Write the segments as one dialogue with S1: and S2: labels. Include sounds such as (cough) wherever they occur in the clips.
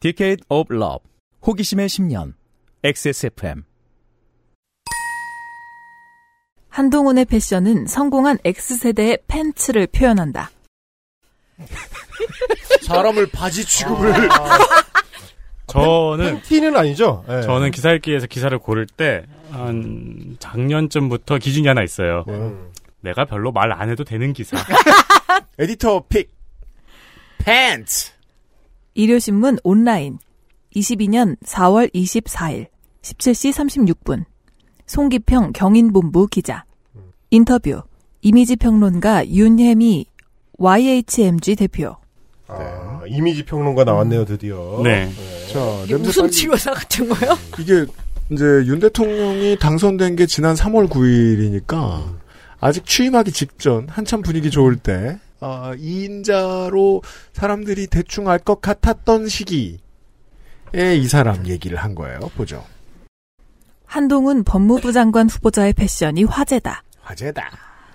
S1: Decade of Love 호기심의 10년 XSFM
S2: 한동훈의 패션은 성공한 X세대의 팬츠를 표현한다.
S3: 사람을 바지 취급을.
S4: 저는
S3: 티는 아니죠?
S5: 네.
S3: 예.
S4: 저는 기사 읽기에서 기사를 고를 때 한 작년쯤부터 기준이 하나 있어요.
S3: 음.
S4: 내가 별로 말 안 해도 되는 기사.
S3: 에디터 픽. 팬츠.
S2: 일요신문 온라인 22년 4월 24일 17시 36분 송기평 경인본부 기자 인터뷰 이미지 평론가 윤혜미 YHMG 대표
S3: 아, 이미지 평론가 나왔네요, 드디어.
S4: 네.
S6: 자,
S5: 이게
S6: 냄새
S5: 웃음
S6: 빨리-
S5: 치료사 같은 거요?
S6: 이게 이제 윤 대통령이 당선된 게 지난 3월 9일이니까 아직 취임하기 직전 한참 분위기 좋을 때 어, 2인자로 사람들이 대충 알 것 같았던 시기에 이 사람 얘기를 한 거예요. 보죠.
S2: 한동훈 법무부 장관 후보자의 패션이 화제다.
S6: 화제다.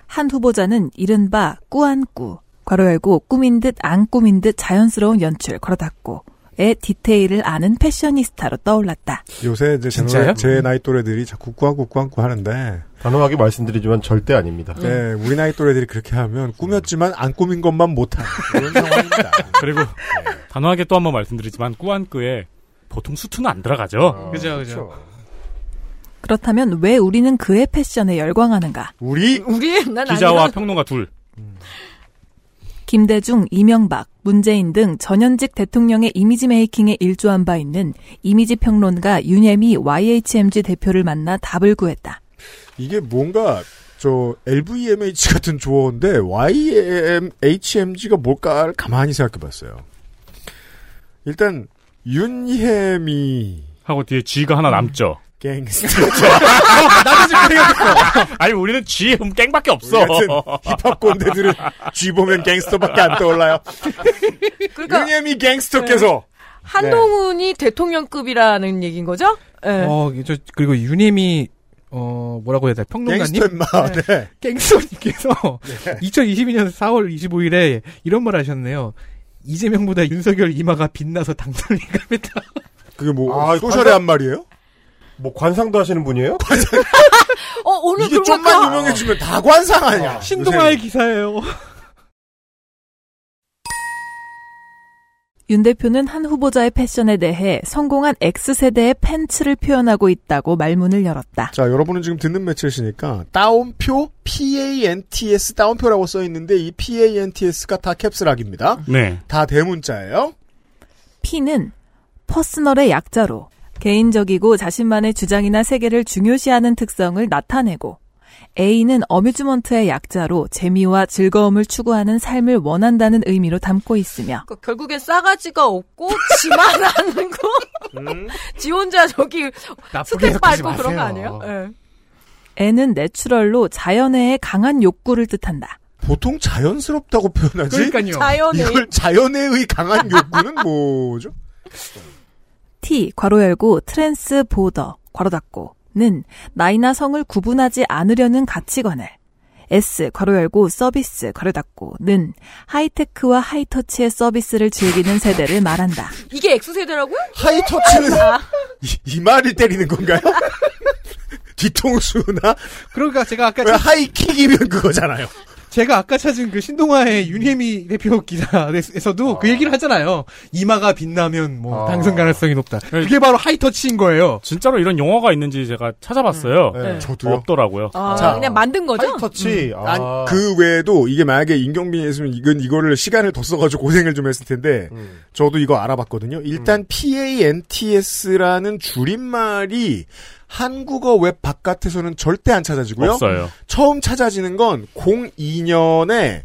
S2: 한 후보자는 이른바 꾸안꾸 괄호 열고 꾸민 듯 안 꾸민 듯 자연스러운 연출 걸어 닫고의 디테일을 아는 패셔니스타로 떠올랐다.
S6: 요새 이제 제,
S4: 진짜요?
S6: 나이- 제 나이 또래들이 자꾸 꾸안꾸 꾸안꾸 하는데
S3: 단호하게 말씀드리지만 절대 아닙니다.
S6: 네,
S4: 음.
S6: 우리 나이 또래들이 그렇게 하면 꾸몄지만 안 꾸민 것만 못한 그런 상황입니다.
S4: 그리고 단호하게 또 한 번 말씀드리지만 꾸안꾸에 보통 수트는 안 들어가죠.
S7: 그죠, 그죠.
S2: 그렇다면 왜 우리는 그의 패션에 열광하는가?
S6: 우리
S5: 우리 난
S4: 기자와
S5: 아니야.
S4: 평론가 둘.
S2: 김대중, 이명박, 문재인 등 전현직 대통령의 이미지 메이킹에 일조한 바 있는 이미지 평론가 윤혜미 YHMG 대표를 만나 답을 구했다.
S6: 이게 뭔가 저 LVMH 같은 조어인데 YMHMG가 뭘까를 가만히 생각해봤어요. 일단 윤혜미
S4: 하고 뒤에 G가 하나 남죠.
S7: (laughs)
S6: 갱스터
S4: 음. 나도 지금 생각했어. (laughs) 아니 우리는 G 음 깽밖에 없어.
S6: 같은 힙합 꼰대들은 쥐 보면 갱스터밖에 안 떠올라요.
S5: 그러니까
S6: 윤혜미 갱스터께서
S5: 한동훈이 대통령급이라는 얘기인 거죠? 예.
S7: 어, 저, 그리고 유님이, 어, 뭐라고 해야 돼? 평론가님?
S6: 갱스터 인마 네.
S7: 갱스터님께서 2022년 4월 25일에 이런 말 하셨네요. 이재명보다 윤석열 이마가 빛나서 당선인감했다.
S6: 그게 뭐
S3: 아,
S6: 소셜의 한 말이에요?
S3: (laughs) 뭐 관상도 하시는 분이에요?
S5: 어, 오늘
S6: 이게
S5: 그러고
S6: 좀만
S5: 보니까
S6: 유명해지면 다 관상 아니야.
S7: 신동아의
S6: 요새.
S7: 기사예요.
S2: 윤 대표는 한 후보자의 패션에 대해 성공한 X세대의 팬츠를 표현하고 있다고 말문을 열었다.
S6: 자, 여러분은 지금 듣는 매체시니까 따옴표 PANTS 따옴표라고 써 있는데 이 PANTS가 다 캡슬락입니다.
S4: 네.
S6: 다 대문자예요.
S2: P는 퍼스널의 약자로 개인적이고 자신만의 주장이나 세계를 중요시하는 특성을 나타내고 A는 어뮤즈먼트의 약자로 재미와 즐거움을 추구하는 삶을 원한다는 의미로 담고 있으며
S5: 그러니까 결국엔 싸가지가 없고 지만 하는 거. (laughs) 지 혼자 저기 스텝 밟고 그런 거 아니에요? 예.
S2: N은 내추럴로 자연애의 강한 욕구를 뜻한다.
S6: 보통 자연스럽다고 표현하지.
S7: 그러니까요.
S5: 자연의
S6: 이걸 자연의의 강한 욕구는 뭐죠?
S2: T 괄호 열고 트랜스 보더 괄호 닫고는 나이나 성을 구분하지 않으려는 가치관을 S 괄호 열고 서비스 괄호 닫고는 하이테크와 하이터치의 서비스를 즐기는 세대를 말한다.
S5: 이게 X세대라고요?
S6: 하이터치는
S5: 아.
S6: 이, 이 말을 때리는 건가요? (laughs) 뒤통수나
S7: 그러니까 제가 아까
S6: 왜
S7: 찾,
S6: 하이킥이면 그거잖아요.
S7: 제가 아까 찾은 그 신동아의 윤혜미 대표 기사에서도 그 얘기를 하잖아요. 이마가 빛나면 뭐
S3: 아.
S7: 당선 가능성이 높다.
S4: 네.
S7: 그게 바로 하이터치인 거예요.
S4: 진짜로 이런 용어가 있는지 제가 찾아봤어요.
S3: 네.
S6: 저도요.
S4: 없더라고요.
S5: 아,
S6: 자.
S5: 그냥 만든 거죠? 음.
S3: 하이터치. 아.
S6: 아니,
S7: 어.
S6: 그 외에도 이게 만약에 임경빈이 했으면 이건 이거를 시간을 더 써가지고 고생을 좀 했을 텐데
S3: 음.
S6: 저도 이거 알아봤거든요.
S4: 음.
S6: 일단 PANTS라는 줄임말이 한국어 웹 바깥에서는 절대 안 찾아지고요.
S4: 없어요.
S6: 처음 찾아지는 건 02년에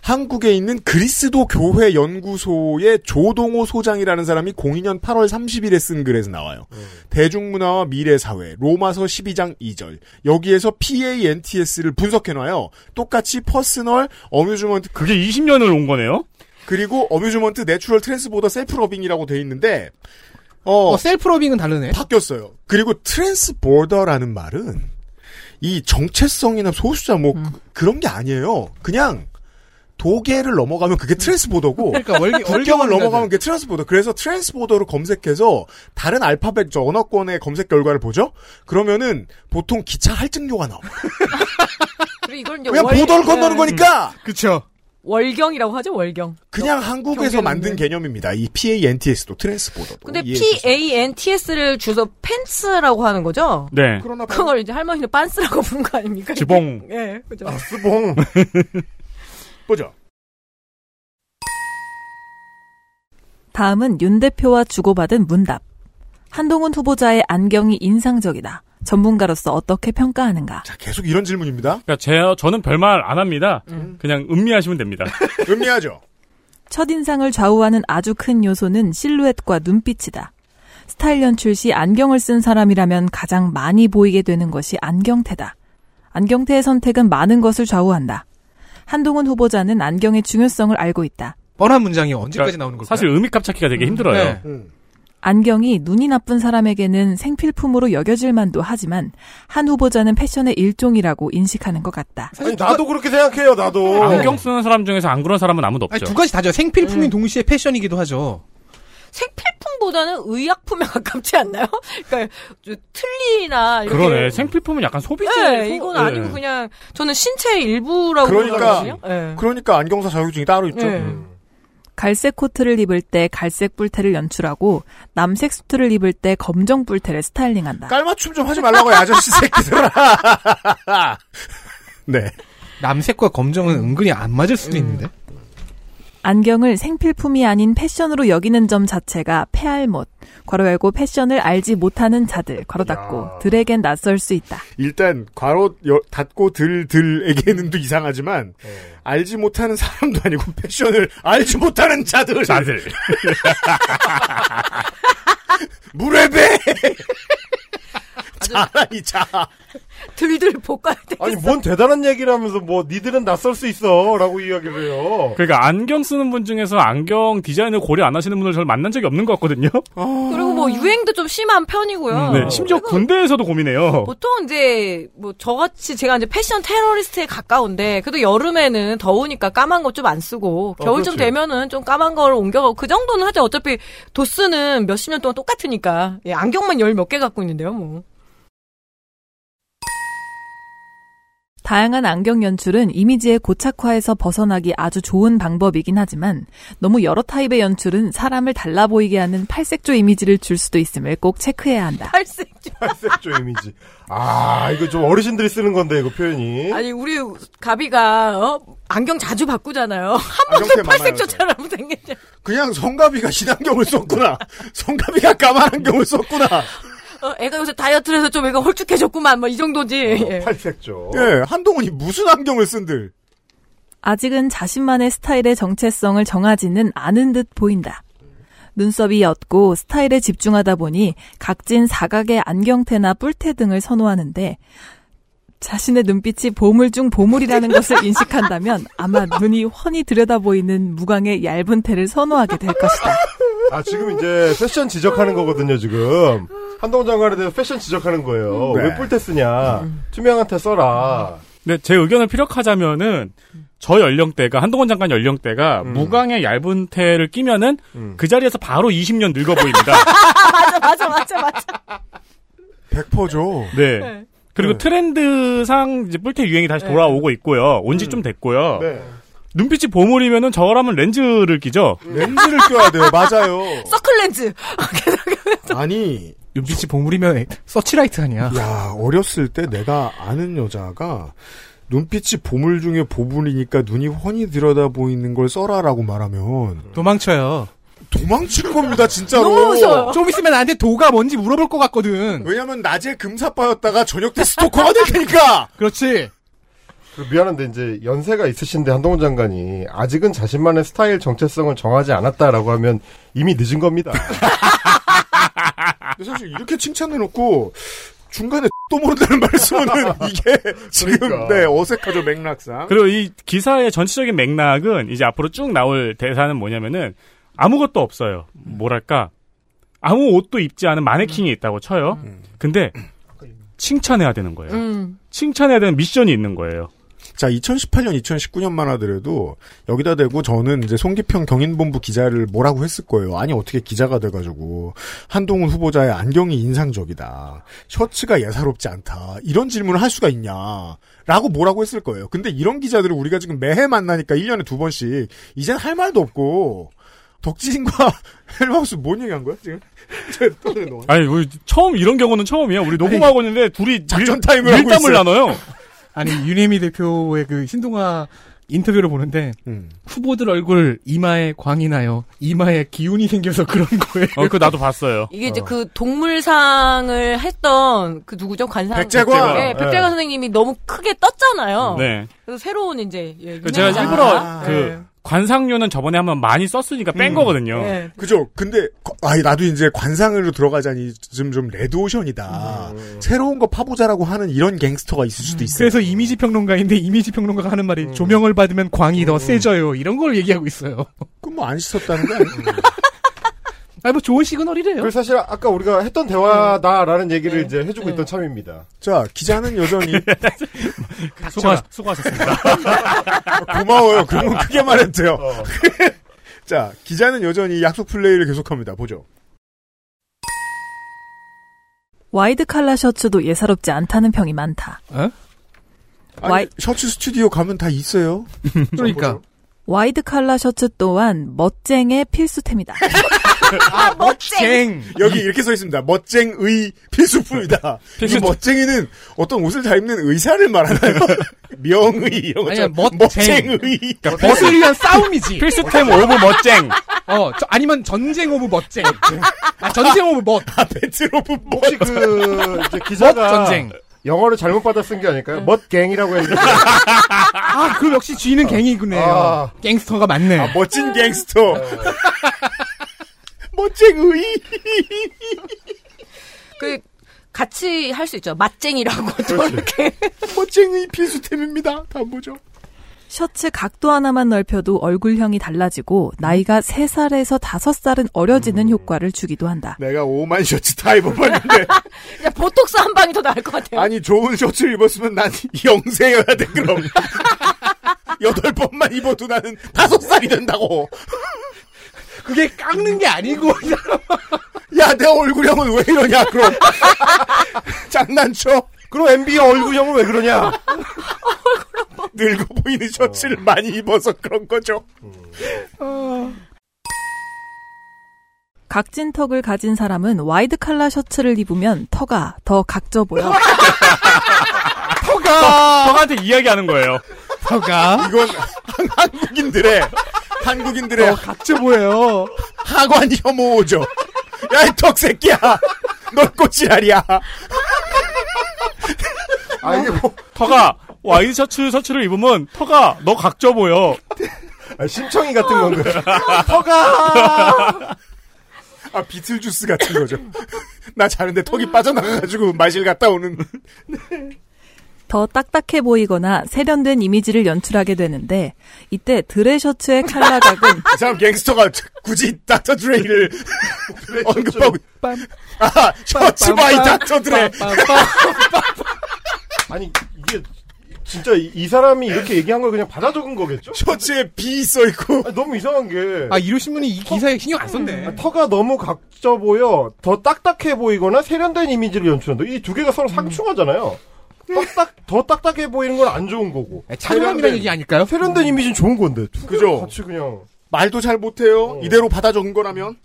S6: 한국에 있는 그리스도 교회 연구소의 조동호 소장이라는 사람이 02년 8월 30일에 쓴 글에서 나와요.
S4: 음.
S6: 대중문화와 미래사회, 로마서 12장 2절. 여기에서 PANTS를 분석해놔요. 똑같이 퍼스널, 어뮤즈먼트,
S4: 그게 20년을 온 거네요.
S6: 그리고 어뮤즈먼트 내추럴 트랜스보더 셀프러빙이라고 돼 있는데, 어,
S7: 어, 셀프로빙은 다르네.
S6: 바뀌었어요. 그리고 트랜스보더라는 말은
S5: 음.
S6: 이 정체성이나 소수자 뭐 그- 그런 게 아니에요. 그냥 도계를 넘어가면 그게
S5: (laughs)
S6: 트랜스보더고
S7: 그러니까 월계
S6: (laughs) 국경을 넘어가면 그게 트랜스보더. 그래서 트랜스보더를 검색해서 다른 알파벳 저 언어권의 검색 결과를 보죠. 그러면은 보통 기차 할증료가 나와.
S5: 그리고 이걸 이제
S6: 그냥
S5: 월-
S6: 보더를 건너는
S5: 네.
S6: 거니까
S7: 그렇죠.
S5: 월경이라고 하죠 월경.
S6: 그냥 한국에서
S5: 경계는
S6: 만든 개념입니다. 이 PANTS도 트랜스보더도. E
S5: 근데
S6: 이해해 주세요.
S5: P A N T S를 주소 팬츠라고 하는 거죠?
S4: 네.
S6: 그러나 봐요.
S5: 그걸 이제 할머니는 빤스라고 (laughs) 부른 거 아닙니까?
S4: 지봉.
S5: 예, 네,
S6: 아,
S5: 그죠.
S3: 스봉.
S6: 보죠.
S2: 다음은 윤 대표와 주고받은 문답. 한동훈 후보자의 안경이 인상적이다. 전문가로서 어떻게 평가하는가?
S6: 자, 계속 이런 질문입니다.
S4: 그러니까 제 저는 별말 안 합니다. 그냥 음미하시면
S7: (laughs)
S4: 됩니다.
S6: 음미하죠.
S2: 첫인상을 좌우하는 아주 큰 요소는 실루엣과 눈빛이다. 스타일 연출 시 안경을 쓴 사람이라면 가장 많이 보이게 되는 것이 안경테다. 안경테의 선택은 많은 것을 좌우한다. 한동훈 후보자는 안경의 중요성을 알고 있다.
S7: 뻔한 문장이 언제까지 나오는 걸까요?
S4: 그러니까 사실 음익합 찾기가 되게 힘들어요.
S7: 네.
S6: 음,
S2: 안경이 눈이 나쁜 사람에게는 생필품으로 여겨질 만도 하지만 한 후보자는 패션의 일종이라고 인식하는 것 같다.
S3: 아니, 나도 그렇게 생각해요,
S6: 아,
S3: 나도.
S4: 안경 쓰는 사람 중에서 안 그런 사람은 아무도
S7: 아니,
S4: 없죠.
S7: 두 가지 다죠.
S6: 음.
S7: 생필품인 동시에 패션이기도 하죠.
S5: 생필품보다는 의약품에 (laughs) 가깝지 않나요? 그러니까 저 틀니나 이렇게
S4: 그러네. 생필품은 약간 소비재.
S5: 네,
S4: 소-
S5: 이건
S4: 네.
S5: 아니고 그냥 저는 신체의 일부라고
S6: 그러니까.
S5: 생각하거든요. 네.
S4: 그렇죠.
S6: 그러니까 안경사 자격증이 따로 있죠.
S5: 네.
S4: 음.
S2: 갈색 코트를 입을 때 갈색 뿔테를 연출하고 남색 수트를 입을 때 검정 뿔테를 스타일링한다.
S6: 깔맞춤 좀 하지 말라고요, 아저씨 (laughs) 새끼들아. (laughs) 네.
S7: 남색과 검정은
S6: 음.
S7: 은근히 안 맞을 수도 있는데.
S2: 안경을 생필품이 아닌 패션으로 여기는 점 자체가 폐알못, 괄호 열고 패션을 알지 못하는 자들, 괄호 닫고, 들에겐 낯설 수 있다.
S6: 일단 괄호 여- 닫고 들들에게는도 이상하지만 알지 못하는 사람도 아니고 패션을 알지 못하는 자들 자들
S5: (laughs)
S6: 무례배 자라니 자
S5: 들들 볶아야 돼.
S3: 아니, 뭔 대단한 얘기를 하면서 뭐, 니들은 낯설 수 있어. 라고 이야기를 해요. (laughs)
S4: 그러니까 안경 쓰는 분 중에서 안경 디자인을 고려 안 하시는 분을 잘 만난 적이 없는 것 같거든요.
S5: 그리고 뭐 유행도 좀 심한 편이고요.
S4: 네, 심지어 군대에서도 고민해요.
S5: 보통 이제 뭐 저같이 제가 이제 패션 테러리스트에 가까운데 그래도 여름에는 더우니까 까만 거 좀 안 쓰고
S4: 어,
S5: 겨울쯤
S4: 그렇죠.
S5: 되면은 좀 까만 걸 옮겨가고 그 정도는 하죠. 어차피 도스는 몇십 년 동안 똑같으니까 예, 안경만 열 몇 개 갖고 있는데요, 뭐. (laughs)
S2: 다양한 안경 연출은 이미지의 고착화에서 벗어나기 아주 좋은 방법이긴 하지만 너무 여러 타입의 연출은 사람을 달라 보이게 하는 팔색조 이미지를 줄 수도 있음을 꼭 체크해야 한다.
S5: 탈색. 좀-
S3: 탈색조 이미지. 아, 이거 좀 어르신들이 쓰는 건데, 이거 표현이.
S5: 아니 우리 가비가 어? 안경 자주 바꾸잖아요. (laughs) 한 번도
S6: 안경테만
S5: 팔색조처럼 생겼죠.
S6: 그냥 성가비가 신안경을 썼구나 성가비가 까만 안경을 썼구나
S5: 어, 애가 요새 다이어트를 해서 좀 애가 홀쭉해졌구만. 뭐 이 정도지. 예.
S3: 탈색조.
S6: 예 한동훈이 무슨 안경을 쓴들
S2: 아직은 자신만의 스타일의 정체성을 정하지는 않은 듯 보인다. 눈썹이 옅고 스타일에 집중하다 보니 각진 사각의 안경테나 뿔테 등을 선호하는데 자신의 눈빛이 보물 중 보물이라는 것을 인식한다면 아마 눈이 훤히 들여다보이는 무광의 얇은 테를 선호하게 될 것이다.
S3: 아, 지금 이제 패션 지적하는 거거든요, 지금. 한동훈 장관에 대해서 패션 지적하는
S7: 음.
S3: 거예요.
S6: 네.
S3: 왜 뿔테 쓰냐. 투명한테 써라.
S4: 근데 제 의견을 피력하자면은 저 연령대가 한동훈 장관 연령대가 무광의 얇은 테를 끼면은 그 자리에서 바로 20년 늙어 보입니다.
S5: (laughs)
S4: (laughs)
S5: 맞아 맞아 맞아.
S6: 100%죠
S4: 네.
S5: 네.
S4: 그리고
S6: 네.
S4: 트렌드상 이제 뿔테 유행이 다시 돌아오고 있고요. 온 지 좀 됐고요.
S3: 네.
S4: 눈빛이 보물이면은 저라면 렌즈를 끼죠.
S6: 렌즈를 껴야 돼요
S5: (laughs)
S6: 맞아요
S5: 서클렌즈.
S6: 아니
S7: 눈빛이 보물이면 서치라이트 아니야.
S6: 야, 어렸을 때 내가 아는 여자가 눈빛이 보물 중에 보물이니까 눈이 훤히 들여다 보이는 걸 써라라고 말하면
S7: 도망쳐요.
S6: 도망칠 겁니다, 진짜로.
S5: 너무 무서워요.
S7: 좀 있으면 나한테 도가 뭔지 물어볼 것 같거든.
S6: 왜냐면 낮에 금사빠였다가 저녁 때 스토커가 될 테니까.
S7: 그렇지.
S3: 그리고 미안한데 이제 연세가 있으신데 한동훈 장관이 아직은 자신만의 스타일 정체성을 정하지 않았다라고 하면 이미 늦은 겁니다.
S6: 근데 사실 이렇게 칭찬해놓고 중간에 (laughs) 또 모른다는 (laughs) 말씀은 이게 지금
S3: 그러니까.
S6: 네 어색하죠 맥락상.
S4: 그리고 이 기사의 전체적인 맥락은 이제 앞으로 쭉 나올 대사는 뭐냐면은 아무것도 없어요. 뭐랄까 아무 옷도 입지 않은 마네킹이 있다고 쳐요. 근데 칭찬해야 되는 거예요.
S5: 음.
S4: 칭찬해야 되는 미션이 있는 거예요.
S6: 자, 2018년, 2019년만 하더라도 여기다 대고 저는 이제 송기평 경인본부 기자를 뭐라고 했을 거예요. 아니 어떻게 기자가 돼가지고 한동훈 후보자의 안경이 인상적이다. 셔츠가 예사롭지 않다. 이런 질문을 할 수가 있냐. 라고 뭐라고 했을 거예요. 근데 이런 기자들을 우리가 지금 매해 만나니까 1년에 두 번씩 이젠 할 말도 없고 덕진과 (laughs) 헬마우스 뭔 얘기한 거야 지금? 저 떠드는 동안.
S4: 아니 우리 처음 이런 경우는 처음이야. 우리 녹음하고 있는데 둘이
S6: 작전
S4: 밀-
S6: 타임을 하고
S4: 밀담을
S6: 있어요.
S4: 나눠요.
S7: 아니 윤혜미 대표의 그 신동아 인터뷰를 보는데
S6: 음.
S7: 후보들 얼굴 이마에 광이 나요. 이마에 기운이 생겨서 그런 거예요.
S4: 어, 그거 나도 봤어요.
S5: 이게 이제 그 동물상을 했던 그 누구죠? 관상
S6: 백제관.
S5: 예, 백제관
S3: 예.
S5: 선생님이 너무 크게 떴잖아요.
S4: 네.
S5: 그래서 새로운 이제 예,
S4: 그 제가
S5: 유명하잖아요.
S4: 일부러
S6: 아,
S4: 그 관상료는 저번에 한번 많이 썼으니까 뺀
S6: 음.
S4: 거거든요.
S5: 예.
S6: 그죠. 근데 거- 아 나도 이제 관상으로 들어가자니 좀 좀 레드오션이다.
S4: 음.
S6: 새로운 거 파보자라고 하는 이런 갱스터가 있을 수도 있어요.
S7: (laughs) 그래서 이미지 평론가인데 이미지 평론가가 하는 말이 조명을 받으면 광이 더 세져요. 이런 걸 얘기하고 있어요.
S6: 그럼 뭐안 씻었다는 거 아니에요?
S7: 아니 뭐 좋은 시그널이래요.
S3: 그 사실 아까 우리가 했던 대화다라는 얘기를
S7: 네.
S3: 이제 해주고 있던 참입니다.
S6: (laughs) 자 기자는
S4: (laughs)
S6: 여전히
S4: 수고하, 수고하셨습니다.
S6: (laughs) 고마워요. 그러면 크게 말했대요.
S3: 어.
S6: 자 기자는 여전히 약속 플레이를 계속합니다. 보죠.
S2: 와이드 칼라 셔츠도 예사롭지 않다는 평이 많다.
S6: 아니,
S2: 와이-
S6: 셔츠 스튜디오 가면 다 있어요.
S7: 그러니까
S2: 와이드 칼라 셔츠 또한 멋쟁의 필수템이다.
S5: 아, 멋쟁.
S7: 쨍.
S6: 여기 이렇게 써 있습니다. 멋쟁의 필수품이다. 이
S4: 필수-
S6: 멋쟁이는 어떤 옷을 잘 입는 의사를
S7: (laughs)
S6: 말하나요? 명의 이런
S7: 아니야,
S6: 것처럼
S7: 멋쟁. 그러니까
S6: 멋쟁의.
S7: 멋을 위한 싸움이지.
S4: 필수템 오브 멋쟁.
S7: 어, 저- 아니면 전쟁 오브 멋쟁. 아, 전쟁 오브 멋.
S6: 아, 베트로브 멋.
S3: 혹시 그 이제
S7: 멋
S3: 기자가
S7: 전쟁. 네.
S3: 영어를 잘못 받아 쓴 게 아닐까요? 멋갱이라고 했는데
S7: 아, 그럼 역시 쥐는 갱이군요.
S3: 아.
S7: 갱스터가 맞네.
S6: 아,
S7: 어.
S6: 멋진 갱스터. 멋쟁의.
S5: 그 같이 할 수 있죠. 맛쟁이라고 저렇게.
S6: 멋쟁의 필수템입니다. 다 보죠.
S2: 셔츠 각도 하나만 넓혀도 얼굴형이 달라지고 나이가 3살에서 5살은 어려지는 효과를 주기도 한다.
S6: 내가 오만 셔츠 다
S7: (laughs)
S6: 입어봤는데
S5: 야, 보톡스 한 방이 더 나을 것 같아요.
S6: 아니 좋은 셔츠를 입었으면 난 영세여야 돼
S7: (laughs)
S6: 그럼. 여덟 번만 입어도 나는 다섯 살이 된다고.
S7: 그게 깎는 게 아니고.
S6: 야, 내 얼굴형은 왜 이러냐, 그럼. (laughs) 장난쳐.
S3: 그럼 MB의 얼굴형은 왜 그러냐?
S6: 늙어 보이는 셔츠를 많이 입어서 그런 거죠.
S2: 각진 턱을 가진 사람은 와이드 칼라 셔츠를 입으면 터가 더 각져 보여.
S4: 형한테 이야기하는 거예요.
S7: 터가
S6: 이건 한- 한국인들의, 한국인들의
S7: 어, 각져 보여요.
S6: 하관 혐오죠. 야, 이 턱새끼야. 넌 꽃이랄이야.
S3: 아 이게 뭐
S4: 터가 와이드 셔츠 셔츠를 입으면 터가 너 각져 보여.
S3: 아, 심청이 같은
S7: (laughs)
S3: 건가요?
S6: 아, 비틀주스 같은 거죠. (laughs) 나 자는데 턱이 빠져나가가지고 마실 갔다 오는.
S2: 더 딱딱해 보이거나 세련된 이미지를 연출하게 되는데 이때 드레 셔츠의 칼라각은
S6: 이 사람 갱스터가 굳이 닥터 드레이를 언급하고.
S7: 빰.
S6: 아, 셔츠 바이 닥터 드레이.
S3: 아니 이게 진짜 이, 이 사람이 이렇게 얘기한 걸 그냥 받아 적은 거겠죠?
S6: 셔츠에 비 써있고.
S3: 아, 너무 이상한 게
S7: 아, 이로신문이 이 기사에 신경 안 썼네.
S3: 터가 너무 각져 보여 더 딱딱해 보이거나 세련된 이미지를 연출한다. 이 두 개가 서로 상충하잖아요. 딱딱 더 딱딱해 보이는 건 안 좋은 거고
S7: 차별함이라는 아, 얘기 아닐까요?
S3: 세련된 이미지는 좋은 건데 두 개를
S6: 그죠.
S3: 같이 그냥
S6: 말도 잘 못해요. 이대로 받아 적은 거라면.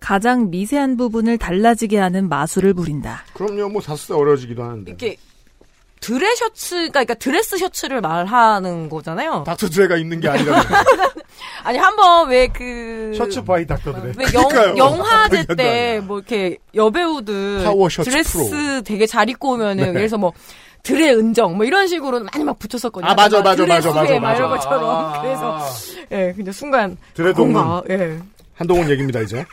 S2: 가장 미세한 부분을 달라지게 하는 마술을 부린다.
S6: 그럼요, 뭐 다섯 살 어려지기도 하는데.
S5: 이렇게 드레 셔츠가 그러니까 드레스 셔츠를 말하는 거잖아요.
S6: 닥터 드레가 입는 게 아니라.
S5: 아니 한번 왜그
S3: 셔츠 바이 닥터들의
S5: 왜
S6: 그러니까요.
S5: 영, 영화제
S6: 당연도
S5: 때
S6: 아니야.
S5: 뭐 이렇게 여배우들
S6: 파워 셔츠
S5: 드레스
S6: 프로.
S5: 되게 잘 입고 오면은
S6: 네.
S5: 그래서 뭐 드레 은정 뭐 이런 식으로 많이 막 붙였었거든요.
S6: 아, 맞아,
S5: 막
S6: 맞아,
S5: 드레스
S6: 맞아, 맞아,
S5: 위에 막 이런
S6: 맞아. 그
S5: 것처럼 그래서 예 근데 순간
S3: 드레동문
S5: 뭔가 예
S6: 한동훈 얘기입니다, 이제.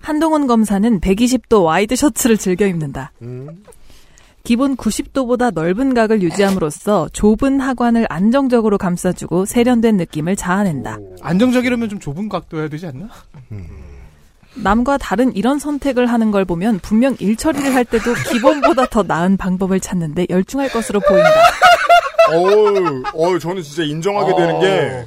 S2: 한동훈 검사는 120도 와이드 셔츠를 즐겨 입는다.
S6: 음.
S2: 기본 90도보다 넓은 각을 유지함으로써 좁은 하관을 안정적으로 감싸주고 세련된 느낌을 자아낸다.
S7: 안정적이라면 좀 좁은 각도여야 되지 않나?
S2: 남과 다른 이런 선택을 하는 걸 보면 분명 일처리를 할 때도 기본보다 더 나은 방법을 찾는데 열중할 것으로 보인다.
S6: 어우, 어우, 저는 진짜 인정하게 되는 게,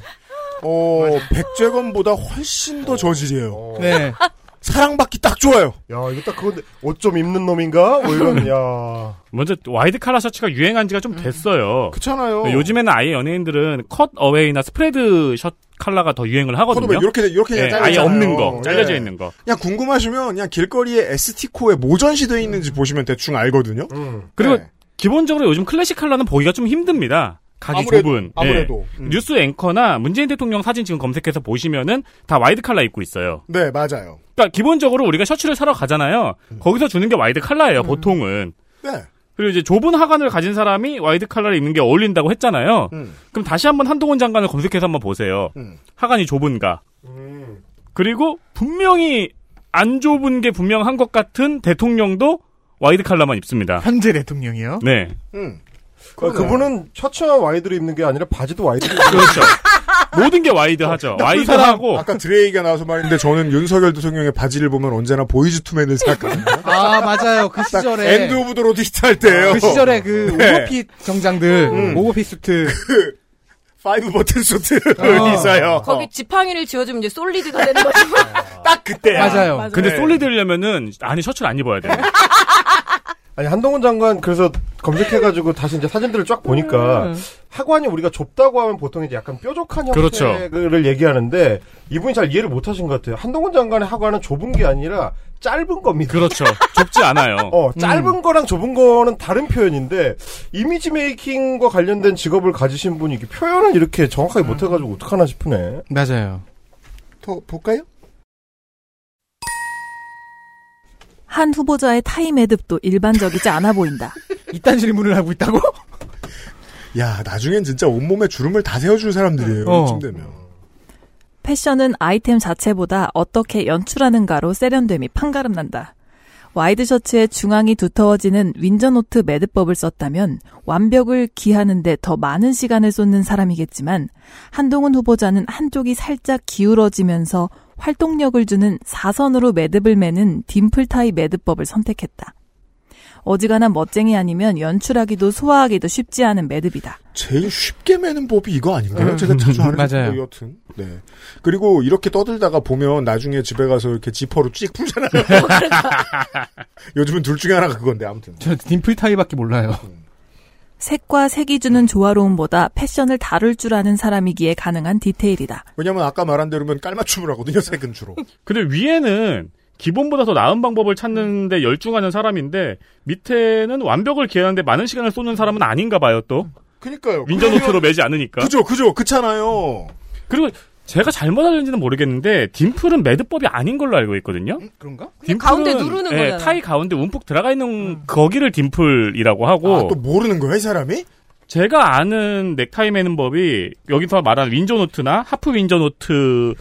S6: 어, 백제검보다 훨씬 더 저질이에요.
S7: (laughs) 네.
S6: 사랑받기 딱 좋아요.
S3: 야, 이거 딱 그건데, 옷 좀 입는 놈인가? 뭐 이런, 야.
S4: 먼저 와이드 칼라 셔츠가 유행한 지가 좀 됐어요.
S6: 음. 그렇잖아요.
S4: 네, 요즘에는 아예 연예인들은 컷 어웨이나 스프레드 셔 칼라가 더 유행을 하거든요.
S6: 컷오버 이렇게 이렇게
S4: 예,
S6: 그냥 잘라
S4: 아예 없는 거,
S3: 예.
S4: 잘려져 있는 거.
S6: 그냥 궁금하시면 그냥 길거리에 ST 코에 뭐 전시돼 있는지 보시면 대충 알거든요.
S3: 음.
S4: 그리고
S6: 네.
S4: 기본적으로 요즘 클래식 칼라는 보기가 좀 힘듭니다. 각이 좁은.
S6: 아무래도
S4: 예.
S6: 음.
S4: 뉴스 앵커나 문재인 대통령 사진 지금 검색해서 보시면은 다 와이드 칼라 입고 있어요.
S6: 네 맞아요.
S4: 그러니까 기본적으로 우리가 셔츠를 사러 가잖아요. 거기서 주는 게 와이드 칼라예요, 보통은.
S6: 음. 네.
S4: 그리고 이제 좁은 하관을 가진 사람이 와이드 칼라를 입는 게 어울린다고 했잖아요.
S6: 음.
S4: 그럼 다시 한번 한동훈 장관을 검색해서 한번 보세요.
S6: 음.
S4: 하관이 좁은가. 그리고 분명히 안 좁은 게 분명한 것 같은 대통령도 와이드 칼라만 입습니다.
S8: 현재 대통령이요.
S4: 네.
S6: 음.
S3: 그, 그분은 셔츠와 와이드를 입는 게 아니라 바지도 와이드를 입는
S6: (laughs)
S4: 그렇죠. 모든 게 와이드하죠.
S7: 어.
S4: 와이드하고
S6: 어, 아까 드레이가 나와서 말인데 저는 윤석열 대통령의 바지를 보면 언제나 보이즈 투맨을 생각합니다.
S7: 아, 맞아요. 그
S6: 딱
S7: 시절에.
S6: 엔드 오브 더 로드 히트 할 때예요.
S7: 그 시절에 그
S6: 네.
S7: 오버핏 정장들,
S6: 음.
S7: 오버핏 수트.
S6: 파이브 버튼 수트 (laughs)
S7: 어.
S6: 있어요.
S5: 거기 지팡이를 지어주면 이제 솔리드가 되는 거죠.
S6: 딱 그때야.
S7: 맞아요.
S4: 근데
S6: 네.
S4: 솔리드려면은 안에 셔츠를 안 입어야 돼요.
S3: 아니 한동훈 장관 그래서 검색해가지고 다시 이제 사진들을 쫙 보니까 하관이 우리가 좁다고 하면 보통 이제 약간 뾰족한
S4: 음. 그렇죠.
S3: 형태를 얘기하는데 이분이 잘 이해를 못하신 것 같아요. 한동훈 장관의 하관은 좁은 게 아니라 짧은 겁니다.
S4: 그렇죠. 음. 좁지 않아요.
S3: 어 짧은 거랑 좁은 거는 다른 표현인데 이미지 메이킹과 관련된 직업을 가지신 분이 이렇게 표현을 이렇게 정확하게 못해가지고 어떡하나 싶으네.
S7: 맞아요.
S6: 더 볼까요?
S2: 한 후보자의 타이 매듭도 일반적이지 않아 보인다.
S7: 이딴 질문을 하고 있다고?
S6: 야 나중엔 진짜 온몸에 주름을 다 세워줄 사람들이에요.
S7: 어.
S6: 이쯤 되면.
S2: 패션은 아이템 자체보다 어떻게 연출하는가로 세련됨이 판가름난다. 와이드 셔츠의 중앙이 두터워지는 윈저노트 매듭법을 썼다면 완벽을 기하는데 더 많은 시간을 쏟는 사람이겠지만 한동훈 후보자는 한쪽이 살짝 기울어지면서 활동력을 주는 사선으로 매듭을 매는 딤플타이 매듭법을 선택했다. 어지간한 멋쟁이 아니면 연출하기도 소화하기도 쉽지 않은 매듭이다.
S6: 제일 쉽게 매는 법이 이거 아닌가요? 제가 자주 하는
S7: 음. 맞아요.
S6: 거 여튼. 네. 그리고 이렇게 떠들다가 보면 나중에 집에 가서 이렇게 지퍼로 찍 풀잖아요. (laughs) 요즘은 둘 중에 하나가 그건데 아무튼.
S7: (laughs) 저 딤플 타이밖에 몰라요.
S2: 색과 색이 주는 조화로움보다 패션을 다룰 줄 아는 사람이기에 가능한 디테일이다.
S6: 왜냐면 아까 말한 대로면 깔맞춤을 하거든요. 색은 주로.
S4: 근데 위에는 기본보다 더 나은 방법을 찾는데 열중하는 사람인데 밑에는 완벽을 기하는데 많은 시간을 쏟는 사람은 아닌가 봐요 또
S6: 그니까요.
S4: 윈저노트로 매지 않으니까
S6: 그죠, 그죠, 그잖아요.
S4: 그리고 제가 잘못 알는지는 모르겠는데 딤플은 매듭법이 아닌 걸로 알고 있거든요.
S7: 그런가?
S5: 그냥 가운데 누르는
S4: 예,
S5: 거잖아요. 음.
S4: 타이 가운데 움푹 들어가 있는 거기를 딤플이라고 하고
S6: 아, 또 모르는 거야, 이 사람이?
S4: 제가 아는 넥타이 매는 법이 여기서 말하는 윈저노트나 하프 윈저노트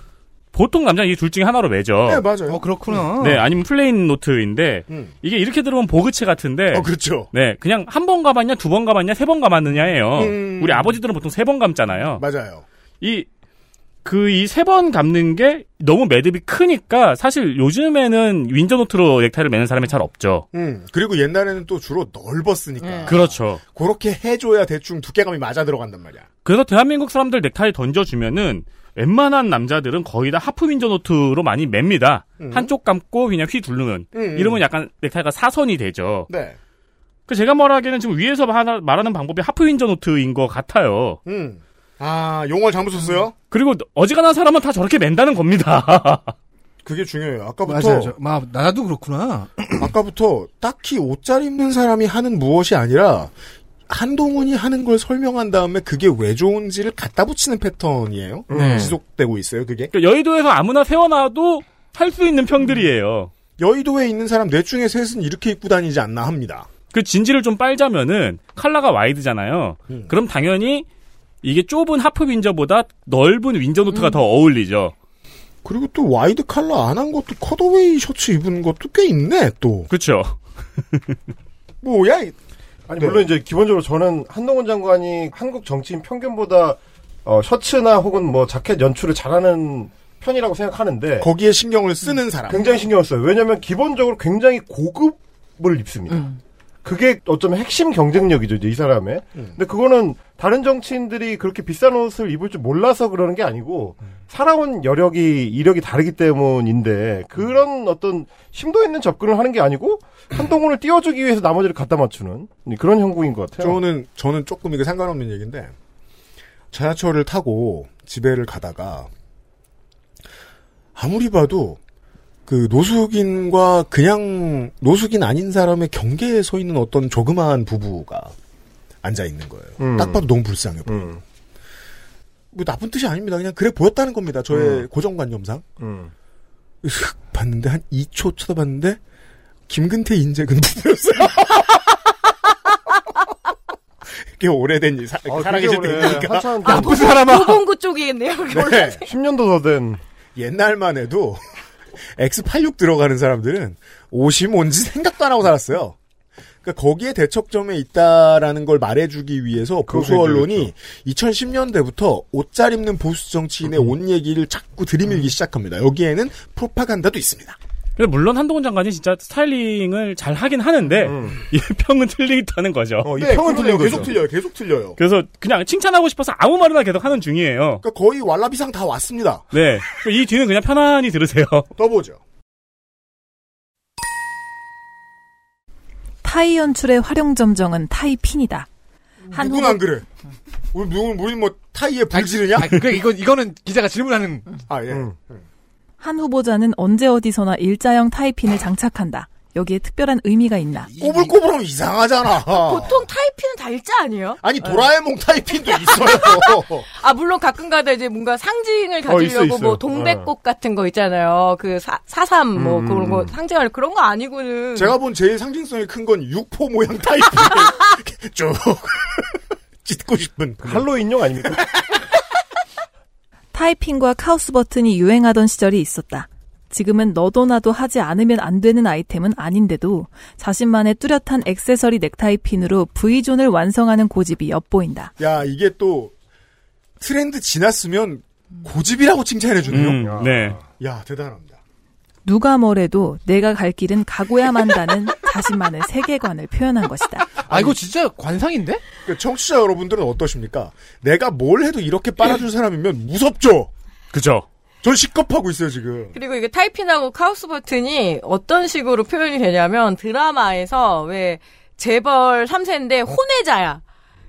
S4: 보통 남자는 이 둘 중에 하나로 매죠.
S6: 네, 맞아요.
S7: 어, 그렇구나.
S4: 네, 아니면 플레인 노트인데
S6: 음.
S4: 이게 이렇게 들으면 보그체 같은데
S6: 어, 그렇죠.
S4: 네, 그냥 한 번 감았냐, 두 번 감았냐, 세 번 감았느냐예요.
S6: 음.
S4: 우리 아버지들은 보통 세 번 감잖아요.
S6: 맞아요.
S4: 이 그 이 세 번 감는 게 너무 매듭이 크니까 사실 요즘에는 윈저노트로 넥타이를 매는 사람이 잘 없죠.
S6: 음. 그리고 옛날에는 또 주로 넓었으니까.
S5: 음.
S4: 그렇죠.
S6: 그렇게 해줘야 대충 두께감이 맞아 들어간단 말이야.
S4: 그래서 대한민국 사람들 넥타이 던져주면은 웬만한 남자들은 거의 다 하프 윈저노트로 많이 맵니다.
S6: 음.
S4: 한쪽 감고 그냥 휘두르는.
S6: 음.
S4: 이러면 약간 넥타이가 사선이 되죠.
S6: 네.
S4: 그 제가 말하기에는 지금 위에서 하나- 말하는 방법이 하프 윈저노트인 것 같아요.
S6: 음. 아, 용어를 잘못 썼어요?
S4: 그리고 어지간한 사람은 다 저렇게 맨다는 (laughs) 그러니까 겁니다.
S6: 그게 중요해요. 아까부터
S7: 맞아요. 저, 마, 나도 그렇구나.
S6: (clears throat) 아까부터 딱히 옷 잘 입는 사람이 하는 무엇이 아니라 한동훈이 하는 걸 설명한 다음에 그게 왜 좋은지를 갖다 붙이는 패턴이에요.
S7: 네.
S6: 지속되고 있어요. 그게
S4: 그러니까 여의도에서 아무나 세워놔도 할 수 있는 평들이에요.
S6: 여의도에 있는 사람 넷 중에 셋은 이렇게 입고 다니지 않나 합니다.
S4: 그 진지를 좀 빨자면은 칼라가 와이드잖아요.
S6: 음.
S4: 그럼 당연히 이게 좁은 하프 윈저보다 넓은 윈저
S6: 음.
S4: 노트가 더 어울리죠.
S6: 그리고 또 와이드 칼라 안 한 것도 컷어웨이 셔츠 입은 것도 꽤 있네. 또
S4: 그렇죠.
S6: 뭐야? 이-
S3: 아니
S6: 네.
S3: 물론 이제 기본적으로 저는 한동훈 장관이 한국 정치인 평균보다 어, 셔츠나 혹은 뭐 자켓 연출을 잘하는 편이라고 생각하는데
S6: 거기에 신경을 쓰는 사람.
S3: 굉장히 신경을 써요. 왜냐하면 기본적으로 굉장히 고급을 입습니다.
S6: 음.
S3: 그게 어쩌면 핵심 경쟁력이죠, 이제 이 사람의.
S6: 음.
S3: 근데 그거는 다른 정치인들이 그렇게 비싼 옷을 입을 줄 몰라서 그러는 게 아니고,
S6: 음.
S3: 살아온 여력이, 이력이 다르기 때문인데,
S6: 음.
S3: 그런 어떤 심도 있는 접근을 하는 게 아니고, 한동훈을 띄워주기 위해서 나머지를 갖다 맞추는 그런 형국인 것 같아요.
S6: 저는 저는 조금 이게 상관없는 얘기인데 자동차를 타고 집에를 가다가 아무리 봐도 그 노숙인과 그냥 노숙인 아닌 사람의 경계에 서 있는 어떤 조그마한 부부가 앉아 있는 거예요.
S3: 음.
S6: 딱 봐도 너무 불쌍해 보여.
S3: 음,
S6: 뭐 나쁜 뜻이 아닙니다. 그냥 그래 보였다는 겁니다. 저의 고정관념상.
S3: 음.
S6: 슥 봤는데 한 2초 쳐다봤는데 김근태 인재근 부부였어요. (laughs) 이게 오래된 일, 사,
S3: 아,
S6: 살아계실
S3: 그게
S6: 때
S3: 원래
S6: 일이니까.
S3: 한참
S7: 나쁜 사람아.
S5: 노동구 쪽에 있네요.
S6: 네.
S3: 10년도 더 된
S6: 옛날만 해도 X86 들어가는 사람들은 옷이 뭔지 생각도 안 하고 살았어요. 그러니까 거기에 대척점에 있다라는 걸 말해주기 위해서
S3: 그거
S6: 보수
S3: 그렇죠.
S6: 언론이 2010년대부터 옷 잘 입는 보수 정치인의
S3: 음.
S6: 옷 얘기를 자꾸 들이밀기 시작합니다. 여기에는 프로파간다도 있습니다.
S4: 근데 물론 한동훈 장관이 진짜 스타일링을 잘 하긴 하는데
S6: 음.
S4: (laughs) 이 평은 틀리다는 거죠.
S6: 이
S3: 네,
S6: 평은
S3: 그러네요.
S6: 틀려요. 계속
S3: 그렇죠.
S6: 틀려요. 계속 틀려요.
S4: 그래서 그냥 칭찬하고 싶어서 아무 말이나 계속 하는 중이에요.
S6: 그러니까 거의 왈라비상 다 왔습니다.
S4: 네. 이 뒤는 그냥 편안히 들으세요.
S6: 떠보죠.
S2: 타이 연출의 활용점정은 타이 핀이다.
S5: 아,
S2: 한
S6: 누군 안 그래? 우리 누군 우리 뭐 타이에 불지르냐?
S7: 아, 그 이건 이거는 기자가 질문하는
S6: 아 예.
S3: 음.
S2: 한 후보자는 언제 어디서나 일자형 타이핀을 장착한다. 여기에 특별한 의미가 있나?
S6: 꼬불꼬불하면 이상하잖아.
S5: 보통 어. 타이피는 다 일자 아니에요?
S6: 아니 도라에몽 타이핑도 있어요.
S5: (laughs) 아 물론 가끔가다 이제 뭔가 상징을
S3: 어, 있어,
S5: 가지려고
S3: 있어요. 음,
S5: 뭐 동백꽃 같은 거 있잖아요. 그 사, 사삼 뭐 그런 거 상징할 그런 거 아니고는
S6: 제가 본 제일 상징성이 큰 건 육포 모양 타이핑. (laughs) 쭉 찢고 싶은.
S3: 할로윈용 아닙니까?
S2: 타이핑과 카우스 버튼이 유행하던 시절이 있었다. 지금은 너도 나도 하지 않으면 안 되는 아이템은 아닌데도 자신만의 뚜렷한 액세서리 넥타이 핀으로 V존을 완성하는 고집이 엿보인다.
S6: 야 이게 또 트렌드 지났으면 고집이라고 칭찬해 주네요.
S4: 음, 네.
S6: 야 대단합니다.
S2: 누가 뭐래도 내가 갈 길은 가고야만 한다는 자신만의 세계관을 표현한 것이다.
S7: 아 이거 진짜 관상인데?
S6: 그 청취자 여러분들은 어떠십니까? 내가 뭘 해도 이렇게 빨아줄 사람이면 무섭죠.
S4: 그죠.
S6: 전 식겁하고 있어요 지금.
S5: 그리고 이게 타이핀하고 카우스 버튼이 어떤 식으로 표현이 되냐면 드라마에서 왜 재벌 3세인데 혼외자야.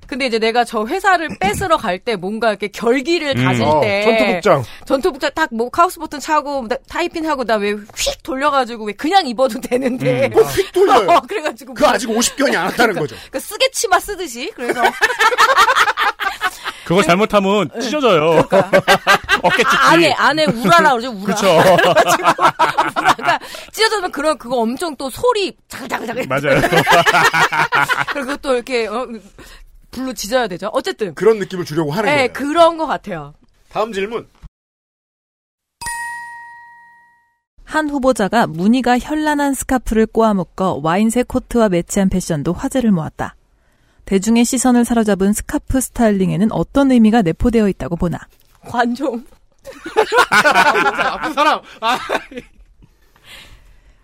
S5: 근데 이제 내가
S3: (laughs)
S5: 저 회사를 뺏으러 갈 때 뭔가 이렇게 결기를 가질
S3: 어,
S5: 때
S3: 전투복장.
S5: 전투복장 딱 뭐 카우스 버튼 차고 나- 타이핀하고 나 왜 휙 돌려가지고 왜 그냥 입어도
S3: 음,
S5: 되는데
S3: 뭐
S6: 휙 돌려요.
S5: 어, (laughs) 그래가지고
S6: 그 아직 50견이 안 왔다는 거죠.
S5: 그 쓰게 치마 쓰듯이 그래서
S4: 그거 잘못하면 찢어져요. (laughs) 어깨
S5: 아, 안에
S4: 찢기.
S5: 안에 우라라 (laughs) 그러죠 우라
S4: 그쵸.
S5: 그래가지고 우라가 찢어져면 그런 그거 엄청 또 소리 자글자글자글
S4: (laughs) 맞아요.
S5: (laughs) 그리고 또 이렇게 어, 불로 지져야 되죠. 어쨌든
S6: 그런 느낌을 주려고 하는
S5: 네,
S6: 거예요.
S5: 그런 것 같아요.
S6: 다음 질문.
S2: 한 후보자가 무늬가 현란한 스카프를 꼬아묶어 와인색 코트와 매치한 패션도 화제를 모았다. 대중의 시선을 사로잡은 스카프 스타일링에는 어떤 의미가 내포되어 있다고 보나?
S5: 관종.
S7: 나쁜 사람. 아,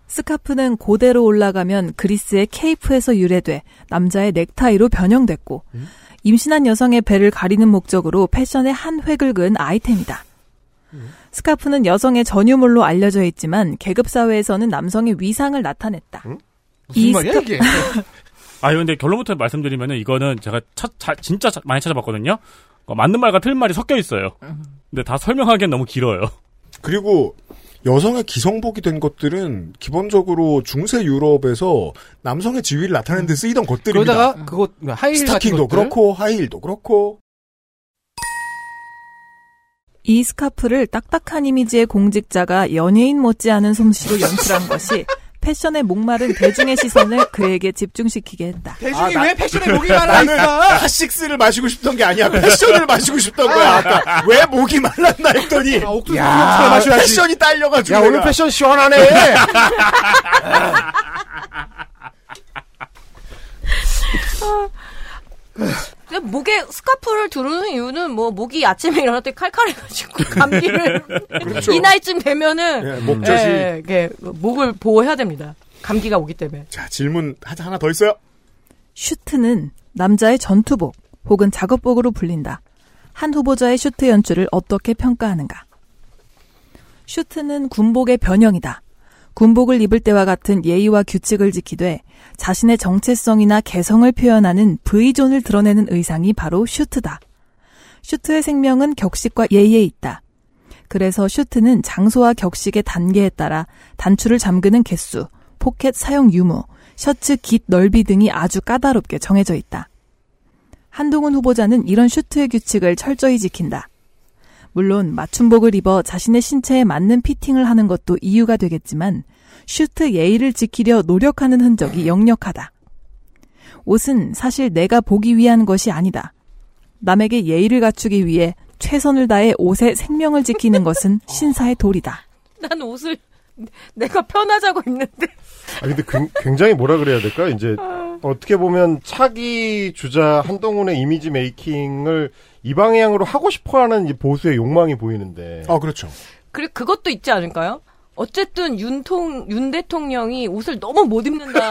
S2: 스카프는 고대로 올라가면 그리스의 케이프에서 유래돼 남자의 넥타이로 변형됐고
S7: 음?
S2: 임신한 여성의 배를 가리는 목적으로 패션의 한 획을 그은 아이템이다.
S7: 음?
S2: 스카프는 여성의 전유물로 알려져 있지만 계급 사회에서는 남성의 위상을 나타냈다.
S7: 음? 무슨 말이야 이게?
S4: 아, 근데 결론부터 말씀드리면은 이거는 제가 차, 자- 진짜 자- 많이 찾아봤거든요. 어, 맞는 말과 틀린 말이 섞여 있어요. 근데 다 설명하기엔 너무 길어요.
S6: 그리고 여성의 기성복이 된 것들은 기본적으로 중세 유럽에서 남성의 지위를 나타내는 데 쓰이던 것들입니다.
S7: 그러다가 음. 그거 뭐, 하이힐
S6: 스타킹도
S7: 같은 것들.
S6: 그렇고 하이힐도 그렇고
S2: 이 스카프를 딱딱한 이미지의 공직자가 연예인 못지않은 솜씨로 연출한 것이 패션에 목마른 대중의 시선을 그에게 집중시키게 했다.
S7: 대중이
S6: 아, 나-
S7: 왜 패션에 (laughs) 목이 말라 있어?
S6: 핫식스를 마시고 싶던 게 아니야
S7: (laughs)
S6: 패션을 마시고 싶던 거야 아까 왜 목이 말랐나 했더니
S7: 아, 옥수수
S6: 야,
S7: 마셔야지.
S6: 패션이 딸려가지고
S3: 야, 오늘
S6: 내가.
S3: 패션 시원하네!
S5: 근데 목에 스카프를 두르는 이유는 뭐 목이 아침에 일어날 때
S4: (laughs)
S5: 칼칼해가지고 감기를
S4: 그렇죠.
S5: 이 나이쯤 되면은
S6: 예,
S4: 음,
S6: 목젖이.
S7: 네.
S5: 예, 이게 목을 보호해야 됩니다. 감기가 오기 때문에.
S6: 자, 질문 하- 하나 더 있어요.
S2: 슈트는 남자의 전투복 혹은 작업복으로 불린다. 한 후보자의 슈트 연출을 어떻게 평가하는가? 슈트는 군복의 변형이다. 군복을 입을 때와 같은 예의와 규칙을 지키되 자신의 정체성이나 개성을 표현하는 V존을 드러내는 의상이 바로 슈트다. 슈트의 생명은 격식과 예의에 있다. 그래서 슈트는 장소와 격식의 단계에 따라 단추를 잠그는 개수, 포켓 사용 유무, 셔츠 깃 넓이 등이 아주 까다롭게 정해져 있다. 한동훈 후보자는 이런 슈트의 규칙을 철저히 지킨다. 물론 맞춤복을 입어 자신의 신체에 맞는 피팅을 하는 것도 이유가 되겠지만 슈트 예의를 지키려 노력하는 흔적이 역력하다. 옷은 사실 내가 보기 위한 것이 아니다. 남에게 예의를 갖추기 위해 최선을 다해 옷의 생명을 지키는 것은 신사의 도리다.
S5: 난 옷을 내가 편하자고 입는데
S3: 아 근데 굉- 굉장히 뭐라 그래야 될까? 이제 어떻게 보면 차기 주자 한동훈의 이미지 메이킹을 이 방향으로 하고 싶어하는 이 보수의 욕망이 보이는데
S6: 아, 그렇죠.
S5: 그리고 그것도 있지 않을까요? 어쨌든 윤통 윤 대통령이 옷을 너무 못 입는다.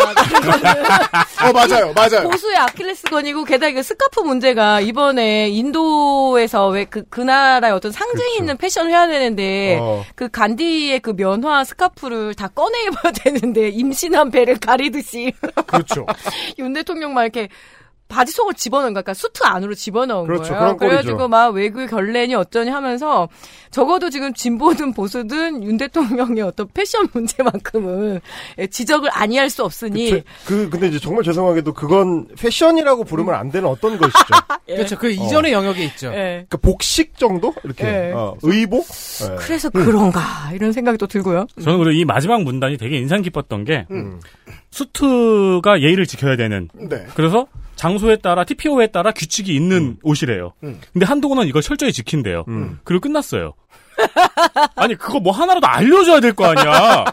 S6: 어, 맞아요, 맞아요.
S5: 고수의 아킬레스건이고 게다가 이거 스카프 문제가 이번에 인도에서 왜 그 그 나라의 어떤 상징이 있는 패션을 해야 되는데
S3: 어.
S5: 그 간디의 그 면화 스카프를 다 꺼내 입어야 되는데 임신한 배를 가리듯이
S6: 그렇죠.
S5: 윤 대통령만 이렇게 바지 속을 집어넣은 거니까 수트 안으로 집어넣은
S3: 그렇죠,
S5: 거예요.
S3: 그런 꼴이죠.
S5: 그래가지고 막 외교 결례니 어쩌니 하면서 적어도 지금 진보든 보수든 윤 대통령의 어떤 패션 문제만큼은 예, 지적을 아니할 수 없으니
S3: 제- (laughs) 그 근데 이제 정말 죄송하게도 그건 패션이라고 부르면 안 되는 어떤 것이죠.
S5: (laughs)
S7: 그렇죠. 그 이전의 영역에 있죠.
S5: 예.
S3: 그러니까 복식 정도 이렇게
S5: 예. 그렇죠.
S3: 어, 의복. 예.
S5: 그래서 그런가 이런 생각이 또 들고요.
S4: 저는 그리고 이 마지막 문단이 되게 인상 깊었던 게 수트가 예의를 지켜야 되는
S6: 네.
S4: 그래서 장소에 따라 TPO에 따라 규칙이 있는 옷이래요.
S6: 음.
S4: 근데 한동훈은 이걸 철저히 지킨대요.
S3: 음.
S4: 그리고 끝났어요. (laughs) 아니 그거 뭐 하나라도 알려줘야 될 거 아니야.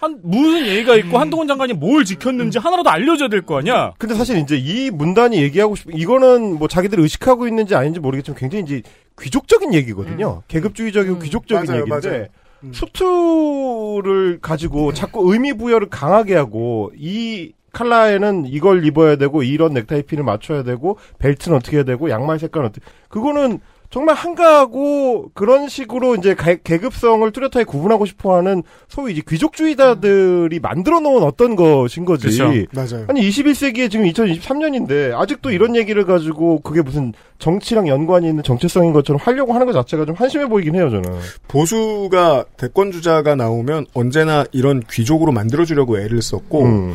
S4: 한 무슨 예의가 있고 한동훈 장관이 뭘 지켰는지 하나라도 알려줘야 될 거 아니야.
S3: 근데 사실 이제 이 문단이 얘기하고 싶 이거는 뭐 자기들 의식하고 있는지 아닌지 모르겠지만 굉장히 이제 귀족적인 얘기거든요. 계급주의적이고 귀족적인
S6: 음. 맞아요,
S3: 얘기인데
S6: 맞아요. 음.
S3: 수트를 가지고 자꾸 의미 부여를 강하게 하고 이 칼라에는 이걸 입어야 되고 이런 넥타이 핀을 맞춰야 되고 벨트는 어떻게 해야 되고 양말 색깔은 어떻게 그거는 정말 한가하고 그런 식으로 이제 가- 계급성을 뚜렷하게 구분하고 싶어하는 소위 이제 귀족주의자들이 만들어 놓은 어떤 것인 거지.
S4: 그쵸.
S3: 네.
S6: 맞아요.
S3: 아니 21세기에 지금 2023년인데 아직도 이런 얘기를 가지고 그게 무슨 정치랑 연관이 있는 정체성인 것처럼 하려고 하는 것 자체가 좀 한심해 보이긴 해요 저는.
S6: 보수가 대권 주자가 나오면 언제나 이런 귀족으로 만들어주려고 애를 썼고
S3: 음.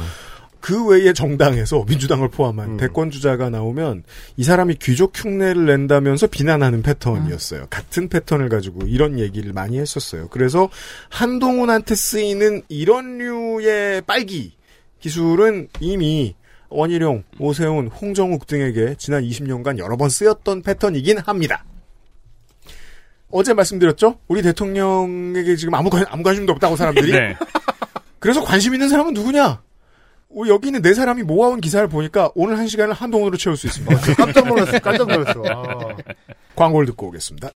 S6: 그 외의 정당에서 민주당을 포함한
S3: 음.
S6: 대권 주자가 나오면 이 사람이 귀족 흉내를 낸다면서 비난하는 패턴이었어요. 같은 패턴을 가지고 이런 얘기를 많이 했었어요. 그래서 한동훈한테 쓰이는 이런 류의 빨기 기술은 이미 원희룡, 오세훈, 홍정욱 등에게 지난 20년간 여러 번 쓰였던 패턴이긴 합니다. 어제 말씀드렸죠? 우리 대통령에게 지금 아무, 관, 아무 관심도 없다고
S4: (laughs)
S6: 사람들이.
S4: 네.
S6: 그래서 관심 있는 사람은 누구냐? 우리 여기 있는 네 사람이 모아온 기사를 보니까 오늘 한 시간을 한동훈으로 채울 수 있습니다.
S3: 깜짝 놀랐어, 깜짝 놀랐어. 아.
S6: (laughs) 광고를 듣고 오겠습니다.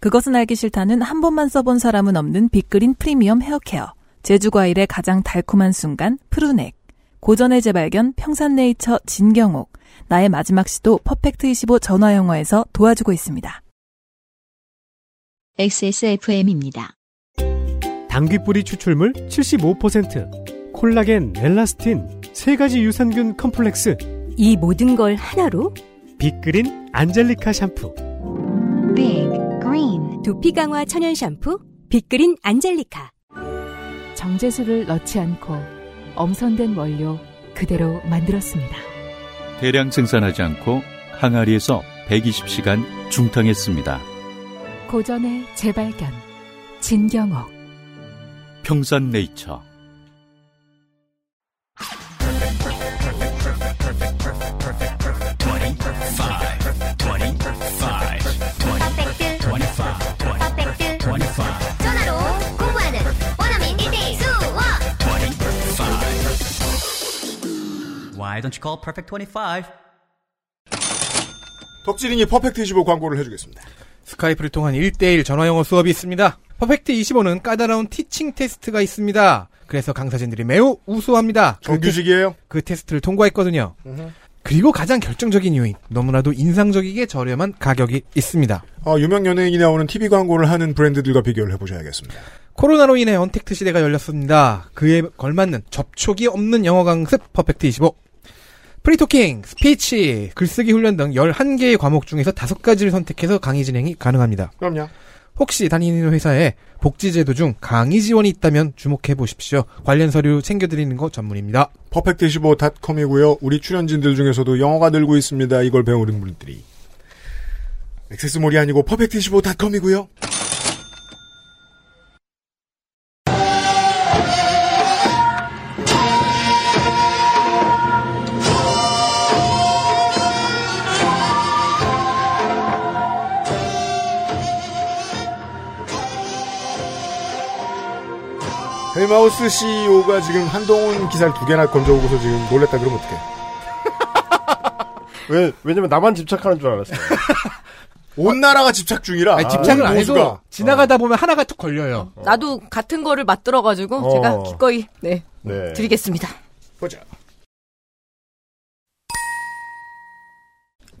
S2: 그것은 알기 싫다는 한 번만 써본 사람은 없는 빅그린 프리미엄 헤어케어. 제주과일의 가장 달콤한 순간 푸르넥. 고전의 재발견 평산네이처 진경옥. 나의 마지막 시도 퍼펙트25 전화영어에서 도와주고 있습니다.
S8: XSFM입니다.
S9: 당귀뿌리 추출물 75%, 콜라겐, 엘라스틴, 세 가지 유산균 컴플렉스,
S10: 이 모든 걸 하나로
S9: 빅그린 안젤리카 샴푸.
S8: Big Green
S10: 두피 강화 천연 샴푸 빅그린 안젤리카
S11: 정제수를 넣지 않고 엄선된 원료 그대로 만들었습니다.
S12: 대량 생산하지 않고 항아리에서 120시간 중탕했습니다.
S11: 고전의 재발견 진경옥
S12: 평산네이처.
S8: 퍼펙트 25 퍼펙트 25 전화로 공부하는 원어민 1대1 수업
S13: Why don't you call Perfect 25?
S6: 덕질인이 퍼펙트 25 광고를 해주겠습니다.
S7: 스카이프를 통한 1대1 전화영어 수업이 있습니다. 퍼펙트 25는 까다로운 티칭 테스트가 있습니다. 그래서 강사진들이 매우 우수합니다.
S6: 정규직이에요?
S7: 그 테스트를 통과했거든요. 그리고 가장 결정적인 요인, 너무나도 인상적이게 저렴한 가격이 있습니다.
S6: 어, 유명 연예인이 나오는 TV 광고를 하는 브랜드들과 비교를 해보셔야겠습니다.
S7: 코로나로 인해 언택트 시대가 열렸습니다. 그에 걸맞는 접촉이 없는 영어 강습 퍼펙트 25. 프리토킹, 스피치, 글쓰기 훈련 등 11개의 과목 중에서 5가지를 선택해서 강의 진행이 가능합니다.
S6: 그럼요.
S7: 혹시 다니는 회사에 복지제도 중 강의 지원이 있다면 주목해 보십시오. 관련 서류 챙겨드리는 거 전문입니다.
S6: 퍼펙트15.com이고요. 우리 출연진들 중에서도 영어가 늘고 있습니다. 이걸 배우는 분들이. 액세스몰이 아니고 퍼펙트15.com이고요. 헬마우스 CEO가 지금 한동훈 기사를 두 개나 건져오고서 지금 놀랬다 그러면 어떡해.
S3: 왜, 왜냐면 나만 집착하는 줄 알았어요.
S6: 온 나라가 집착 중이라.
S7: 아니, 집착을
S6: 온
S7: 안
S6: 보수가.
S7: 해도 지나가다 보면 하나가 툭 걸려요.
S5: 나도 같은 거를 맞들어가지고
S6: 어.
S5: 제가 기꺼이 네,
S3: 네.
S5: 드리겠습니다.
S6: 보자.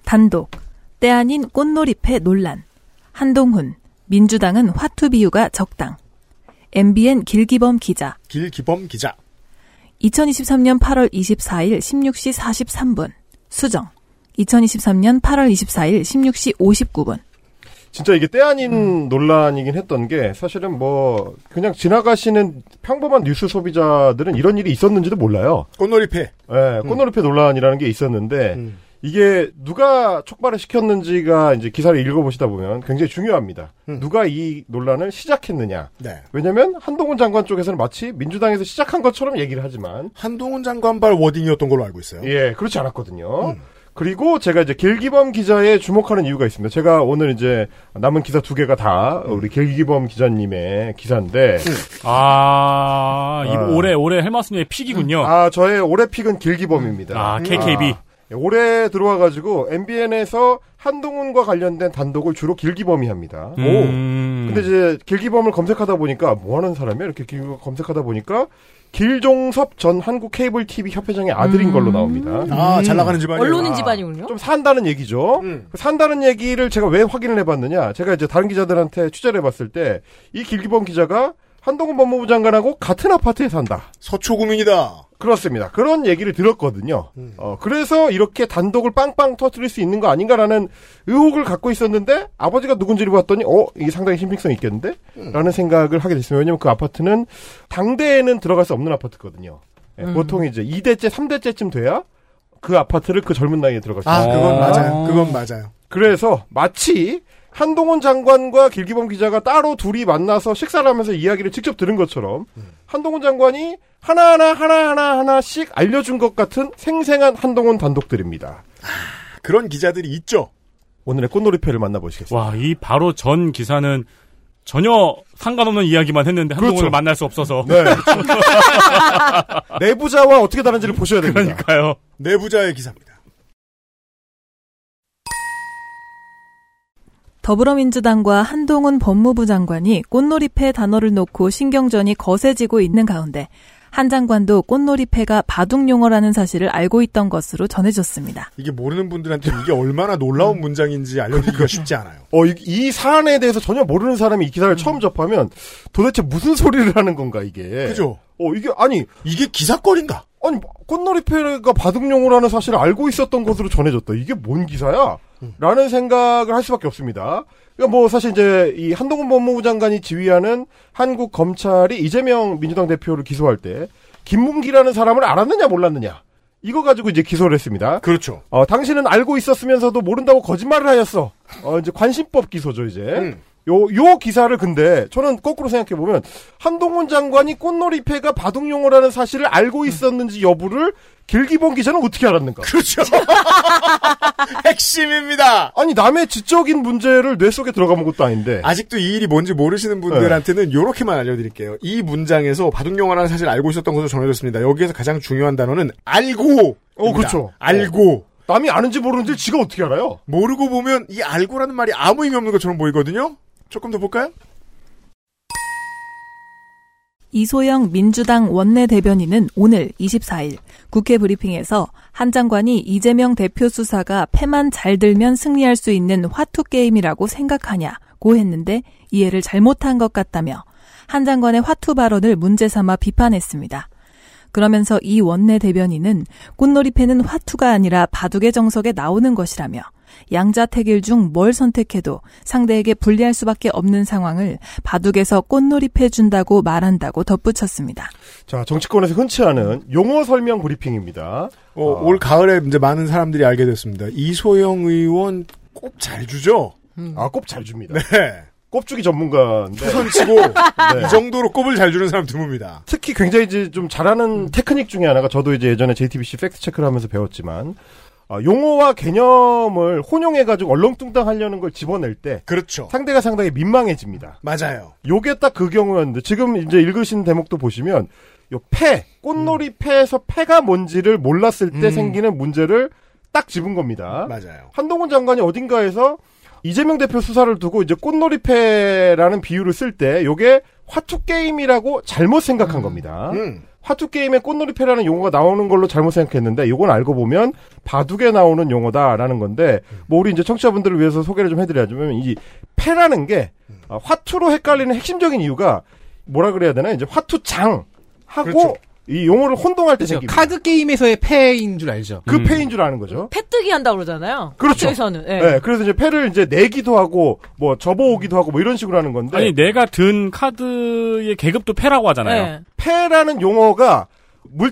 S2: 단독, 때 아닌 꽃놀이패 논란, 한동훈, 민주당은 화투비유가 적당, MBN 길기범 기자,
S6: 길기범 기자.
S2: 2023년 8월 24일 16시 43분, 수정, 2023년 8월 24일 16시 59분,
S3: 진짜 이게 때 아닌
S5: 음.
S3: 논란이긴 했던 게 사실은 뭐 그냥 지나가시는 평범한 뉴스 소비자들은 이런 일이 있었는지도 몰라요.
S6: 꽃놀이패.
S3: 예, 꽃놀이패 논란이라는 게 있었는데 이게 누가 촉발을 시켰는지가 이제 기사를 읽어보시다 보면 굉장히 중요합니다. 누가 이 논란을 시작했느냐.
S6: 네.
S3: 왜냐면 한동훈 장관 쪽에서는 마치 민주당에서 시작한 것처럼 얘기를 하지만
S6: 한동훈 장관발 워딩이었던 걸로 알고 있어요.
S3: 예, 그렇지 않았거든요. 그리고 제가 이제 길기범 기자에 주목하는 이유가 있습니다. 제가 오늘 이제 남은 기사 두 개가 다 우리 길기범 기자님의 기사인데
S4: 아, 이
S3: 아.
S4: 올해 올해 헬마스님의 픽이군요.
S3: 아, 저의 올해 픽은 길기범입니다.
S4: 어. 아, KKB.
S3: 아, 예, 올해 들어와가지고 MBN에서 한동훈과 관련된 단독을 주로 길기범이 합니다.
S4: 음.
S3: 근데 이제 길기범을 검색하다 보니까 뭐 하는 사람이야? 이렇게 길- 검색하다 보니까 길종섭 전 한국 케이블 TV 협회장의 아들인
S4: 음.
S3: 걸로 나옵니다.
S6: 아, 잘 나가는 음. 집안이에요.
S5: 언론인 집안이군요.
S3: 좀 산다는 얘기죠.
S4: 음.
S3: 그 산다는 얘기를 제가 왜 확인을 해봤느냐. 제가 이제 다른 기자들한테 취재를 해봤을 때, 이 길기범 기자가 한동훈 법무부 장관하고 같은 아파트에 산다.
S6: 서초구민이다.
S3: 그렇습니다. 그런 얘기를 들었거든요. 어, 그래서 이렇게 단독을 빵빵 터뜨릴 수 있는 거 아닌가라는 의혹을 갖고 있었는데, 아버지가 누군지를 봤더니, 어, 이게 상당히 신빙성이 있겠는데? 라는 생각을 하게 됐습니다. 왜냐면 그 아파트는 당대에는 들어갈 수 없는 아파트거든요. 예, 보통 이제 2대째, 3대째쯤 돼야 그 아파트를 그 젊은 나이에 들어갈 수
S6: 아,
S3: 있어요.
S6: 그건 맞아요. 그건 맞아요.
S3: 그래서 마치 한동훈 장관과 길기범 기자가 따로 둘이 만나서 식사를 하면서 이야기를 직접 들은 것처럼 한동훈 장관이 하나하나 하나하나 하나씩 알려준 것 같은 생생한 한동훈 단독들입니다.
S6: 그런 기자들이 있죠.
S3: 오늘의 꽃놀이패를 만나보시겠습니다.
S4: 와, 이 바로 전 기사는 전혀 상관없는 이야기만 했는데 한동훈을
S3: 그렇죠.
S4: 만날 수 없어서.
S3: 네. (laughs) 내부자와 어떻게 다른지를 보셔야 됩니다.
S4: (laughs) 그러니까요.
S6: 내부자의 기사입니다.
S2: 더불어민주당과 한동훈 법무부 장관이 꽃놀이패 단어를 놓고 신경전이 거세지고 있는 가운데 한 장관도 꽃놀이패가 바둑 용어라는 사실을 알고 있던 것으로 전해졌습니다.
S6: 이게 모르는 분들한테 이게 얼마나 놀라운 문장인지 알려드리기가 쉽지 않아요.
S3: 어, 이, 이 사안에 대해서 전혀 모르는 사람이 이 기사를 처음 접하면 도대체 무슨 소리를 하는 건가, 이게.
S6: 그죠?
S3: 어, 이게, 아니,
S6: 이게 기사거리인가?
S3: 아니 꽃놀이패가 바둑용어라는 사실을 알고 있었던 것으로 전해졌다. 이게 뭔 기사야? 라는 생각을 할 수밖에 없습니다. 그러니까 뭐 사실 이제 이 한동훈 법무부 장관이 지휘하는 한국 검찰이 이재명 민주당 대표를 기소할 때 김문기라는 사람을 알았느냐 몰랐느냐 이거 가지고 이제 기소를 했습니다.
S6: 그렇죠.
S3: 어, 당신은 알고 있었으면서도 모른다고 거짓말을 하였어. 어, 이제 관심법 기소죠, 이제. 요, 요 기사를 근데, 저는 거꾸로 생각해보면, 한동훈 장관이 꽃놀이패가 바둑용어라는 사실을 알고 있었는지 여부를 길기범 기자는 어떻게 알았는가?
S6: 그렇죠. (laughs) 핵심입니다.
S3: 아니, 남의 지적인 문제를 뇌 속에 들어가본 것도 아닌데.
S6: 아직도 이 일이 뭔지 모르시는
S3: 네.
S6: 분들한테는 요렇게만 알려드릴게요. 이 문장에서 바둑영화라는 사실 알고 있었던 것으로 전해졌습니다. 여기에서 가장 중요한 단어는 알고.
S3: 어, 그렇죠.
S6: 알고.
S3: 남이 아는지 모르는지 지가 어떻게 알아요?
S6: 모르고 보면 이 알고라는 말이 아무 의미 없는 것처럼 보이거든요. 조금 더 볼까요?
S2: 이소영 민주당 원내대변인은 오늘 24일 국회 브리핑에서 한 장관이 이재명 대표 수사가 패만 잘 들면 승리할 수 있는 화투 게임이라고 생각하냐고 했는데 이해를 잘못한 것 같다며 한 장관의 화투 발언을 문제 삼아 비판했습니다. 그러면서 이 원내대변인은 꽃놀이패는 화투가 아니라 바둑의 정석에 나오는 것이라며 양자택일 중 뭘 선택해도 상대에게 불리할 수밖에 없는 상황을 바둑에서 꽃놀이패 준다고 말한다고 덧붙였습니다.
S3: 자, 정치권에서 흔치 않은 용어 설명 브리핑입니다.
S6: 어,
S3: 아.
S6: 올 가을에 이제 많은 사람들이 알게 됐습니다. 이소영 의원 꼽 잘 주죠?
S3: 아, 꼽 잘 줍니다.
S6: 네.
S3: 꼽주기 전문가인데. (laughs)
S6: (laughs) 후선치고
S3: 네.
S6: 이 정도로 꼽을 잘 주는 사람 드뭅니다.
S3: 특히 굉장히 이제 좀 잘하는 테크닉 중에 하나가 저도 이제 예전에 JTBC 팩트 체크를 하면서 배웠지만 아, 용어와 개념을 혼용해가지고 얼렁뚱땅 하려는 걸 집어낼 때
S6: 그렇죠.
S3: 상대가 상당히 민망해집니다.
S6: 맞아요.
S3: 요게 딱 그 경우였는데 지금 이제 읽으신 대목도 보시면 요 패, 꽃놀이 패에서 패가 뭔지를 몰랐을 때
S6: 음.
S3: 생기는 문제를 딱 짚은 겁니다.
S6: 맞아요.
S3: 한동훈 장관이 어딘가에서 이재명 대표 수사를 두고 이제 꽃놀이패라는 비유를 쓸 때 요게 화투 게임이라고 잘못 생각한 겁니다.
S6: 음.
S3: 화투 게임에 꽃놀이패라는 용어가 나오는 걸로 잘못 생각했는데 요건 알고 보면 바둑에 나오는 용어다라는 건데
S7: 음.
S3: 뭐 우리 이제 청취자분들을 위해서 소개를 좀 해드려야지만 이 패라는 게
S7: 음.
S3: 아, 화투로 헷갈리는 핵심적인 이유가 뭐라 그래야 되나 이제 화투장 하고
S7: 그렇죠.
S3: 이 용어를 혼동할 때
S7: 그죠.
S3: 생깁니다.
S7: 그렇죠. 카드 음. 게임에서의 패인 줄 알죠.
S3: 그 패인 줄 아는 거죠.
S5: 패뜨기 한다고 그러잖아요.
S3: 그렇죠.
S5: 에서는 예.
S3: 네, 그래서 이제 패를 이제 내기도 하고 뭐 접어오기도 하고 뭐 이런 식으로 하는 건데
S4: 아니 네. 내가 든 카드의 계급도 패라고
S5: 네.
S4: 하잖아요.
S5: 예.
S3: 패라는 용어가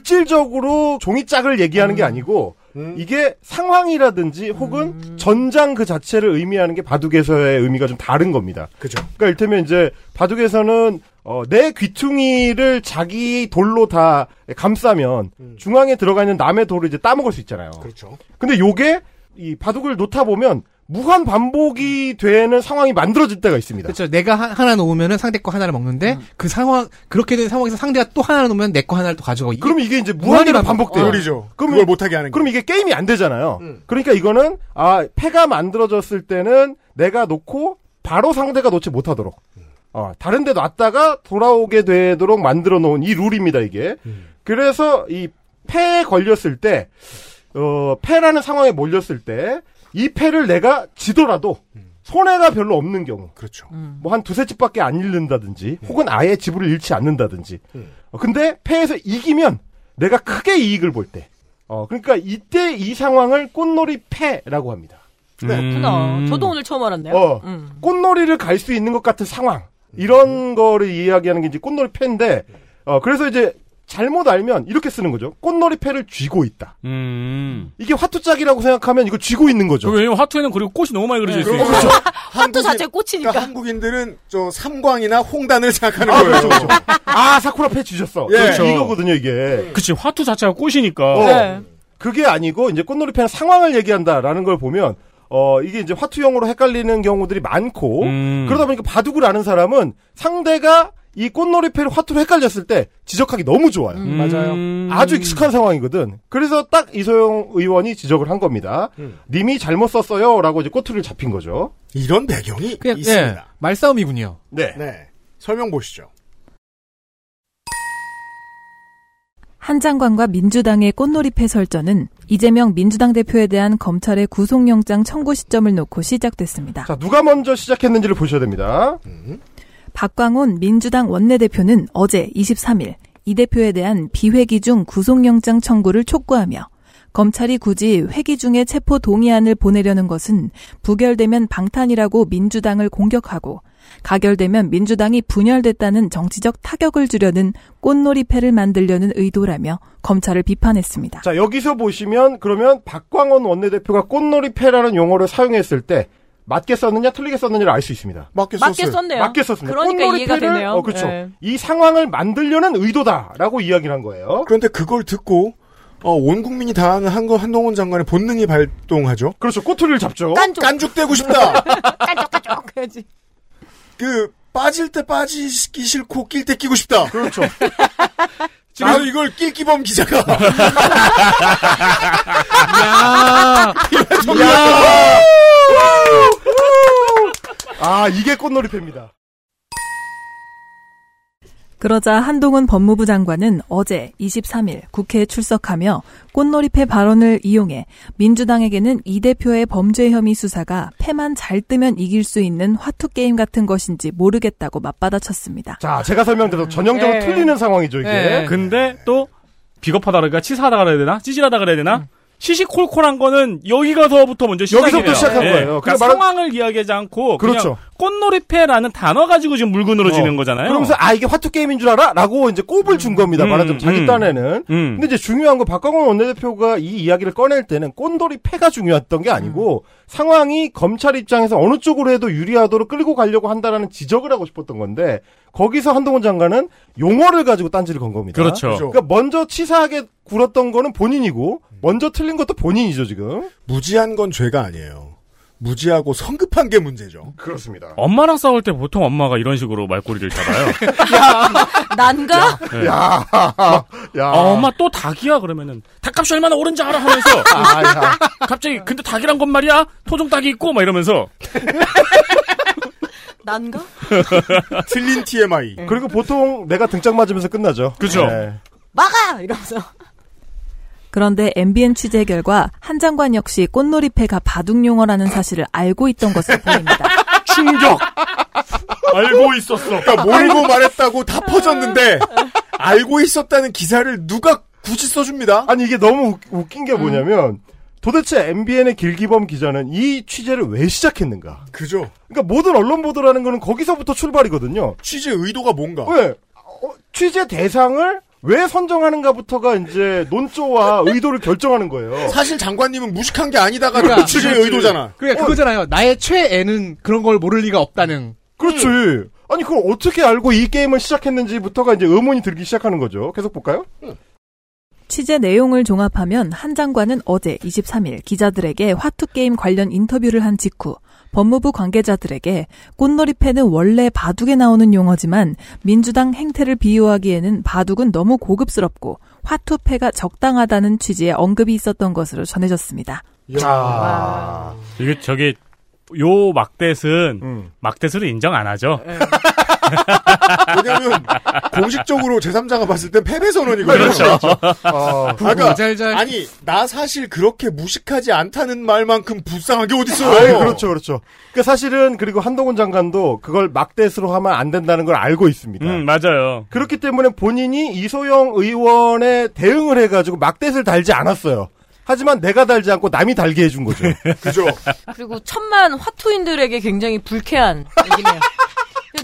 S3: 물질적으로 종이짝을 얘기하는
S6: 음.
S3: 게 아니고 이게 상황이라든지 혹은
S6: 음.
S3: 전장 그 자체를 의미하는 게 바둑에서의 의미가 좀 다른 겁니다.
S6: 그죠.
S3: 그러니까 일테면 이제 바둑에서는 어, 내 귀퉁이를 자기 돌로 다 감싸면 중앙에 들어가 있는 남의 돌을 이제 따먹을 수 있잖아요.
S6: 음. 그렇죠.
S3: 근데 요게 이 바둑을 놓다 보면 무한 반복이 되는 상황이 만들어질 때가
S6: 네.
S3: 있습니다.
S7: 그렇죠. 내가 하, 하나 놓으면은 상대 거 하나를 먹는데
S6: 음.
S7: 그 상황 그렇게 된 상황에서 상대가 또 하나를 놓으면 내 거 하나를 또 가져가고 이게
S3: 그럼 이게 이제
S7: 무한히
S3: 무한대로
S7: 반복-
S3: 반복돼요.
S6: 요리죠.
S3: 어, 그럼
S6: 그걸 못하게 하는 거.
S3: 그럼 이게 게임이 안 되잖아요.
S6: 음.
S3: 그러니까 이거는 아 패가 만들어졌을 때는 내가 놓고 바로 상대가 놓지 못하도록 어, 다른데 놨다가 돌아오게 되도록 만들어 놓은 이 룰입니다 이게.
S6: 음.
S3: 그래서 이 패에 걸렸을 때 어, 패라는 상황에 몰렸을 때 이 패를 내가 지더라도
S6: 음.
S3: 손해가 별로 없는 경우
S6: 그렇죠.
S3: 뭐 한 두세 집밖에 안 잃는다든지 혹은 아예 지불을 잃지 않는다든지 어, 근데 패에서 이기면 내가 크게 이익을 볼 때. 어, 그러니까 이때 이 상황을 꽃놀이 패라고 합니다.
S6: 네.
S3: 음.
S5: 그렇구나. 저도 오늘 처음 알았네요.
S3: 어.
S5: 음.
S3: 꽃놀이를 갈 수 있는 것 같은 상황. 이런 거를 이야기하는 게 이제 꽃놀이 패인데, 어, 그래서 이제 잘못 알면 이렇게 쓰는 거죠. 꽃놀이 패를 쥐고 있다.
S4: 음.
S3: 이게 화투짝이라고 생각하면 이거 쥐고 있는 거죠. 네,
S4: 왜냐면 화투에는 그리고 꽃이 너무 많이 네. 그려져 있어요.
S6: 그렇죠.
S5: 화투 자체 꽃이니까.
S6: 그러니까 한국인들은 저 삼광이나 홍단을 생각하는
S3: 아,
S6: 거예요.
S3: 그렇죠, 그렇죠. 아, 사쿠라 패 쥐셨어.
S6: 예.
S3: 그렇죠. 이거거든요, 이게.
S4: 그치 화투 자체가 꽃이니까.
S3: 어.
S5: 네.
S3: 그게 아니고 이제 꽃놀이 패는 상황을 얘기한다라는 걸 보면 어 이게 이제 화투용으로 헷갈리는 경우들이 많고
S4: 음.
S3: 어. 그러다 보니까 바둑을 아는 사람은 상대가 이 꽃놀이 패를 화투로 헷갈렸을 때 지적하기 너무 좋아요.
S4: 음.
S6: 음. 맞아요.
S3: 아주 익숙한 상황이거든. 그래서 딱 이소영 의원이 지적을 한 겁니다.
S6: 음.
S3: 님이 잘못 썼어요라고 이제 꼬투리를 잡힌 거죠.
S6: 이런 배경이
S7: 그냥 예,
S6: 있습니다.
S7: 말싸움이군요.
S3: 네.
S6: 네. 설명 보시죠.
S2: 한 장관과 민주당의 꽃놀이패 설전은 이재명 민주당 대표에 대한 검찰의 구속영장 청구 시점을 놓고 시작됐습니다.
S3: 자 누가 먼저 시작했는지를 보셔야 됩니다.
S2: 박광온 민주당 원내대표는 어제 23일 이 대표에 대한 비회기 중 구속영장 청구를 촉구하며 검찰이 굳이 회기 중에 체포 동의안을 보내려는 것은 부결되면 방탄이라고 민주당을 공격하고 가결되면 민주당이 분열됐다는 정치적 타격을 주려는 꽃놀이패를 만들려는 의도라며 검찰을 비판했습니다.
S3: 자 여기서 보시면 그러면 박광원 원내대표가 꽃놀이 패라는 용어를 사용했을 때 맞게 썼느냐 틀리게 썼느냐를 알 수 있습니다.
S6: 맞게
S5: 맞게
S6: 썼어요.
S5: 썼네요.
S3: 맞게 썼습니다.
S5: 그러니까
S3: 꽃놀이
S5: 이해가
S3: 패를-
S5: 되네요.
S3: 어, 그렇죠.
S5: 예.
S3: 이 상황을 만들려는 의도다라고 이야기를 한 거예요.
S6: 그런데 그걸 듣고 어, 온 국민이 다 아는 한거 한동훈 장관의 본능이 발동하죠.
S3: 그렇죠. 꼬투리를 잡죠.
S5: 깐족.
S6: 깐죽대고 싶다.
S5: 깐족깐족 해야지. (laughs)
S6: 그 빠질 때 빠지기 싫고 낄 때 끼고 싶다.
S3: 그렇죠.
S6: 지금 아, 이걸 낄끼범 기자가.
S7: 야!
S3: 야! 아, 이게 꽃놀이패입니다.
S2: 그러자 한동훈 법무부 장관은 어제 23일 국회에 출석하며 꽃놀이패 발언을 이용해 민주당에게는 이 대표의 범죄 혐의 수사가 패만 잘 뜨면 이길 수 있는 화투 게임 같은 것인지 모르겠다고 맞받아쳤습니다.
S3: 자, 제가 설명드려서 전형적으로
S5: 네.
S2: 예.
S3: 틀리는 상황이죠, 이게.
S2: 예.
S4: 근데 또 비겁하다 그러니까 치사하다 그래야 되나? 찌질하다 그래야 되나? 시시콜콜한 거는 여기가서부터 먼저 시작해요.
S3: 음. 여기서부터 시작한 거예요.
S4: 그러니까
S3: 그래서 말하-
S4: 상황을 이야기하지 않고
S3: 그렇죠.
S4: 그냥 꽃놀이패라는 단어 가지고 지금 물건으로
S3: 어.
S4: 지는 거잖아요.
S3: 그러면서 아 이게 화투 게임인 줄 알아? 라고 이제 꼽을 준 겁니다.
S4: 음,
S3: 말하자면 자기
S4: 음.
S3: 딴에는.
S4: 음.
S3: 근데 이제 중요한 건 박광훈 원내대표가 이 이야기를 꺼낼 때는 꼰돌이 패가 중요했던 게
S4: 음.
S3: 아니고 상황이 검찰 입장에서 어느 쪽으로 해도 유리하도록 끌고 가려고 한다라는 지적을 하고 싶었던 건데 거기서 한동훈 장관은 용어를 가지고 딴지를 건 겁니다.
S4: 그렇죠.
S3: 러니까 먼저 치사하게 굴었던 거는 본인이고
S4: 음.
S3: 먼저 틀린 것도 본인이죠 지금.
S6: 무지한 건 죄가 아니에요. 무지하고 성급한 게 문제죠.
S3: 그렇습니다.
S4: 엄마랑 싸울 때 보통 엄마가 이런 식으로 말꼬리를 잡아요.
S5: 난가?
S4: 네.
S3: 야, (laughs) 야.
S4: 아, 엄마 또 닭이야 그러면은 닭값이 얼마나 오른지 알아 하면서
S3: (laughs) 아, 야.
S4: 갑자기 근데 닭이란 건 말이야 토종 닭이 있고 막
S3: (laughs)
S4: 이러면서
S5: 난가?
S6: 틀린 TMI.
S3: (laughs) 그리고 보통 내가 등짝 맞으면서 끝나죠. 네.
S4: 그죠.
S5: 막아! 이러면서.
S2: 그런데 MBN 취재 결과 한 장관 역시 꽃놀이패가 바둑 용어라는 사실을 알고 있던 것으로 보입니다.
S4: 충격. 알고 있었어. (laughs)
S6: 그러니까 모르고 말했다고 다 퍼졌는데 알고 있었다는 기사를 누가 굳이 써줍니다.
S3: 아니 이게 너무 웃- 웃긴
S4: 음.
S3: 게 뭐냐면 도대체 MBN의 길기범 기자는 이 취재를 왜 시작했는가?
S6: 그죠.
S3: 그러니까 모든 언론 보도라는 거는 거기서부터 출발이거든요.
S6: 취재 의도가 뭔가?
S3: 왜 어, 취재 대상을 왜 선정하는가부터가 이제 (laughs) 논조와 의도를 결정하는 거예요.
S6: 사실 장관님은 무식한 게 아니다가
S7: 그러니까.
S6: 취재 의도잖아.
S7: 그러니까 그거잖아요. 나의 최애는 그런 걸 모를 리가 없다는.
S3: 그렇지. 아니 그걸 어떻게 알고 이 게임을 시작했는지부터가 이제 의문이 들기 시작하는 거죠. 계속 볼까요?
S2: 취재 내용을 종합하면 한 장관은 어제 23일 기자들에게 화투게임 관련 인터뷰를 한 직후 법무부 관계자들에게 꽃놀이패는 원래 바둑에 나오는 용어지만 민주당 행태를 비유하기에는 바둑은 너무 고급스럽고 화투패가 적당하다는 취지의 언급이 있었던 것으로 전해졌습니다.
S3: 야.
S4: 이게 저기 요 막댓은 막댓으로 인정 안 하죠.
S6: 왜냐면 공식적으로 제3자가 봤을 땐 패배 선언이거든요.
S3: 아,
S6: 그러니까
S7: 뭐 잘잘.
S6: 아니 나 사실 그렇게 무식하지 않다는 말만큼 불쌍한 게
S3: 아, 예,
S6: 어딨어요.
S3: 그렇죠, 그렇죠. 그 사실은 그리고 한동훈 장관도 그걸 막대수로 하면 안 된다는 걸 알고 있습니다.
S4: 음 맞아요.
S3: 그렇기 때문에 본인이 이소영 의원에 대응을 해가지고 막댓을 달지 않았어요. 하지만 내가 달지 않고 남이 달게 해준 (laughs) 거죠.
S6: 그죠.
S5: 그리고 천만 화투인들에게 굉장히 불쾌한 얘기네요.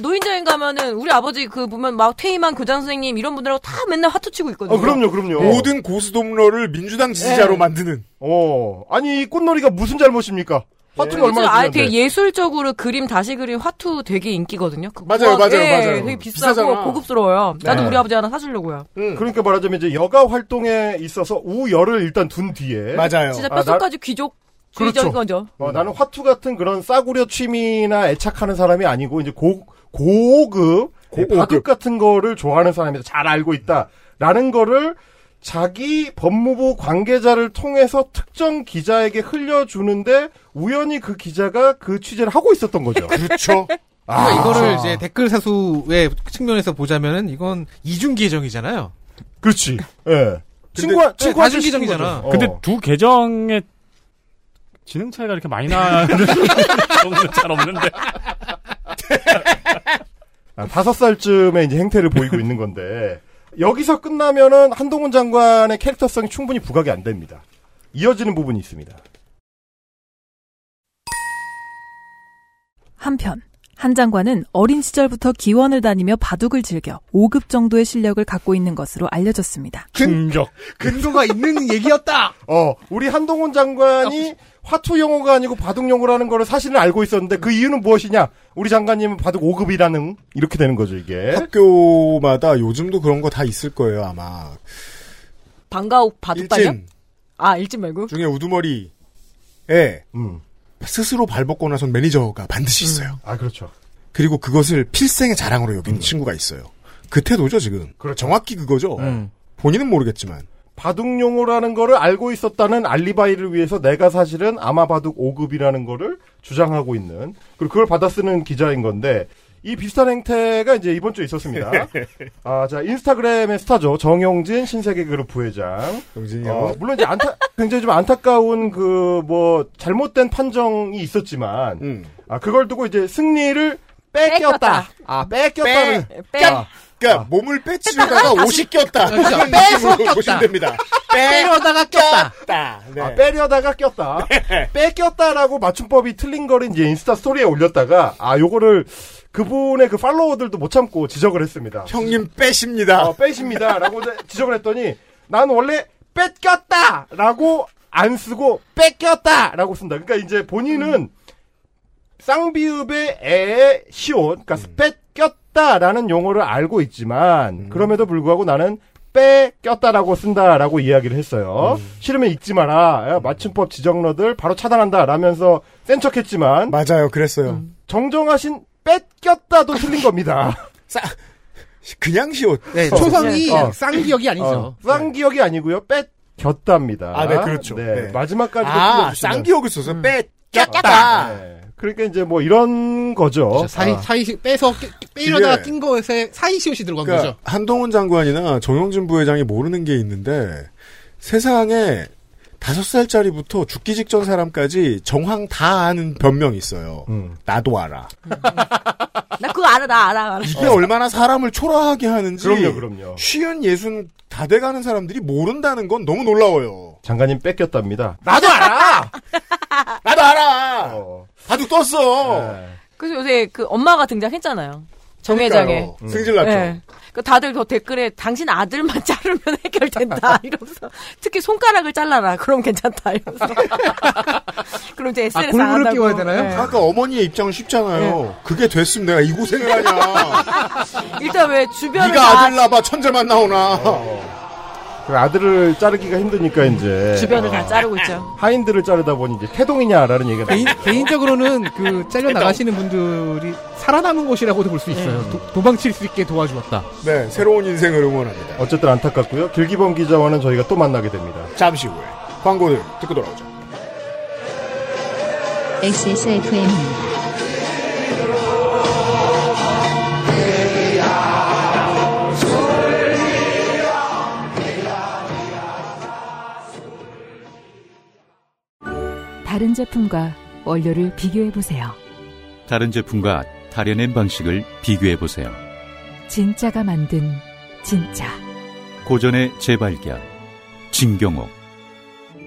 S5: 노인정에 가면은 우리 아버지 그 보면 막 퇴임한 교장 선생님 이런 분들하고 다 맨날 화투 치고 있거든요. 네.
S3: 어, 그럼요, 그럼요.
S6: 모든 고수동로를 민주당 지지자로 만드는
S3: 어, 아니 이 꽃놀이가 무슨 잘못입니까? 화투가
S5: 그리고
S3: 얼마나
S5: 요즘 아예
S3: 중요한데?
S5: 되게 예술적으로 그림 다시 그린 화투 되게 인기거든요. 그
S6: 맞아요,
S5: 그거-
S6: 맞아요,
S5: 예,
S6: 맞아요.
S5: 되게 비싸고
S6: 비싸잖아.
S5: 고급스러워요. 나도
S3: 네.
S5: 우리 아버지 하나 사주려고요.
S3: 그러니까 말하자면 이제 여가 활동에 있어서 우열을 일단 둔 뒤에
S6: 맞아요.
S5: 진짜
S3: 아, 나-
S5: 뼛속까지 귀족 주의적인 거죠.
S3: 어, 나는 화투 같은 그런 싸구려 취미나 애착하는 사람이 아니고 이제 고 고급
S6: 고급.
S3: 바둑 같은 거를 좋아하는 사람이다. 잘 알고 있다라는 거를 자기 법무부 관계자를 통해서 특정 기자에게 흘려주는데 우연히 그 기자가 그 취재를 하고 있었던 거죠.
S6: 그렇죠.
S7: 그러니까 이거를 이제 댓글 사수의 측면에서 보자면은 이건 이중 계정이잖아요.
S3: 그렇지. 예. 친구 친구
S7: 다중 네, 기정이잖아.
S4: 근데
S3: 어.
S4: 두 계정의 지능 차이가 이렇게 많이 나는 경우는 잘 없는데.
S3: 아, 다섯 살쯤에 이제 행태를 보이고 있는 건데 여기서 끝나면은 한동훈 장관의 캐릭터성이 충분히 부각이 안 됩니다. 이어지는 부분이 있습니다.
S2: 한편 한 장관은 어린 시절부터 기원을 다니며 바둑을 즐겨 5급 정도의 실력을 갖고 있는 것으로 알려졌습니다.
S4: 충격.
S7: 근거가 있는 얘기였다.
S3: 어, 우리 한동훈 장관이 화투 용어가 아니고 바둑 용어라는 거를 사실은 알고 있었는데 그 이유는 무엇이냐? 우리 장관님은 바둑 5급이라는 이렇게 되는 거죠, 이게.
S6: 학교마다 요즘도 그런 거 다 있을 거예요 아마.
S5: 방가옥 바둑발이요?
S6: 일진
S5: 아 일진 말고?
S6: 중에 우두머리에
S3: 음.
S6: 스스로 발벗고 나선 매니저가 반드시 있어요.
S3: 아, 그렇죠.
S6: 그리고 음. 그렇죠. 그것을 필생의 자랑으로 여기는 친구가 있어요. 그 태도죠 지금. 정확히 그거죠. 본인은 모르겠지만.
S3: 바둑용어라는 거를 알고 있었다는 알리바이를 위해서 내가 사실은 아마바둑 5급이라는 거를 주장하고 있는 그리고 그걸 받아쓰는 기자인 건데 이 비슷한 행태가 이제 이번 주에 있었습니다. 아, 자 인스타그램의 스타죠 정용진 신세계 그룹 부회장.
S6: 용진이
S3: 어, 물론 이제 안타, 굉장히 좀 안타까운 그 뭐 잘못된 판정이 있었지만
S6: 음.
S3: 아 그걸 두고 이제 승리를 뺏겼다. 아 뺏겼다는
S6: 빼, 빼. 그러니까 몸을 빼치려다가 (laughs) 옷이 꼈다.
S3: 그렇죠.
S6: 그런
S3: 빼서
S6: 느낌으로
S3: 꼈다.
S6: 보시면 됩니다.
S3: 빼려다가 꼈다.
S6: 네.
S3: 아, 빼려다가 꼈다. 뺏겼다라고 맞춤법이 틀린 거를 이제 인스타 스토리에 올렸다가 아 요거를 그분의 그 팔로워들도 못 참고 지적을 했습니다.
S6: 형님 빼십니다.
S3: 어, 빼십니다라고 이제 지적을 했더니 난 원래 뺏겼다라고 안 쓰고 뺏겼다라고 쓴다. 그러니까 이제 본인은 쌍비읍의 애의 시온, 그러니까 뺏겼다라는 용어를 알고 있지만 그럼에도 불구하고 나는 빼꼈다라고 쓴다라고 이야기를 했어요. 싫으면 읽지 마라. 야, 맞춤법 지적러들 바로 차단한다라면서 센 척했지만
S6: 맞아요, 그랬어요.
S3: 정정하신 뺏겼다도 틀린 겁니다.
S6: 그냥 시옷.
S3: 네,
S7: 어. 초성이 쌍기역이 아니죠.
S3: 어, 쌍기역이 아니고요. 뺏겼답니다.
S6: 아, 네, 그렇죠.
S3: 네,
S6: 네.
S3: 마지막까지
S6: 아, 쌍기역을 써서
S3: 뺏겼다. 그러니까 이제 뭐 이런
S6: 어?
S3: 거죠.
S7: 그렇죠. 사이
S3: 아.
S7: 사이 빼서 끼- 빼려다가
S6: 그게-
S7: 낀 거에서 사이 시옷이 들어간
S6: 그러니까
S7: 거죠.
S6: 한동훈 장관이나 정영진 부회장이 모르는 게 있는데 세상에 다섯 살짜리부터 죽기 직전 사람까지 정황 다 아는 변명이 있어요.
S3: 음.
S6: 나도 알아.
S5: 나 그거 알아, 나 알아, 알아.
S6: 이게 얼마나 사람을 초라하게 하는지.
S3: 어. 그럼요, 그럼요.
S6: 쉬운 예순 다 돼가는 사람들이 모른다는 건 너무 놀라워요.
S3: 장관님 뺏겼답니다.
S6: 나도 알아. 나도 알아.
S3: 어.
S6: 바둑 떴어.
S3: 네.
S5: 그래서 요새 그 엄마가 등장했잖아요. 정회장에.
S6: 그러니까요. 승질났죠.
S5: 네. 그 다들 더 댓글에 당신 아들만 (laughs) 자르면
S6: (laughs)
S5: 해결된다 이러면서 특히 손가락을 잘라라 그럼 괜찮다
S6: (laughs)
S5: 이러면서 그럼
S6: 아,
S5: 이제 SNS 안 한다고 네.
S6: 아까 어머니의 입장은 쉽잖아요. 그게 됐으면 내가 이 고생을 하냐.
S5: 일단 왜 (laughs) 주변을
S6: 네가 아들 낳아봐 천재만 나오나.
S3: 그 아들을 자르기가 힘드니까 이제
S5: 주변을 다
S6: 아.
S3: 어,
S5: 자르고 있죠.
S3: 하인들을 자르다 보니 이제 태동이냐라는 얘기가
S7: 개인,
S3: 나와요.
S7: 개인적으로는 그 잘려
S6: 그러니까
S7: 나가시는 분들이 살아남은 것이라고도 볼 수 있어요. 도, 도망칠 수 있게 도와주었다.
S6: 네, 새로운 인생을 응원합니다.
S3: 어쨌든 안타깝고요. 길기범 기자와는 저희가 또 만나게 됩니다.
S6: 잠시 후에 광고를 듣고 돌아오죠.
S8: XSFM입니다.
S11: 다른 제품과 원료를 비교해 보세요.
S12: 다른 제품과 다려낸 방식을 비교해 보세요.
S11: 진짜가 만든 진짜.
S12: 고전의 재발견 진경옥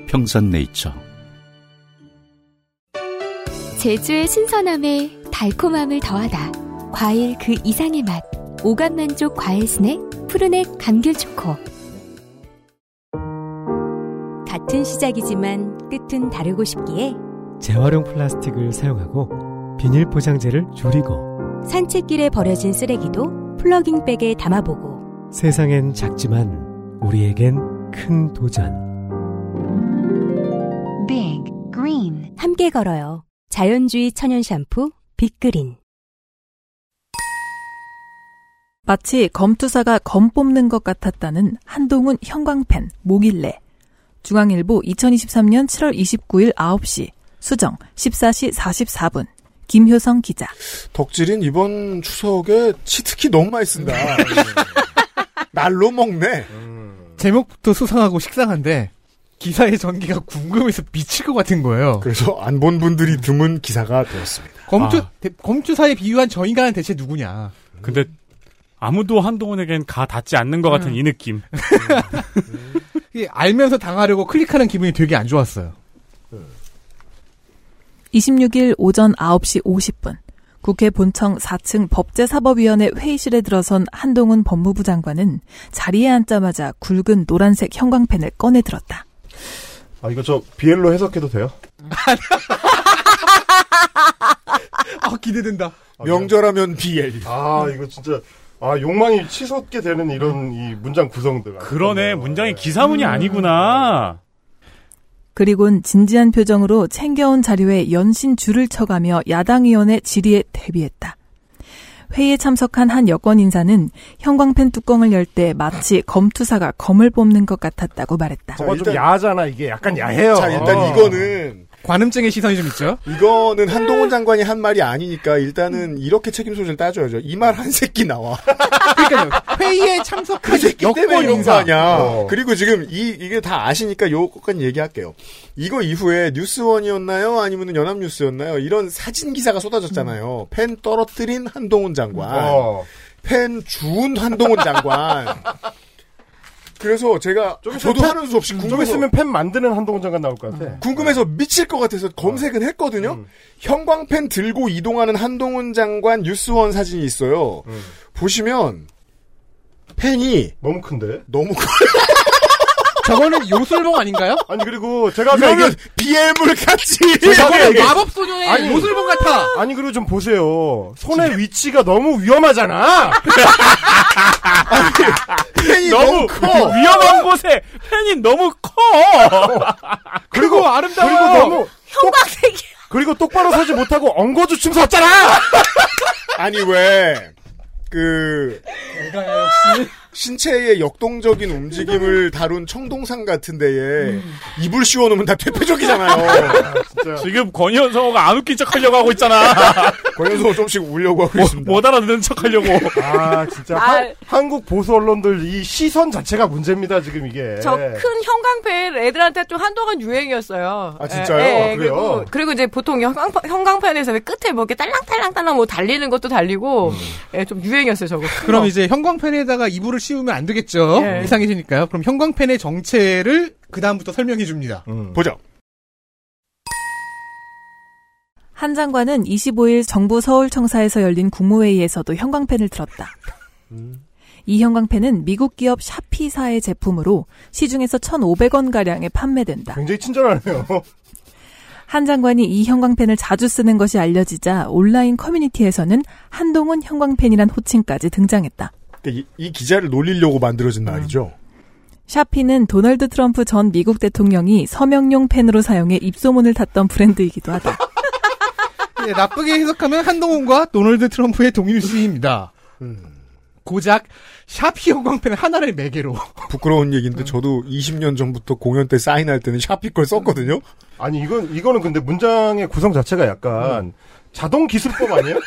S12: 평산네이처
S13: 제주의 신선함에 달콤함을 더하다. 과일 그 이상의 맛. 오감 만족 과일 스낵 푸르넥 감귤 초코.
S10: 같은 시작이지만 끝은 다르고 싶기에
S9: 재활용 플라스틱을 사용하고 비닐 포장재를 줄이고
S10: 산책길에 버려진 쓰레기도 플러깅백에 담아보고
S9: 세상엔 작지만 우리에겐 큰 도전.
S10: Big Green 함께 걸어요. 자연주의 천연 샴푸 빅그린
S2: 마치 검투사가 검 뽑는 것 같았다는 한동훈 형광펜 모길래 중앙일보 2023년 7월 29일 9시 수정 14시 44분 김효성 기자
S6: 덕질인 이번 추석에 치트키 너무 많이 쓴다.
S3: (laughs)
S6: 날로 먹네.
S7: 제목부터 수상하고 식상한데 기사의 전개가 궁금해서 미칠 것 같은 거예요.
S6: 그래서 안 본 분들이 드문 기사가 되었습니다.
S7: 검투
S4: 아.
S7: 대- 검투사에 비유한 저 인간은 대체 누구냐?
S4: 근데 아무도 한동훈에겐 가 닿지 않는 것 같은 이 느낌.
S7: 이게 알면서 당하려고 클릭하는 기분이 되게 안 좋았어요.
S2: 26일 오전 9시 50분 국회 본청 4층 법제사법위원회 회의실에 들어선 한동훈 법무부 장관은 자리에 앉자마자 굵은 노란색 형광펜을 꺼내 들었다.
S3: 아 이거 저 비엘로 해석해도 돼요?
S7: 아 기대된다.
S6: 명절하면 BL.
S3: 아 이거 진짜 아 욕망이 치솟게 되는 이런 이 문장 구성들.
S4: 그러네 문장이 기사문이 아니구나.
S2: 그리곤 진지한 표정으로 챙겨온 자료에 연신 줄을 쳐가며 야당 의원의 질의에 대비했다. 회의에 참석한 한 여권 인사는 형광펜 뚜껑을 열 때 마치 검투사가 검을 뽑는 것 같았다고 말했다.
S3: 봐봐, 좀 야하잖아, 이게. 약간 야해요.
S6: 자, 일단
S3: 어.
S6: 이거는
S7: 관음증의 시선이 좀 있죠.
S6: 이거는
S3: 네.
S6: 한동훈 장관이 한 말이 아니니까 일단은 이렇게 책임 소재를 따져야죠. 이 말 한 새끼 나와.
S7: 회의에 참석한
S6: 때문에
S7: 여권
S6: 이런 거
S7: 인사.
S6: 아니야.
S7: 어.
S6: 그리고 지금 이 이게 다 아시니까 요것까지 얘기할게요. 이거 이후에 뉴스원이었나요? 아니면 연합뉴스였나요? 이런 사진 기사가 쏟아졌잖아요. 펜 떨어뜨린 한동훈 장관,
S3: 음. 어.
S6: 펜 주운 한동훈 장관. 그래서 제가
S3: 좀 있으면
S6: 저도
S3: 펜- 음,
S6: 하는 수 없이
S3: 좀
S6: 궁금해서
S3: 있으면 펜 음. 만드는 한동훈 장관 나올 것 같아.
S6: 궁금해서 미칠 것 같아서
S3: 어.
S6: 검색은 했거든요.
S3: 음.
S6: 형광펜 들고 이동하는 한동훈 장관 뉴스원 사진이 있어요.
S3: 음.
S6: 보시면 펜이
S3: 네. 너무 큰데?
S6: 너무 커.
S7: 저거는 요술봉 아닌가요?
S3: 아니 그리고 제가 아까
S6: 이러면
S3: 얘기한-
S6: BM을 같이
S3: 저거는
S7: 저거는
S3: 이게-
S7: 마법소녀의
S3: 아니.
S7: 요술봉 같아.
S3: 아니 그리고 좀 보세요. 손의 위치가 너무 위험하잖아.
S6: (laughs) 펜이
S3: 너무
S6: 너무 커.
S4: 위험한 곳에 팬이 너무 커.
S3: 그리고 아름다워. 그리고 너무
S5: 형광색이
S3: 그리고 똑바로 서지 못하고 엉거주춤 섰잖아.
S6: 어, 아니 왜그 신체의 역동적인 움직임을 다룬 청동상 같은 데에 이불 씌워놓으면 다 퇴폐적이잖아요.
S4: 지금 권현성호가 안 웃긴 척 하려고 하고 있잖아.
S6: 권현성호 조금씩 울려고 하고
S4: 못,
S6: 있습니다.
S4: 못 알아듣는 척 하려고.
S3: 아 진짜
S5: 아.
S3: 한, 한국 보수 언론들 이 시선 자체가 문제입니다 지금 이게.
S5: 저 큰 형광펜 애들한테 좀 한동안 유행이었어요. 예.
S3: 아, 진짜요? 아, 그래요?
S5: 그리고, 그리고 이제 보통 형광, 형광펜에서 왜 끝에 뭐 이렇게 딸랑딸랑딸랑 뭐 달리는 것도 달리고
S3: 음.
S5: 예, 좀 유행이었어요
S4: (laughs)
S5: 저거. 큰
S7: 그럼
S5: 거.
S7: 이제 형광펜에다가 이불을 씌우면 안 되겠죠.
S5: 예.
S7: 이상해지니까요. 그럼 형광펜의 정체를 그 다음부터 설명해 줍니다.
S6: 보죠.
S2: 한 장관은 25일 정부 서울청사에서 열린 국무회의에서도 형광펜을 들었다. 이 형광펜은 미국 기업 샤피사의 제품으로 시중에서 1,500원가량에 판매된다.
S3: 굉장히 친절하네요.
S2: 한 장관이 이 형광펜을 자주 쓰는 것이 알려지자 온라인 커뮤니티에서는 한동훈 형광펜이란 호칭까지 등장했다.
S6: 그 이, 이 기자를 놀리려고 만들어진 말이죠.
S2: 샤피는 도널드 트럼프 전 미국 대통령이 서명용 펜으로 사용해 입소문을 탔던 브랜드이기도 하다.
S7: 예, 나쁘게 해석하면 한동훈과 도널드 트럼프의 동일시입니다. 고작 샤피 형광펜 하나를 매개로.
S6: 부끄러운 얘기인데 저도 20년 전부터 공연 때 사인할 때는 샤피 걸 썼거든요.
S3: 아니 이건 이거는 근데 문장의 구성 자체가 약간 자동 기술법 아니에요?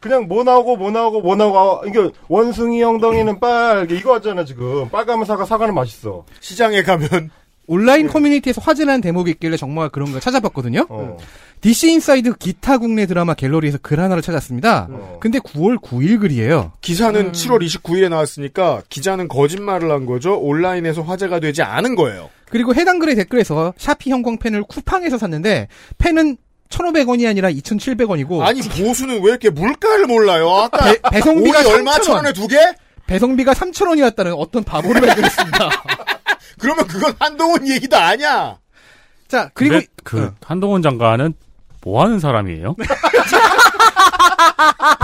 S3: 그냥 뭐 나오고 뭐 나오고 뭐 나오고 아, 이게 원숭이 엉덩이는 빨개 이거 하잖아 지금 빨가면 사과 사과는 맛있어.
S6: 시장에 가면
S7: 온라인 커뮤니티에서 화제난 대목이 있길래 정말 그런 걸 찾아봤거든요.
S3: 어.
S7: DC 인사이드 기타 국내 드라마 갤러리에서 글 하나를 찾았습니다.
S6: 어.
S7: 근데 9월 9일 글이에요.
S6: 기사는 7월 29일에 나왔으니까 기자는 거짓말을 한 거죠. 온라인에서 화제가 되지 않은 거예요.
S7: 그리고 해당 글의 댓글에서 샤피 형광펜을 쿠팡에서 샀는데 펜은 1,500원이 아니라 2,700원이고
S6: 아니 보수는 왜 이렇게 물가를 몰라요? 아까
S7: 어. 배- 배송비가
S6: 오이 얼마
S7: 3,000원.
S6: 천 원에 두 개?
S7: 배송비가 3,000원이었다는 어떤 바보를 발견했습니다.
S6: 그러면 그건 한동훈 얘기도 아니야.
S7: 자, 그리고
S4: 근데 그 한동훈 장관은 뭐 하는 사람이에요?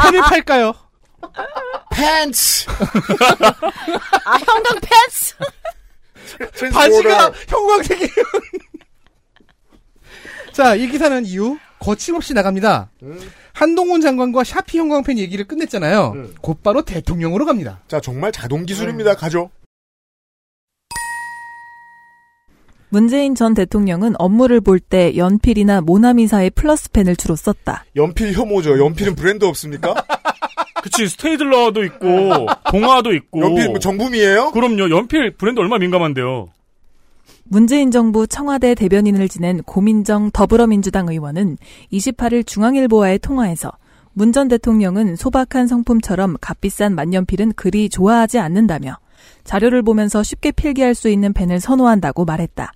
S7: 펜을 팔까요?
S6: 팬츠
S5: 아 형광 펜스.
S7: 바지가 형광색이에요. 자, 이 기사는 이후 거침없이 나갑니다. 한동훈 장관과 샤피 형광펜 얘기를 끝냈잖아요. 곧바로 대통령으로 갑니다.
S6: 자 정말 자동
S7: 음.
S6: 기술입니다. 가죠.
S2: 문재인 전 대통령은 업무를 볼 때 연필이나 모나미사의 플러스 펜을 주로 썼다.
S6: 연필 혐오죠. 연필은 브랜드 없습니까?
S4: 그치 스테이들러도 있고 동화도 있고.
S6: 연필 뭐 정품이에요?
S4: 그럼요. 연필 브랜드 얼마 나 민감한데요.
S2: 문재인 정부 청와대 대변인을 지낸 고민정 더불어민주당 의원은 28일 중앙일보와의 통화에서 문 전 대통령은 소박한 성품처럼 값비싼 만년필은 그리 좋아하지 않는다며 자료를 보면서 쉽게 필기할 수 있는 펜을 선호한다고 말했다.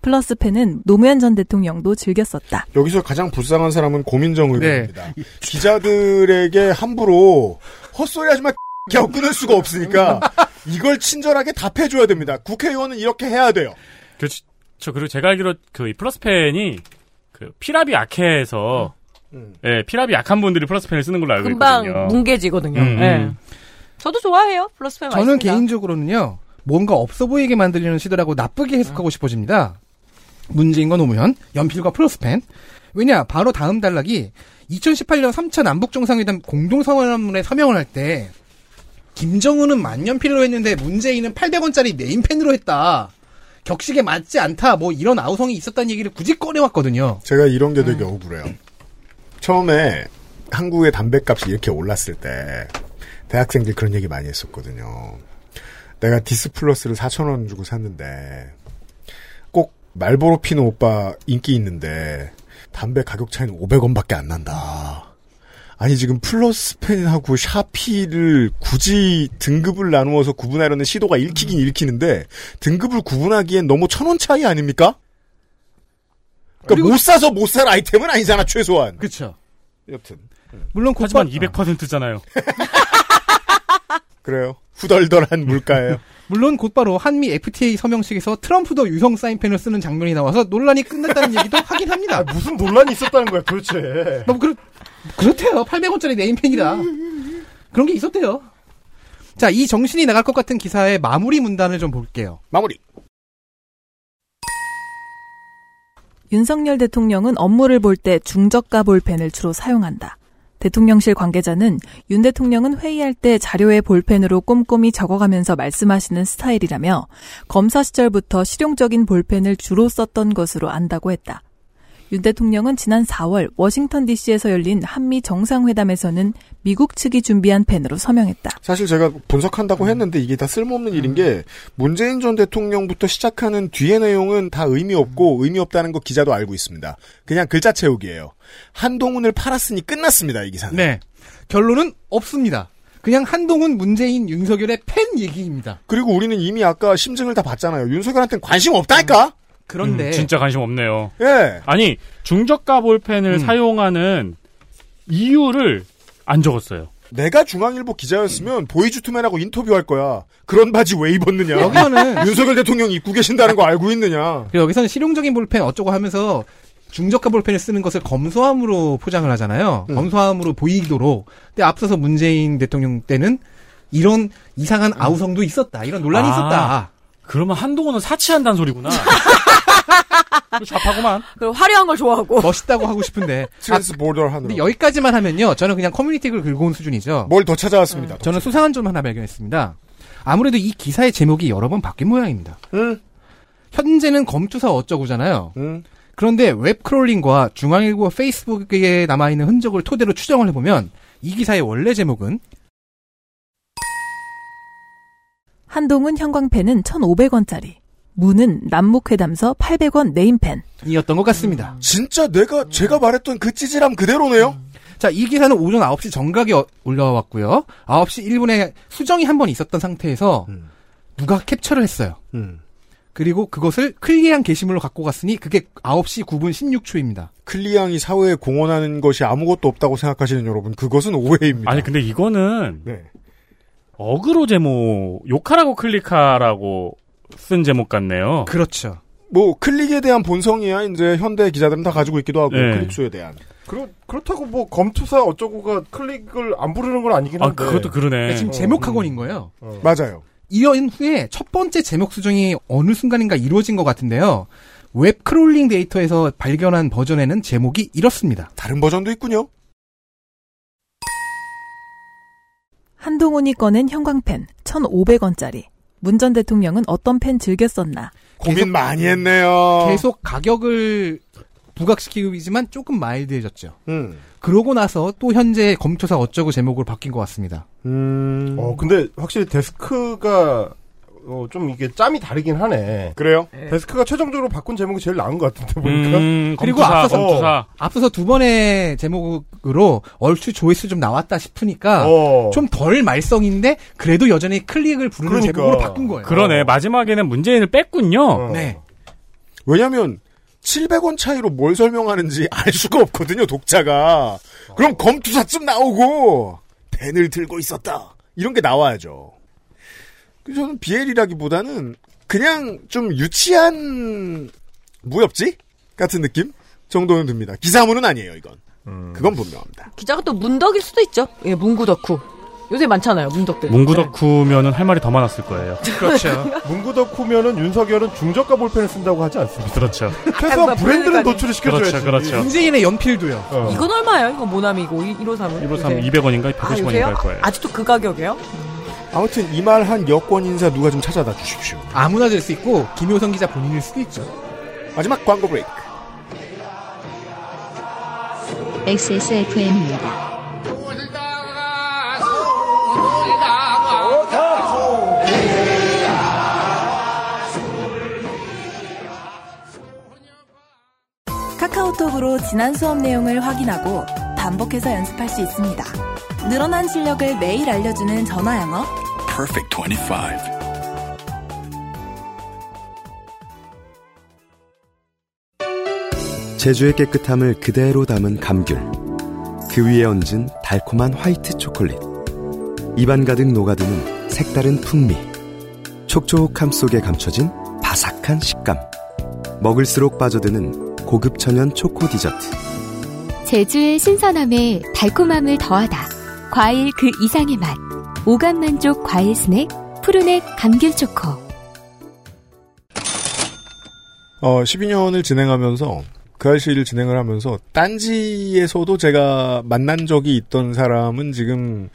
S2: 플러스 펜은 노무현 전 대통령도 즐겨 썼다.
S6: 여기서 가장 불쌍한 사람은 고민정
S7: 네.
S6: 의원입니다. 기자들에게 함부로 헛소리하지 마. 하고 끊을 수가
S7: (laughs)
S6: 없으니까 이걸 친절하게 답해줘야 됩니다. 국회의원은 이렇게 해야 돼요.
S4: 그렇죠. 저 그리고 제가 알기로 그이 플러스펜이 그 피랍이 약해서 예 피랍이 약한 분들이 플러스펜을 쓰는 걸로 알고 있거든요.
S5: 금방 뭉개지거든요.
S4: 음,
S5: 예.
S4: 음.
S5: 저도 좋아해요 플러스 펜.
S7: 저는
S5: 맛있습니다.
S7: 개인적으로는요, 뭔가 없어 보이게 만들려는 시도라고 나쁘게 해석하고 싶어집니다. 문재인과 노무현, 연필과 플러스펜. 왜냐, 바로 다음 단락이 2018년 3차 남북정상회담 공동선언문에 서명을 할 때 김정은은 만년필로 했는데 문재인은 800원짜리 네임펜으로 했다. 격식에 맞지 않다. 뭐 이런 아우성이 있었다는 얘기를 굳이 꺼내왔거든요.
S6: 제가 이런 게
S7: 음.
S6: 되게 억울해요. 처음에 한국의 담배값이 이렇게 올랐을 때 대학생들 그런 얘기 많이 했었거든요. 내가 디스플러스를 4천 원 주고 샀는데 꼭 말보로 피는 오빠 인기 있는데 담배 가격 차이는 500원밖에 안 난다. 아니 지금 플러스펜하고 샤피를 굳이 등급을 나누어서 구분하려는 시도가 읽히긴 읽히는데 등급을 구분하기엔 너무 천 원 차이 아닙니까? 그러니까 못 사서 못 살 아이템은 아니잖아 최소한.
S7: 그렇죠.
S6: 여튼
S7: 물론
S4: 하지만 200%잖아요.
S6: 그래요.
S7: (laughs)
S6: 후덜덜한 물가예요.
S7: 물론 곧바로 한미 FTA 서명식에서 트럼프도 유성 사인펜을 쓰는 장면이 나와서 논란이 끝났다는 얘기도 (laughs) 하긴 합니다.
S3: 아, 무슨 논란이 있었다는 거야 도대체.
S7: 너무 그렇 그렇대요. 800원짜리 네임펜이라 그런 게 있었대요. 자, 이 정신이 나갈 것 같은 기사의 마무리 문단을 좀 볼게요.
S6: 마무리.
S2: 윤석열 대통령은 업무를 볼 때 중저가 볼펜을 주로 사용한다. 대통령실 관계자는 윤 대통령은 회의할 때 자료에 볼펜으로 꼼꼼히 적어가면서 말씀하시는 스타일이라며 검사 시절부터 실용적인 볼펜을 주로 썼던 것으로 안다고 했다. 윤 대통령은 지난 4월 워싱턴 DC에서 열린 한미 정상회담에서는 미국 측이 준비한 펜으로 서명했다.
S6: 사실 제가
S7: 음.
S6: 분석한다고 했는데 이게 다 쓸모없는 일인 게 문재인 전 대통령부터 시작하는 뒤의 내용은 다
S7: 음.
S6: 의미 없고 의미 없다는 거 기자도 알고 있습니다. 그냥 글자 채우기예요. 한동훈을 팔았으니 끝났습니다 이 기사는.
S7: 네. 결론은 없습니다. 그냥 한동훈 문재인 윤석열의 팬
S4: 음,
S7: 얘기입니다.
S6: 그리고 우리는 이미 아까 심증을 다 봤잖아요. 윤석열한테는 관심 없다니까.
S7: 그런데
S4: 음, 진짜 관심 없네요.
S6: 예.
S4: 아니 중저가 볼펜을 사용하는 이유를 안 적었어요.
S6: 내가 중앙일보 기자였으면 보이주투맨하고 인터뷰할 거야. 그런 바지 왜 입었느냐?
S7: 네. 여기서는- 아,
S6: 윤석열 대통령이 입고 계신다는 거 알고 있느냐?
S7: 그리고 여기서는 실용적인 볼펜 어쩌고 하면서 중저가 볼펜을 쓰는 것을 검소함으로 포장을 하잖아요. 검소함으로 보이도록. 근데 앞서서 문재인 대통령 때는 이런 이상한 아우성도 있었다. 이런 논란이
S4: 아.
S7: 있었다.
S4: 그러면 한동훈은 사치한다는 (laughs) 소리구나. 뭐 잡하구만.
S5: 그리고 화려한 걸
S3: 뭐.
S5: 좋아하고.
S7: 멋있다고 하고 싶은데.
S6: 트랜스보더 하느라.
S7: 근데 여기까지만 하면요. 저는 그냥 커뮤니티 글 긁어온 수준이죠.
S6: 뭘 더 찾아왔습니다.
S7: 저는 수상한 점 하나 발견했습니다. 아무래도 이 기사의 제목이 여러 번 바뀐 모양입니다.
S6: 응.
S7: 현재는 검투사 어쩌고잖아요.
S6: 응.
S7: 그런데 웹크롤링과 중앙일보 페이스북에 남아있는 흔적을 토대로 추정을 해보면 이 기사의 원래 제목은
S2: 한동훈 형광펜은 1,500원짜리, 무는 남북회담서 800원 네임펜.
S7: 이었던 것 같습니다.
S6: 진짜 내가 제가 말했던 그 찌질함 그대로네요.
S7: 자, 이 기사는 오전 9시 정각에 어- 올라왔고요. 9시 1분에 수정이 한 번 있었던 상태에서 누가 캡처를 했어요.
S6: 음.
S7: 그리고 그것을 클리앙 게시물로 갖고 갔으니 그게 9시 9분 16초입니다.
S6: 클리앙이 사회에 공헌하는 것이 아무것도 없다고 생각하시는 여러분, 그것은 오해입니다.
S4: 아니 근데 이거는
S6: 네.
S4: 어그로 제목 욕하라고 클릭하라고 쓴 제목 같네요.
S7: 그렇죠.
S6: 뭐 클릭에 대한 본성이야 이제 현대 기자들은 다 가지고 있기도 하고
S4: 네.
S6: 클릭수에 대한.
S3: 그렇 그렇다고 뭐 검투사 어쩌고가 클릭을 안 부르는 건 아니긴
S4: 아,
S3: 한데. 어.
S4: 그것도 그러네.
S7: 그러니까 지금 제목 학원인 거예요.
S6: 맞아요.
S7: 이어인 후에 첫 번째 제목 수정이 어느 순간인가 이루어진 것 같은데요. 웹 크롤링 데이터에서 발견한 버전에는 제목이 이렇습니다.
S6: 다른 버전도 있군요.
S2: 한동훈이 꺼낸 형광펜 1,500원짜리. 문 전 대통령은 어떤 펜 즐겨 썼나?
S6: 고민 많이
S4: 아.
S6: 했네요.
S7: 계속 가격을 부각시키지만 조금 마일드해졌죠.
S6: 음.
S7: 그러고 나서 또 현재 검토사 어쩌고 제목으로 바뀐 것 같습니다.
S6: 음.
S3: 어 근데 확실히 데스크가 어, 좀 이게 짬이 다르긴 하네.
S6: 그래요?
S3: 데스크가 최종적으로 바꾼 제목이 제일 나은 것 같은데 보니까.
S4: 음,
S7: 그리고
S4: 검투사,
S7: 앞서서 어.
S4: 검투사.
S7: 앞서서 두 번의 제목으로 얼추 조회수 좀 나왔다 싶으니까
S3: 어.
S7: 좀 덜 말썽인데 그래도 여전히 클릭을 부르는
S3: 그러니까.
S7: 제목으로 바꾼 거예요.
S4: 그러네. 마지막에는 문재인을 뺐군요.
S3: 어.
S7: 네.
S6: 왜냐면 700원 차이로 뭘 설명하는지 알 수가 없거든요 독자가. 그럼 검투사쯤 나오고 펜을 들고 있었다 이런 게 나와야죠. 그래서 저는 비엘이라기보다는 그냥 좀 유치한 무협지 같은 느낌 정도는 듭니다. 음. 기사문은 아니에요 이건. 그건 분명합니다.
S5: 기자가 또 문덕일 수도 있죠. 예, 문구 덕후. 요새 많잖아요, 문덕들.
S4: 문구덕후면은 할 말이 더 많았을 거예요.
S3: 그렇죠. 문구덕후면은 윤석열은 중저가 볼펜을 쓴다고 하지
S4: (laughs)
S3: 않습니다.
S4: 그렇죠.
S3: 최소한 브랜드는 노출을 시켜줘야지.
S4: 그렇죠, 그렇죠.
S7: 문재인의 연필도요.
S4: 어.
S5: 네. 이건 얼마예요? 이거 모나미고 153은?
S4: 153 200원인가 150원인가 할 거예요.
S5: 네. 아직도 그 가격이에요?
S6: 아무튼 이 말 한 여권 인사 누가 좀 찾아다 주십시오.
S7: 아무나 될 수 있고 김효성 기자 본인일 수도 있죠.
S6: 마지막 광고 브레이크.
S8: XSFM입니다.
S2: 카카오톡으로 지난 수업 내용을 확인하고 반복해서 연습할 수 있습니다. 늘어난 실력을 매일 알려주는 전화 영어.
S14: Perfect 25.
S15: 제주의 깨끗함을 그대로 담은 감귤. 그 위에 얹은 달콤한 화이트 초콜릿. 입안 가득 녹아드는 색다른 풍미. 촉촉함 속에 감춰진 바삭한 식감. 먹을수록 빠져드는 고급 천연 초코 디저트.
S13: 제주의 신선함에 달콤함을 더하다. 과일 그 이상의 맛. 오감 만족 과일 스낵 푸르넥 감귤 초코.
S6: 어, 12년을 진행하면서 그 할시를 진행을 하면서 딴지에서도 제가 만난 적이 있던 사람은 지금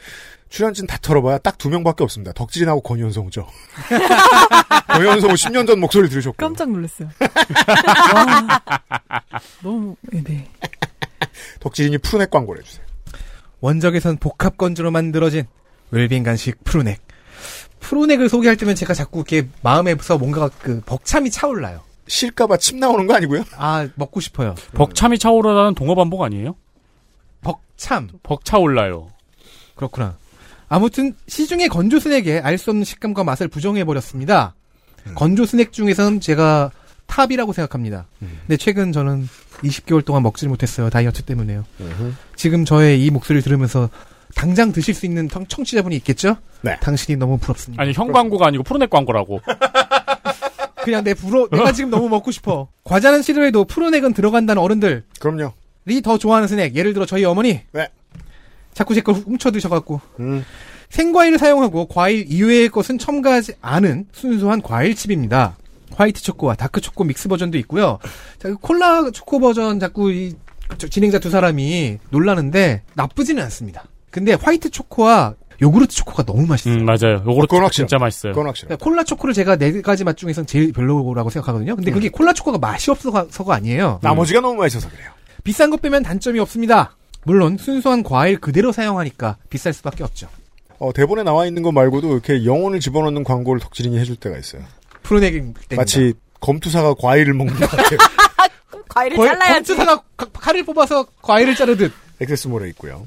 S6: 출연진 다 털어봐야 딱 두 명밖에 없습니다. 덕진하고 권현성우죠. (laughs) 권현성우 10년 전 목소리 들으셨고
S2: 깜짝
S3: (laughs)
S2: 놀랐어요. 너무 네.
S6: 덕진이 푸른액 광고를 해주세요.
S7: 원적에선 복합 건조로 만들어진 웰빙 간식 프로넥. 프로넥을 소개할 때면 제가 자꾸 이렇게 마음에서 뭔가 그 벅참이 차올라요.
S6: 실까봐 침 나오는 거 아니고요?
S7: 아 먹고 싶어요.
S4: 벅참이 차오르다는 동어 반복 아니에요?
S7: 벅참.
S4: 벅차올라요.
S7: 그렇구나. 아무튼 시중의 건조 스낵에 알 수 없는 식감과 맛을 부정해 버렸습니다. 건조 스낵 중에서는 제가 탑이라고 생각합니다. 근데 최근 저는 20개월 동안 먹지 못했어요. 다이어트 때문에요. 지금 저의 이 목소리를 들으면서 당장 드실 수 있는 청- 청취자분이 있겠죠?
S6: 네.
S7: 당신이 너무 부럽습니다.
S4: 아니 형 광고가 아니고 프로넷 광고라고.
S7: 아, 그냥 내 부러 내가 지금 너무 먹고 싶어. 과자는 싫어해도 푸른액은 들어간다는 어른들.
S6: 그럼요.
S7: 리더 좋아하는 스낵. 예를 들어 저희 어머니.
S6: 네.
S7: 자꾸 제 걸 훔쳐 드셔갖고. 생과일을 사용하고 과일 이외의 것은 첨가하지 않은 순수한 과일칩입니다. 화이트 초코와 다크 초코 믹스 버전도 있고요. 자, 그 콜라 초코 버전 자꾸 이 저- 진행자 두 사람이 놀라는데 나쁘지는 않습니다. 근데 화이트 초코와 요구르트 초코가 너무 맛있어요.
S4: 음, 맞아요. 요거로 진짜 맛있어요.
S7: 그러니까 콜라 초코를 제가 네 가지 맛 중에서는 제일 별로라고 생각하거든요. 근데 그게 콜라 초코가 맛이 없어서가 아니에요.
S6: 음. 나머지가 너무 맛있어서 그래요.
S7: 비싼 것 빼면 단점이 없습니다. 물론 순수한 과일 그대로 사용하니까 비쌀 수밖에 없죠.
S6: 어, 대본에 나와 있는 거 말고도 이렇게 영혼을 집어넣는 광고를 덕진이 해줄 때가 있어요.
S7: 푸른액인 때입니다.
S6: 마치 검투사가 과일을 먹는 것 같아요. (laughs)
S5: 과일을
S7: 거의
S5: 잘라야지.
S7: 검투사가 가- 칼을 뽑아서 과일을 자르듯.
S6: 엑세스몰에 있고요.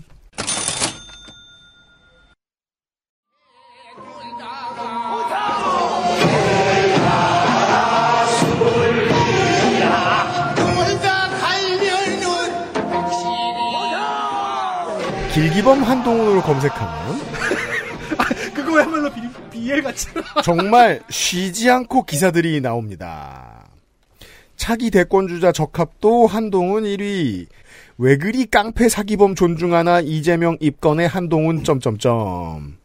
S6: 길기범 한동훈으로
S7: (laughs)
S6: 검색하면
S7: 아, 그거야말로 비, BL 같잖아.
S6: 정말 쉬지 않고 기사들이 나옵니다. 차기 대권주자 적합도 한동훈 1위. 왜 그리 깡패 사기범 존중하나 이재명 입건에 한동훈 점점점.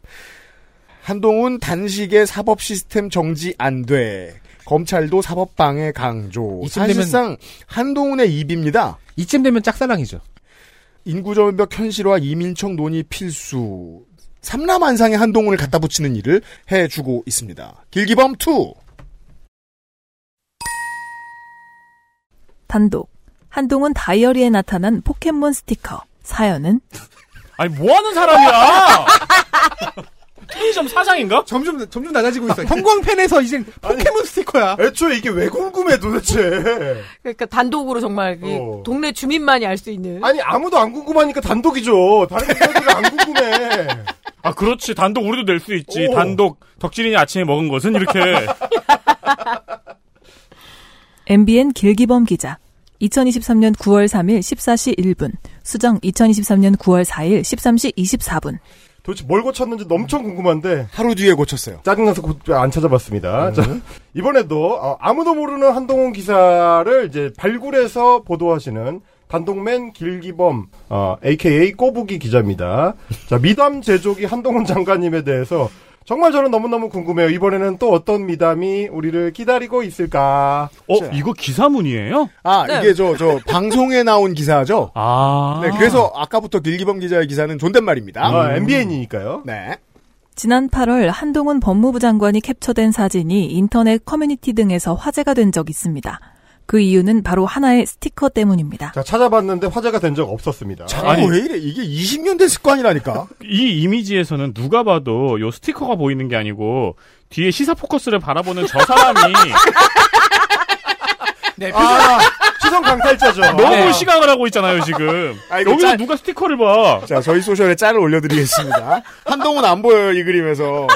S6: 한동훈 단식에 사법 시스템 정지 안 돼. 검찰도 사법 방해 강조.
S7: 이쯤 되면-
S6: 사실상 한동훈의 입입니다.
S7: 이쯤 되면 짝사랑이죠.
S6: 인구절벽 현실화 이민청 논의 필수. 삼라만상의 한동훈을 갖다 붙이는 일을 해주고 있습니다. 길기범 2.
S2: 단독. 한동훈 다이어리에 나타난 포켓몬 스티커. 사연은
S4: 아니 뭐 하는 사람이야? (laughs) 편의점 사장인가?
S7: 점점 점점 낮아지고 있어. 형광펜에서 이제 포켓몬 스티커야.
S3: 애초에 이게 왜 궁금해 도대체?
S5: 그러니까 단독으로 정말 이 동네 주민만이 알 수 있는.
S3: 어. 아니 아무도 안 궁금하니까 단독이죠. 다른 사람들은 안 궁금해.
S4: 아 그렇지 단독 우리도 낼 수 있지. 단독 덕질인이 아침에 먹은 것은 이렇게
S2: MBN 길기범 기자. 2023년 9월 3일 14시 1분. 수정 2023년 9월 4일 13시 24분.
S3: 도대체 뭘 고쳤는지 엄청 궁금한데
S6: 하루 뒤에 고쳤어요.
S3: 짜증나서 고- 안 찾아봤습니다. 자, 이번에도 어, 아무도 모르는 한동훈 기사를 이제 발굴해서 보도하시는 단독맨 길기범 어, AKA 꼬부기 기자입니다. 자 미담 제조기 한동훈 장관님에 대해서 정말 저는 너무너무 궁금해요. 이번에는 또 어떤 미담이 우리를 기다리고 있을까?
S4: 어, 이거 기사문이에요?
S6: 아,
S3: 네.
S6: 이게
S4: (laughs)
S6: 저, 저, 방송에 나온 기사죠?
S4: 아.
S6: 네, 그래서 아까부터 길기범 기자의 기사는 존댓말입니다.
S3: 아, MBN이니까요.
S6: 네.
S2: 지난 8월 한동훈 법무부 장관이 캡처된 사진이 인터넷 커뮤니티 등에서 화제가 된 적 있습니다. 그 이유는 바로 하나의 스티커 때문입니다.
S3: 자, 찾아봤는데 화제가 된 적 없었습니다.
S4: 아니.
S6: 왜 이래? 이게 20년 된 습관이라니까.
S4: 이 이미지에서는 누가 봐도 요 스티커가 보이는 게 아니고 뒤에 시사 포커스를 바라보는 저 사람이
S7: 네,
S3: (laughs) 아, 시선 강탈자죠.
S4: 너무
S6: 네.
S4: 시각을 하고 있잖아요 지금.
S6: 이거
S4: 여기서
S6: 짤-
S4: 누가 스티커를 봐?
S6: 자, 저희 소셜에 짤을 올려드리겠습니다. 한동훈 안 보여요, 이 그림에서.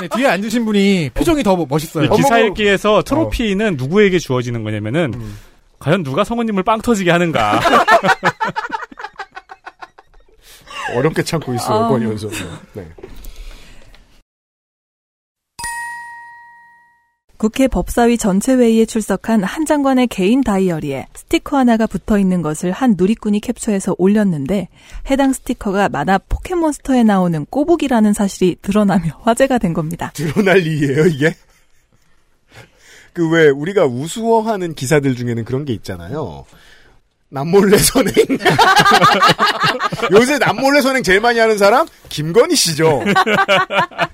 S7: 네, 뒤에 앉으신 분이 표정이 더 네. 멋있어요.
S4: 이 기사 읽기에서 트로피는 누구에게 주어지는 거냐면은 과연 누가 성우님을 빵 터지게 하는가.
S6: 어렵게 참고 있어요,
S4: 아.
S6: 이번 연속. 네.
S2: 국회 법사위 전체 회의에 출석한 한 장관의 개인 다이어리에 스티커 하나가 붙어 있는 것을 한 누리꾼이 캡처해서 올렸는데 해당 스티커가 만화 포켓몬스터에 나오는 꼬북이라는 사실이 드러나며 (laughs) 화제가 된 겁니다.
S6: 드러날 일이에요, 이게? 그 왜, 우리가 우스워하는 기사들 중에는 그런 게 있잖아요. 남몰래 선행. (laughs) 요새 남몰래 선행 제일 많이 하는 사람? 김건희 씨죠.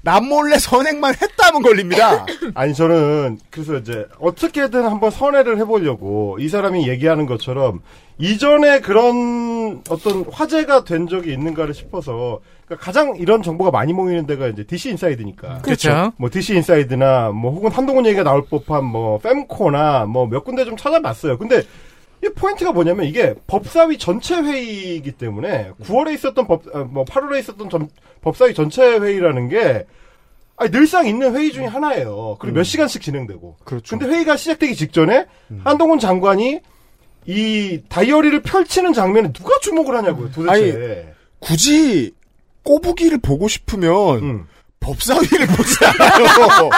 S6: 남몰래 선행만 했다면 걸립니다.
S3: 아니 저는 그래서 이제 어떻게든 한번 선회를 해보려고 이 사람이 얘기하는 것처럼 이전에 그런 어떤 화제가 된 적이 있는가를 싶어서 그러니까 가장 이런 정보가 많이 모이는 데가 이제 DC 인사이드니까
S7: 그렇죠.
S3: 뭐 DC 인사이드나 뭐 혹은 한동훈 얘기가 나올 법한 뭐 fem코나 뭐 몇 군데 좀 찾아봤어요. 근데 이 포인트가 뭐냐면 이게 법사위 전체 회의이기 때문에 9월에 있었던 법, 아, 뭐 8월에 있었던 점- 법사위 전체 회의라는 게 아니, 늘상 있는 회의 중에 하나예요. 그리고 몇 시간씩 진행되고. 음. 그렇죠. 음. 근데 회의가 시작되기 직전에 한동훈 장관이 이 다이어리를 펼치는 장면에 누가 주목을 하냐고요, 도대체.
S6: 아니, 굳이 꼬부기를 보고 싶으면 법사위를 보지 않아요.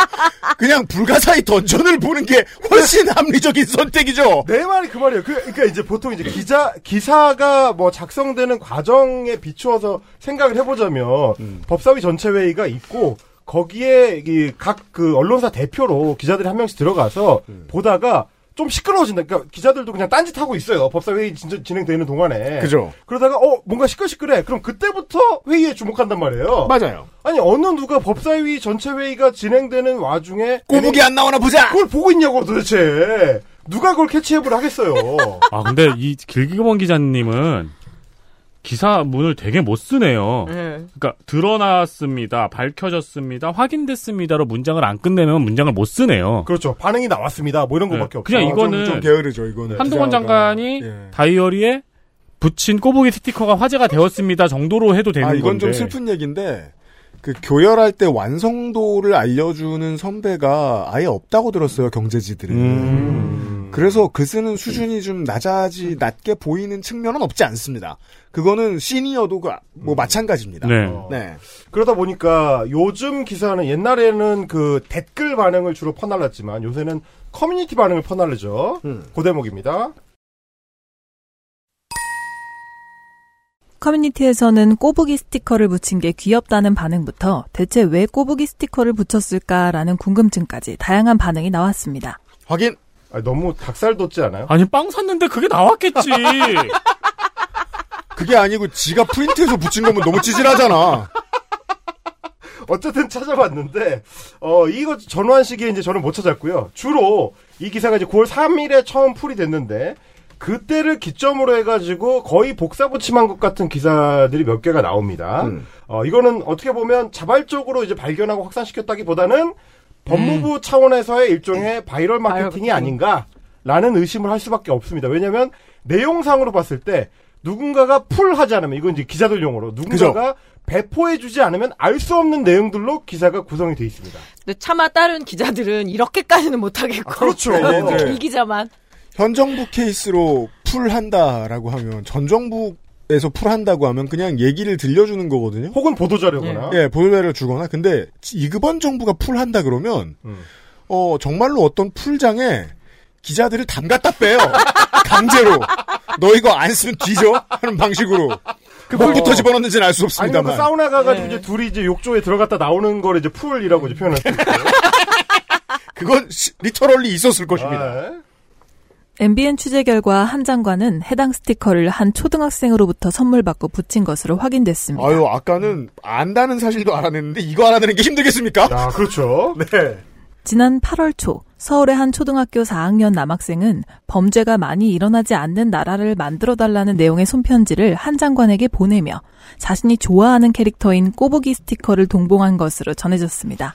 S6: 그냥 불가사의 던전을 보는 게 훨씬 합리적인 선택이죠.
S3: 내 말이 그 말이에요. 그, 그러니까 이제 보통 이제 기자 기사가 뭐 작성되는 과정에 비추어서 생각을 해보자면
S6: 음.
S3: 법사위 전체 회의가 있고 거기에 각 그 언론사 대표로 기자들이 한 명씩 들어가서
S6: 음.
S3: 보다가 좀 시끄러워진다. 그러니까 기자들도 그냥 딴짓 하고 있어요. 법사회의 진짜 진행되는 동안에.
S6: 그죠.
S3: 그러다가 어 뭔가 시끌시끌해. 그럼 그때부터 회의에 주목한단 말이에요.
S6: 맞아요.
S3: 아니 어느 누가 법사위 전체 회의가 진행되는 와중에
S6: 꼬북이 안 나오나 보자.
S3: 그걸 보고 있냐고 도대체 누가 그걸 캐치업을
S4: (laughs)
S3: 하겠어요.
S4: 아 근데 이 길기범 기자님은 기사문을 되게 못 쓰네요.
S5: 예.
S4: 그러니까 드러났습니다, 밝혀졌습니다, 확인됐습니다로 문장을 안 끝내면 문장을 못 쓰네요.
S3: 그렇죠. 반응이 나왔습니다. 뭐 이런 거밖에 없죠.
S4: 네. 그냥 이거는
S6: 아, 좀, 좀 게으르죠, 이거는.
S4: 한동훈 장관이
S6: 예.
S4: 다이어리에 붙인 꼬부기 스티커가 화제가 되었습니다 정도로 해도 되는
S6: 아, 이건
S4: 건데.
S6: 좀 슬픈 얘기인데 그 교열할 때 완성도를 알려주는 선배가 아예 없다고 들었어요 경제지들은.
S4: 음.
S6: 그래서 그 쓰는 수준이 좀 낮아지 낮게 보이는 측면은 없지 않습니다. 그거는 시니어도 그- 뭐 마찬가지입니다.
S4: 네.
S6: 네.
S3: 그러다 보니까 요즘 기사는 옛날에는 그 댓글 반응을 주로 퍼날랐지만 요새는 커뮤니티 반응을 퍼날르죠.
S4: 음.
S3: 그 고대목입니다.
S2: 커뮤니티에서는 꼬부기 스티커를 붙인 게 귀엽다는 반응부터 대체 왜 꼬부기 스티커를 붙였을까라는 궁금증까지 다양한 반응이 나왔습니다.
S6: 확인.
S3: 아, 너무 닭살 돋지 않아요?
S4: 아니 빵 샀는데 그게
S6: (laughs)
S4: 나왔겠지.
S6: 그게 아니고 지가 프린트해서 붙인 거면 너무 찌질하잖아.
S3: 어쨌든 찾아봤는데 어 이거 전환 시기에 이제 저는 못 찾았고요. 주로 이 기사가 이제 9월 3일에 처음 풀이 됐는데 그때를 기점으로 해가지고 거의 복사붙임한 것 같은 기사들이 몇 개가 나옵니다. 어 이거는 어떻게 보면 자발적으로 이제 발견하고 확산시켰다기보다는 법무부 차원에서의 일종의 바이럴 마케팅이 아닌가. 라는 의심을 할 수밖에 없습니다. 왜냐하면 내용상으로 봤을 때 누군가가 풀하지 않으면 이건 이제 기자들 용어로 누군가가 배포해주지 않으면 알 수 없는 내용들로 기사가 구성이 돼 있습니다.
S5: 근데 차마 다른 기자들은 이렇게까지는 못하겠고. (laughs)
S3: 그렇죠.
S6: 네, 네.
S5: 이 기자만.
S6: 현 정부 케이스로 풀한다라고 하면 전 정부에서 풀한다고 하면 그냥 얘기를 들려주는 거거든요.
S3: 혹은 보도자료거나.
S6: 예, 보도자를 주거나 근데 이급원 정부가 풀한다 그러면
S3: 음.
S6: 어 정말로 어떤 풀장에 기자들을 담갔다 빼요. (laughs) 강제로. 너 이거 안 쓰면 뒤져? 하는 방식으로. 그 뭘부터 집어넣는지는 알 수
S3: 아니면 그
S6: 없습니다만.
S3: 사우나 가가지고 이제 둘이 이제 욕조에 들어갔다 나오는 걸 이제 풀이라고 이제 표현을 했어요.
S6: 그건 리터럴리 있었을 것입니다.
S2: MBN 취재 결과 한 장관은 해당 스티커를 한 초등학생으로부터 선물받고 붙인 것으로 확인됐습니다.
S6: 아유, 아까는 안다는 사실도 알아냈는데 이거 알아내는 게 힘들겠습니까?
S3: 아, 그렇죠. 네.
S2: 지난 8월 초 서울의 한 초등학교 4학년 남학생은 범죄가 많이 일어나지 않는 나라를 만들어 달라는 내용의 손편지를 한 장관에게 보내며 자신이 좋아하는 캐릭터인 꼬부기 스티커를 동봉한 것으로 전해졌습니다.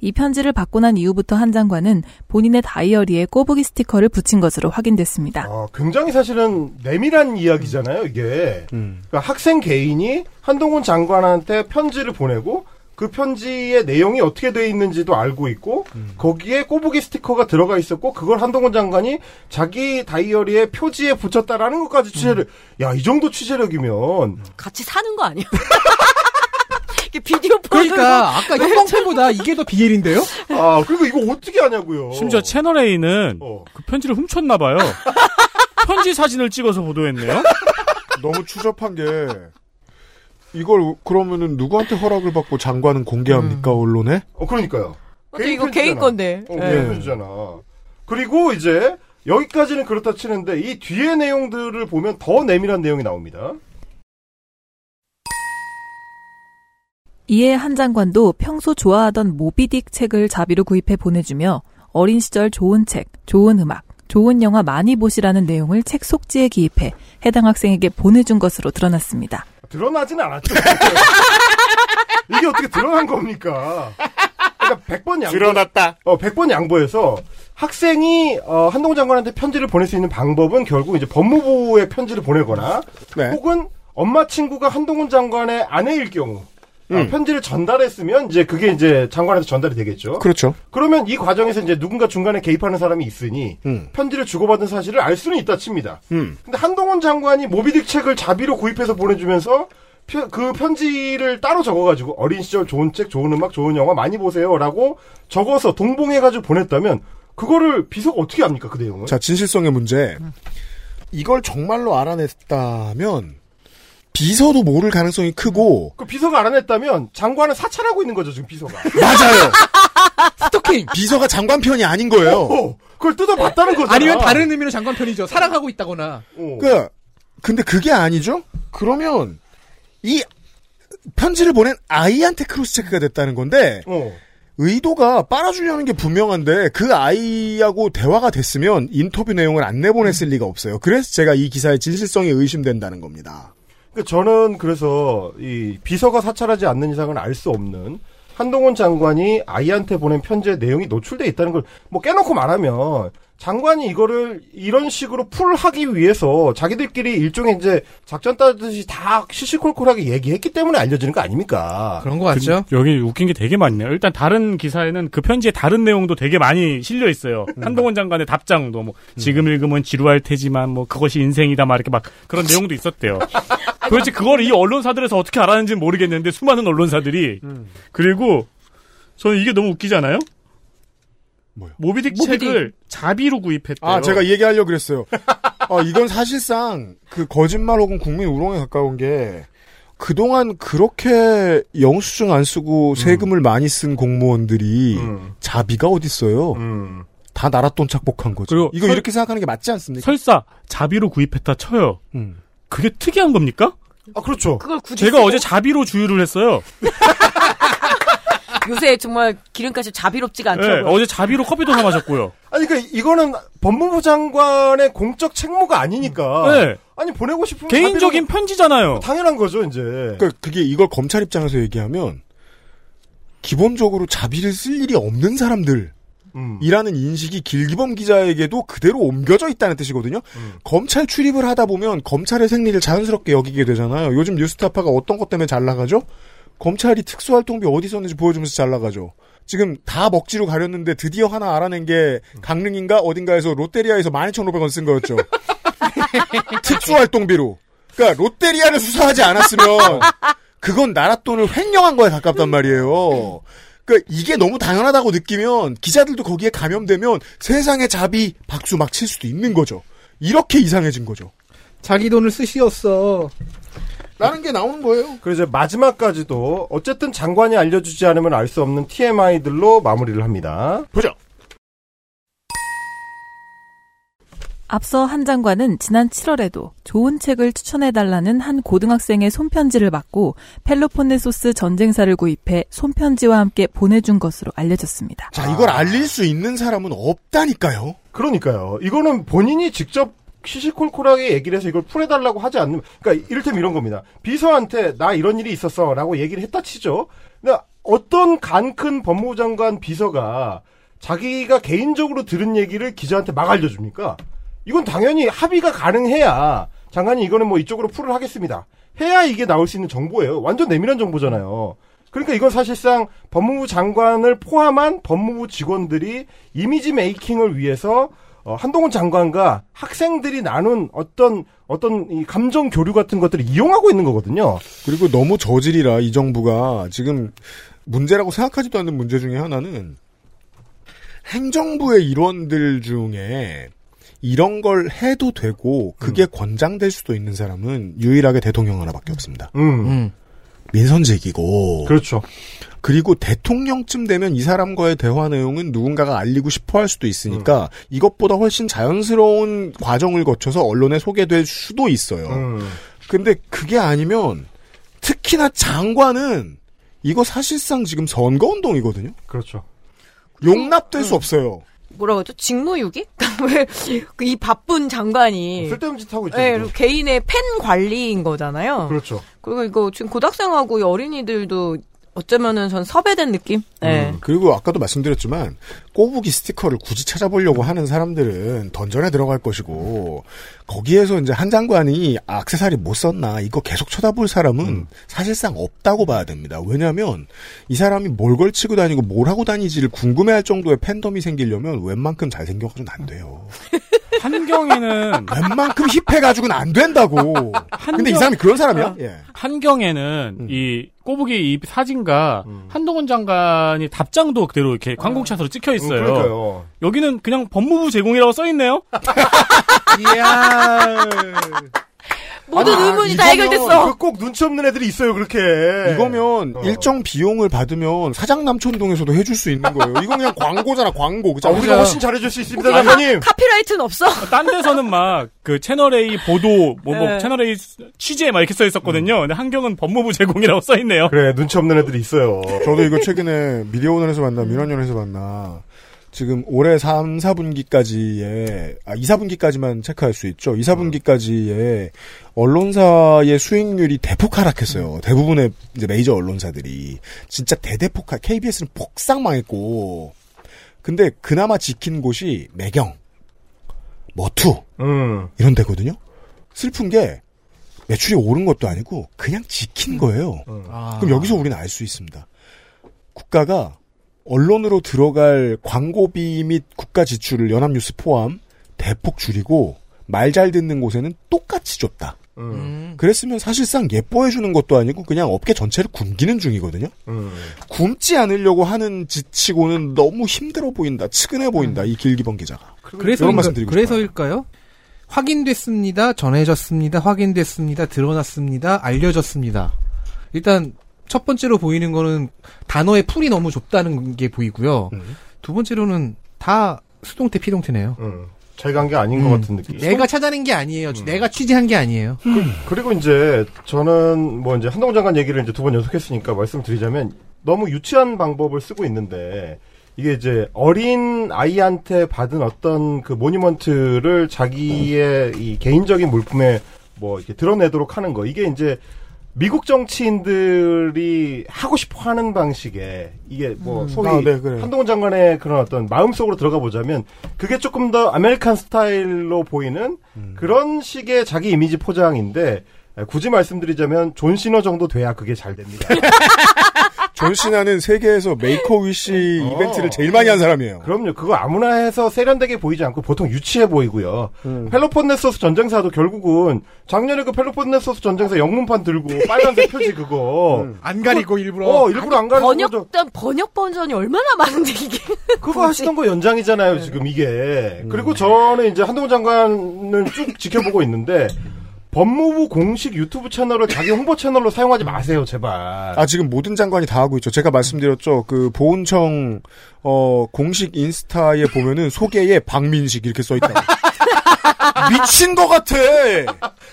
S2: 이 편지를 받고 난 이후부터 한 장관은 본인의 다이어리에 꼬부기 스티커를 붙인 것으로
S5: 아.
S2: 확인됐습니다.
S3: 어, 굉장히 사실은 내밀한 이야기잖아요, 이게.
S5: 음.
S3: 그러니까 학생 개인이 한동훈 장관한테 편지를 보내고 그 편지의 내용이 어떻게 돼 있는지도 알고 있고
S5: 음.
S3: 거기에 꼬부기 스티커가 들어가 있었고 그걸 한동훈 장관이 자기 다이어리에 표지에 붙였다라는 것까지 취재를
S5: 음.
S3: 야, 이 정도 취재력이면
S5: 같이 사는 거 아니야? (laughs) 이렇게 비디오 폰으로
S7: 그러니까 아까
S5: 왜
S7: 협동편보다 이게 더 (laughs) 비엘인데요?
S3: 아, 그리고 이거 어떻게 하냐고요. 어.
S4: 심지어 채널 A는 그 편지를 훔쳤나
S6: (laughs)
S4: 봐요. 편지 사진을 찍어서 보도했네요.
S6: 너무 추접한 게 이걸 그러면은 누구한테 허락을 받고 장관은 공개합니까 언론에?
S3: 어 그러니까요.
S5: 어차피 이거 개인 건데.
S3: 어,
S5: 예.
S3: 개인 편지잖아. 그리고 이제 여기까지는 그렇다 치는데 이 뒤에 내용들을 보면 더 내밀한 내용이 나옵니다.
S2: 이에 한 장관도 평소 좋아하던 모비딕 책을 자비로 구입해 보내주며 어린 시절 좋은 책, 좋은 음악, 좋은 영화 많이 보시라는 내용을 책 속지에 기입해 해당 학생에게 보내준 것으로 드러났습니다.
S3: 드러나지는 않았죠. (laughs) 이게 어떻게 드러난 겁니까? 그러니까 100번 양보.
S6: 드러났다.
S3: 어, 100번 양보해서 학생이 어, 한동훈 장관한테 편지를 보낼 수 있는 방법은 결국 이제 법무부에 편지를 보내거나 혹은 엄마 친구가 한동훈 장관의 아내일 경우 아, 편지를 전달했으면 이제 그게 이제 장관한테 전달이 되겠죠.
S6: 그렇죠.
S3: 그러면 이 과정에서 이제 누군가 중간에 개입하는 사람이 있으니
S6: 음.
S3: 편지를 주고받은 사실을 알 수는 있다 칩니다.
S6: 음.
S3: 근데 한동훈 장관이 모비딕 책을 자비로 구입해서 보내주면서 표- 그 편지를 따로 적어가지고 어린 시절 좋은 책, 좋은 음악, 좋은 영화 많이 보세요라고 적어서 동봉해가지고 보냈다면 그거를 비서가 어떻게 합니까 그 내용을?
S6: 자 진실성의 문제. 이걸 정말로 알아냈다면 비서도 모를 가능성이 크고
S3: 그 비서가 알아냈다면 장관은 사찰하고 있는 거죠 지금 비서가.
S6: 맞아요. 스토킹. 비서가 장관 편이 아닌 거예요.
S3: (laughs) 그걸 뜯어봤다는 어. 거죠.
S7: 아니면 다른 의미로 장관 편이죠. 사랑하고 있다거나.
S6: 그 근데 그게 아니죠? 그러면 이 편지를 보낸 아이한테 크로스 체크가 됐다는 건데
S3: 어.
S6: 의도가 빨아주려는 게 분명한데 그 아이하고 대화가 됐으면 인터뷰 내용을 안 내보냈을 리가 없어요. 그래서 제가 이 기사의 진실성이 의심된다는 겁니다.
S3: 그 저는 그래서 이 비서가 사찰하지 않는 이상은 알 수 없는 한동훈 장관이 아이한테 보낸 편지의 내용이 노출돼 있다는 걸 뭐 깨놓고 말하면 장관이 이거를 이런 식으로 풀하기 위해서 자기들끼리 일종의 이제 작전 따듯이 다 시시콜콜하게 얘기했기 때문에 알려지는 거 아닙니까?
S7: 그런 거 같죠?
S4: 그, 여기 웃긴 게 되게 많네요. 일단 다른 기사에는 그 편지의 다른 내용도 되게 많이 실려 있어요.
S6: 음.
S4: 한동훈 장관의 답장도 뭐 지금 읽으면 지루할 테지만 뭐 그것이 인생이다 막 이렇게 막 그런 내용도
S6: (laughs)
S4: 있었대요. 도대체 그걸 이 언론사들에서 어떻게 알았는지는 모르겠는데 수많은 언론사들이
S6: 음.
S4: 그리고 저는 이게 너무 웃기잖아요. 모비딕, 책을 자비로 구입했대요.
S6: 아, 제가 얘기하려고 그랬어요. 아, 이건 사실상 그 거짓말 혹은 국민 우롱에 가까운 게 그동안 그렇게 영수증 안 쓰고
S4: 음.
S6: 세금을 많이 쓴 공무원들이 자비가 어딨어요.
S3: 음.
S6: 다 나랏돈 착복한 거죠.
S4: 그리고
S6: 이거
S4: 설-
S6: 이렇게 생각하는 게 맞지 않습니까?
S4: 설사 자비로 구입했다 쳐요.
S6: 음.
S4: 그게 특이한 겁니까?
S3: 아 그렇죠.
S5: 그걸 굳이
S4: 제가
S5: 쓰고?
S4: 어제 자비로 주유를 했어요.
S5: 요새 정말 기름값이
S3: 예,
S5: 자비롭지가
S4: 네,
S5: 않더라고요.
S4: 어제 자비로 커피도 사 마셨고요.
S3: 아니 그러니까 이거는 법무부 장관의 공적 책무가 아니니까.
S4: 네.
S3: 아니 보내고 싶으면
S4: 개인적인
S3: 자비로-
S4: 편지잖아요.
S3: 당연한 거죠 이제.
S6: 그러니까 그게 이걸 검찰 입장에서 얘기하면 기본적으로 자비를 쓸 일이 없는 사람들.
S3: 음.
S6: 이라는 인식이 길기범 기자에게도 그대로 옮겨져 있다는 뜻이거든요. 검찰 출입을 하다 보면 검찰의 생리를 자연스럽게 여기게 되잖아요. 요즘 뉴스타파가 어떤 것 때문에 잘 나가죠? 검찰이 특수활동비 어디 썼는지 보여주면서 잘 나가죠. 지금 다 먹지로 가렸는데 드디어 하나 알아낸 게 강릉인가 어딘가에서 롯데리아에서 12,500원 쓴 거였죠. 특수활동비로. 그러니까 롯데리아를 수사하지 않았으면 그건 나랏돈을 횡령한 거에 가깝단 말이에요. 그러니까 이게 너무 당연하다고 느끼면 기자들도 거기에 감염되면 세상의 잡이 박수 막 칠 수도 있는 거죠. 이렇게 이상해진 거죠.
S7: 자기 돈을 쓰시었어.
S6: 라는 게 나오는 거예요.
S3: 그래서 이제 마지막까지도 어쨌든 장관이 알려주지 않으면 알 수 없는 TMI들로 마무리를 합니다.
S6: 보죠.
S2: 앞서 한 장관은 지난 7월에도 좋은 책을 추천해달라는 한 고등학생의 손편지를 받고 펠로폰네소스 전쟁사를 구입해 손편지와 함께 보내준 것으로 알려졌습니다.
S3: 아.
S6: 자, 이걸 알릴 수 있는 사람은 없다니까요.
S3: 그러니까요. 이거는 본인이 직접 시시콜콜하게 얘기를 해서 이걸 풀어달라고 하지 않는, 그러니까 이를테면 이런 겁니다. 비서한테 나 이런 일이 있었어 라고 얘기를 했다 치죠. 근데 어떤 간 큰 법무부 장관 비서가 자기가 개인적으로 들은 얘기를 기자한테 막 알려줍니까? 이건 당연히 합의가 가능해야 장관이 이거는 뭐 이쪽으로 풀을 하겠습니다. 해야 이게 나올 수 있는 정보예요. 완전 내밀한 정보잖아요. 그러니까 이건 사실상 법무부 장관을 포함한 법무부 직원들이 이미지 메이킹을 위해서 어, 한동훈 장관과 학생들이 나눈 어떤 어떤 이 감정 교류 같은 것들을 이용하고 있는 거거든요.
S6: 그리고 너무 저질이라 이 정부가 지금 문제라고 생각하지도 않는 문제 중에 하나는 행정부의 일원들 중에 이런 걸 해도 되고 그게
S3: 음.
S6: 권장될 수도 있는 사람은 유일하게 대통령 하나밖에 없습니다.
S3: 음.
S6: 민선제기고
S3: 그렇죠.
S6: 그리고 대통령쯤 되면 이 사람과의 대화 내용은 누군가가 알리고 싶어 할 수도 있으니까 이것보다 훨씬 자연스러운 과정을 거쳐서 언론에 소개될 수도 있어요.
S3: 음.
S6: 근데 그게 아니면 특히나 장관은 이거 사실상 지금 선거운동이거든요.
S3: 그렇죠.
S6: 용납될 수 없어요.
S5: 뭐라고 하죠? 직무유기? (laughs) 그러니까 왜이 바쁜
S6: 예.
S5: 장관이
S3: 어, 쓸데없는 짓 하고 있죠.
S5: 네,
S3: 지금.
S5: 개인의 팬 관리인 거잖아요.
S3: 그렇죠.
S5: 그리고 이거 지금 고등학생하고 이 어린이들도 어쩌면은 전 섭외된 느낌? 네.
S6: 음, 그리고 아까도 말씀드렸지만 꼬부기 스티커를 굳이 찾아보려고 하는 사람들은 던전에 들어갈 것이고 거기에서 이제 한 장관이 악세사리 못 썼나 이거 계속 쳐다볼 사람은 사실상 없다고 봐야 됩니다. 왜냐하면 이 사람이 뭘 걸치고 다니고 뭘 하고 다니지를 궁금해할 정도의 팬덤이 생기려면 웬만큼 잘생겨가지고는 안 돼요.
S4: 한경에는 (laughs)
S6: 웬만큼 힙해가지고는 안 된다고. 근데 이 사람이 그런 사람이야? 예.
S4: 한경에는
S3: 음.
S4: 이 꼬부기 이 사진과 한동훈 장관이 답장도 그대로 이렇게 광공샷으로 찍혀
S3: 어.
S4: 있어요.
S3: 그러니까요.
S4: 여기는 그냥 법무부 제공이라고 써 있네요.
S6: 이야.
S3: (laughs)
S5: 모든
S3: 아,
S5: 의문이 다
S3: 이거면
S5: 해결됐어.
S3: 그 꼭 눈치 없는 애들이 있어요, 그렇게.
S6: 이거면
S3: 어.
S6: 일정 비용을 받으면 사장 남촌동에서도 해줄 수 있는 거예요. 이거 그냥 광고잖아, 광고. 그죠?
S3: 아, 우리가 훨씬 잘해줄 수 있습니다,
S6: 혹시
S3: 장관님.
S5: 카피라이트는 없어.
S4: 딴 데서는 막 그 채널 A 보도 뭐, 뭐
S5: 네.
S4: 채널 A 취재 막 이렇게 써 있었거든요. 근데 한경은 법무부 제공이라고 써 있네요.
S3: 그래, 눈치 없는 애들이 있어요.
S6: 저도 이거 최근에 미디어오늘에서 만나, 민원연에서 만나. 지금 올해 3, 4분기까지에, 아, 2, 4분기까지만 체크할 수 있죠.
S3: 어.
S6: 2, 4분기까지에 언론사의 수익률이 대폭 하락했어요. 대부분의 이제 메이저 언론사들이. 진짜 대대폭 하, KBS는 폭삭 망했고. 근데 그나마 지킨 곳이 매경, 머투,
S3: 음,
S6: 이런 데거든요. 슬픈 게 매출이 오른 것도 아니고 그냥 지킨 거예요. 그럼 여기서 우리는 알 수 있습니다. 국가가 언론으로 들어갈 광고비 및 국가 지출을 연합뉴스 포함 대폭 줄이고 말 잘 듣는 곳에는 똑같이 줬다. 그랬으면 사실상 예뻐해 주는 것도 아니고 그냥 업계 전체를 굶기는 중이거든요. 굶지 않으려고 하는 지치고는 너무 힘들어 보인다. 측은해 보인다. 이 길기범 기자가. 이런 말씀 드리고 싶어요.
S7: 그래서일까요? 확인됐습니다. 전해졌습니다. 확인됐습니다. 드러났습니다. 알려졌습니다. 일단 첫 번째로 보이는 거는 단어의 풀이 너무 좁다는 게 보이고요.
S6: 음.
S7: 두 번째로는 다 수동태 피동태네요.
S3: 자기가 한 음. 게 아닌
S6: 음.
S3: 것 같은 느낌.
S6: 네.
S7: 내가 찾아낸 게 아니에요. 내가 취재한 게 아니에요.
S3: 그리고 이제 저는 뭐 이제 한동훈 장관 얘기를 이제 두 번 연속했으니까 말씀드리자면 너무 유치한 방법을 쓰고 있는데 이게 이제 어린 아이한테 받은 어떤 그 모니먼트를 자기의 이 개인적인 물품에 뭐 이렇게 드러내도록 하는 거 이게 이제 미국 정치인들이 하고 싶어 하는 방식의 이게 뭐
S6: 음.
S3: 소위
S6: 아, 네, 그래요.
S3: 한동훈 장관의 그런 어떤 마음속으로 들어가 보자면 그게 조금 더 아메리칸 스타일로 보이는
S7: 음.
S3: 그런 식의 자기 이미지
S7: (laughs)
S3: 포장인데 에, 굳이 말씀드리자면 존 시너 정도 돼야 그게 잘 됩니다.
S6: 존시나는 세계에서 메이커
S3: 네.
S6: 위시 이벤트를 제일 많이 한 사람이에요.
S3: 그럼요. 그거 아무나 해서 세련되게 보이지 않고 보통 유치해 보이고요.
S7: 음.
S3: 펠로폰네소스 전쟁사도 결국은 작년에 그 펠로폰네소스 전쟁사 영문판 들고 빨간색 표지 그거
S7: 음. 안 가리고 일부러
S3: 어 일부러 안 가리고
S5: 번역
S3: 저-
S5: 일단 번역 버전이 얼마나 많은데 이게 (laughs)
S3: 그거 하시던 거 연장이잖아요, 지금 이게. 그리고 저는 이제 한동훈 장관을 쭉 지켜보고 있는데, 법무부 공식 유튜브 채널을 자기 홍보 채널로 사용하지 마세요, 제발.
S6: 아 지금 모든 장관이 다 하고 있죠. 제가 말씀드렸죠. 그 보훈청 어 공식 인스타에 보면은 소개에 박민식 이렇게
S3: (laughs)
S6: 써 있다. 미친 거 같아.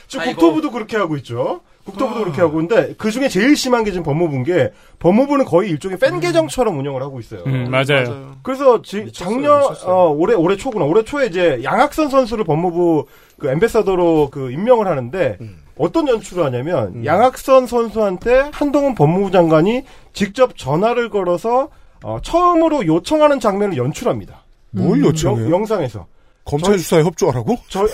S3: 지금 국토부도 그렇게 하고 있죠. 국토부도 그렇게 하고 있는데, 그 중에 제일 심한 게 지금 법무부인 게, 법무부는 거의 일종의 팬 계정처럼 운영을 하고 있어요.
S4: 음, 맞아요.
S3: 그래서 지- 작년 어, 올해 올해 초구나 올해 초에 이제 양학선 선수를 법무부 그 엠베서더로 그 임명을 하는데 어떤 연출을 하냐면 양학선 선수한테 한동훈 법무부 장관이 직접 전화를 걸어서 어, 처음으로 요청하는 장면을 연출합니다.
S6: 뭘 요청해요?
S3: 영- 영상에서
S6: 검찰
S3: 음, 저-
S6: 수사에 협조하라고?
S3: 저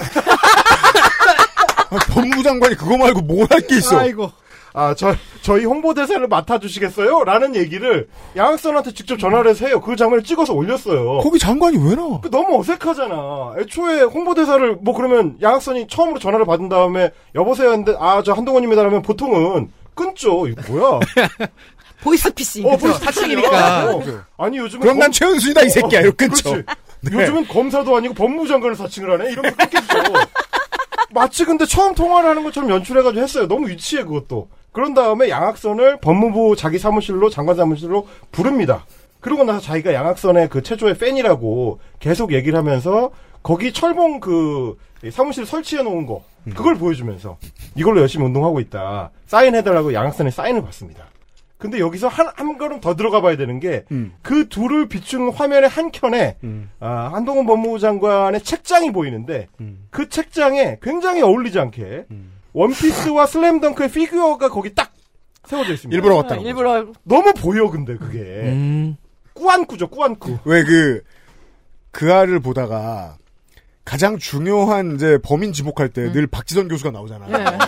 S6: 아, 법무장관이 그거 말고 뭘 할 게 있어?
S3: 아이고. 아, 저, 저희 홍보대사를 맡아주시겠어요? 라는 얘기를 양학선한테 직접 전화를 해서 해요. 그 장면을 찍어서 올렸어요.
S6: 거기 장관이 왜 나와?
S3: 그 너무 어색하잖아. 애초에 홍보대사를, 뭐 그러면 양학선이 처음으로 전화를 받은 다음에 여보세요 했는데, 아, 저 한동훈입니다. 라면 보통은 끊죠. 이거 뭐야?
S6: (laughs)
S5: 보이스피싱.
S3: 어, 벌써
S6: 사칭이니까.
S3: 어, 아니, 요즘은.
S6: 그럼 난
S3: 검-
S6: 최은순이다, 이 새끼야.
S3: 어,
S6: 이러고 끊죠.
S3: 그렇지.
S6: 네.
S3: 요즘은 검사도 아니고 법무장관을 사칭을 하네? 이러면
S6: (laughs)
S3: 끊겠죠. 마치 근데 처음 통화를 하는 것처럼 연출해가지고 했어요. 너무 유치해, 그것도. 그런 다음에 양학선을 법무부 자기 사무실로, 장관 사무실로 부릅니다. 그러고 나서 자기가 양학선의 그 최초의 팬이라고 계속 얘기를 하면서 거기 철봉 그 사무실 설치해 놓은 거,
S6: 음.
S3: 그걸 보여주면서 이걸로 열심히 운동하고 있다. 사인해달라고 양학선의 사인을 받습니다. 근데 여기서 한, 한 걸음 더 들어가 봐야 되는 게, 그 둘을 비춘 화면의 한 켠에, 아, 한동훈 법무부 장관의 책장이 보이는데, 그 책장에 굉장히 어울리지 않게, 원피스와 슬램덩크의 피규어가 거기 딱 세워져 있습니다.
S6: 일부러 음. 왔다는 거죠.
S5: 일부러.
S3: 너무 보여, 근데 그게. 꾸안꾸죠, 꾸안꾸.
S6: 왜 그, 그 아를 보다가 가장 중요한 이제 범인 지목할 때 늘 박지선 교수가 나오잖아요. (laughs)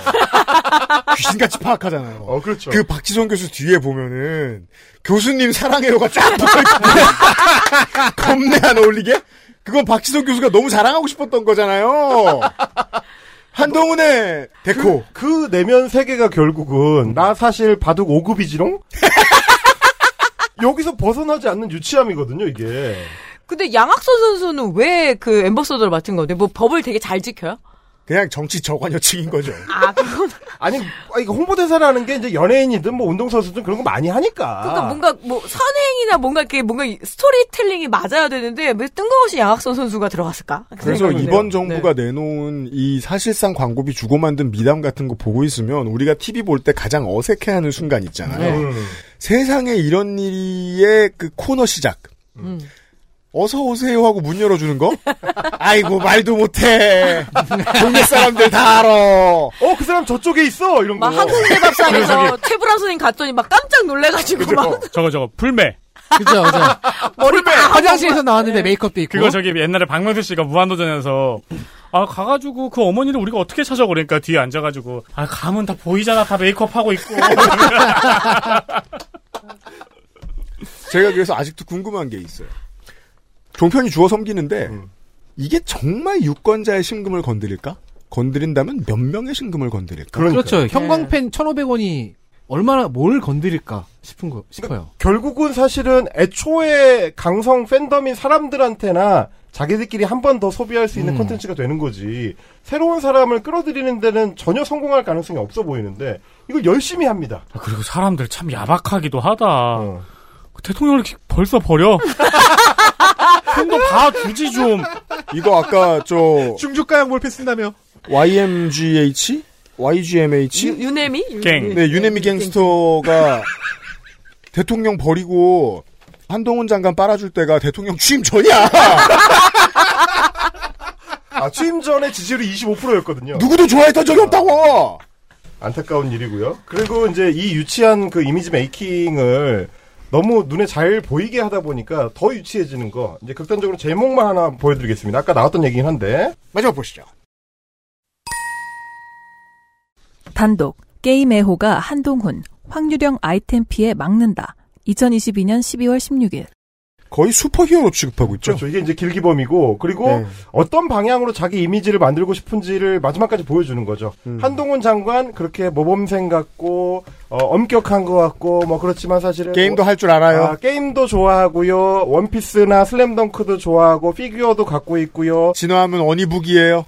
S6: 귀신같이 파악하잖아요.
S3: 어, 그렇죠.
S6: 그 박지선 교수 뒤에 보면은 교수님 사랑해요가 (laughs) 쫙 붙어있고 겁내 안 어울리게 그건 박지선 교수가 너무 자랑하고 싶었던 거잖아요. 한동훈의 데코
S3: 그 내면 세계가 결국은, 나 사실 바둑 5급이지롱? (laughs) 여기서 벗어나지 않는 유치함이거든요, 이게.
S5: 근데 양학선 선수는 왜 그 엠버서더를 맡은 건데 뭐 법을 되게 잘 지켜요?
S6: 그냥 정치 저관여층인 거죠.
S5: 아 그건
S3: 아니, 아, 이거 홍보대사라는 게 이제 연예인이든 뭐 운동선수든 그런 거 많이 하니까.
S5: 그러니까 뭔가 뭐 선행이나 뭔가 이렇게 뭔가 스토리텔링이 맞아야 되는데 왜 뜬금없이 양학선 선수가 들어갔을까? 그
S6: 그래서
S5: 생각이
S6: 이번
S5: 드네요.
S6: 정부가 내놓은 이 사실상 광고비 주고 만든 미담 같은 거 보고 있으면 우리가 TV 볼 때 가장 어색해하는 순간
S5: 네.
S6: 있잖아요.
S3: 음.
S6: 세상에 이런 일의 그 코너 시작.
S5: 음.
S6: 어서 오세요 하고 문 열어주는 거? 아이고 말도 못해. 동네 사람들 다 알아.
S3: 어, 그 사람 저쪽에 있어! 이런 거.
S5: 막 한국대 밥상에서 최불암 선생님 갔더니 막 깜짝 놀래가지고 막
S4: 저거 저거 풀매.
S7: 그죠, 그죠.
S6: (laughs)
S5: 머리 다
S7: 화장실에서 나왔는데
S6: 네.
S7: 메이크업도 있고.
S4: 그거 저기 옛날에 박명수 씨가 무한도전에서 아 가가지고 그 어머니를 우리가 어떻게 찾아 그러니까 뒤에 앉아가지고 아 감은 다 보이잖아 다 메이크업 하고 (laughs) 아, 있고
S6: 제가 그래서 아직도 궁금한 게 있어요. 종편이 주워 섬기는데
S7: 음.
S6: 이게 정말 유권자의 심금을 건드릴까? 건드린다면 몇 명의 심금을 건드릴까?
S7: 그렇죠. 형광펜 1,500원이 얼마나 뭘 건드릴까 싶은 거 싶어요.
S3: 결국은 사실은 애초에 강성 팬덤인 사람들한테나 자기들끼리 한 번 더 소비할 수 있는 콘텐츠가 되는 거지. 새로운 사람을 끌어들이는 데는 전혀 성공할 가능성이 없어 보이는데, 이걸 열심히 합니다.
S4: 아, 그리고 사람들 참 야박하기도 하다 그 대통령을 이렇게 벌써 버려 (laughs) 좀더 봐주지 좀
S6: 이거 아까 저
S7: 중주가형 몰패 쓴다며.
S6: YMGH? YGMH?
S5: 유- 유네미 유-
S4: 갱.
S6: 네, 유네미 갱스터가 대통령 버리고 한동훈 장관 빨아줄 때가 대통령 취임 전이야!
S3: 아, 취임 전에 지지율이 25%였거든요.
S6: 누구도 좋아했던 적이 없다고!
S3: 안타까운 일이고요. 그리고 이제 이 유치한 그 이미지 메이킹을 너무 눈에 잘 보이게 하다 보니까 더 유치해지는 거. 이제 극단적으로 제목만 하나 보여드리겠습니다. 아까 나왔던 얘기긴 한데.
S6: 마지막 보시죠.
S2: 단독 게임 애호가 한동훈, 황유령 아이템 피해 막는다. 2022년 12월 16일.
S6: 거의 슈퍼히어로 취급하고 있죠.
S3: 그렇죠. 이게 이제 길기범이고 그리고
S6: 네.
S3: 어떤 방향으로 자기 이미지를 만들고 싶은지를 마지막까지 보여주는 거죠.
S6: 음.
S3: 한동훈 장관 그렇게 모범생 같고 어, 엄격한 것 같고 뭐 그렇지만 사실은
S6: 게임도
S3: 뭐-
S6: 할 줄 알아요.
S3: 아, 게임도 좋아하고요. 원피스나 슬램덩크도 좋아하고 피규어도 갖고 있고요.
S6: 진화하면 어니북이에요.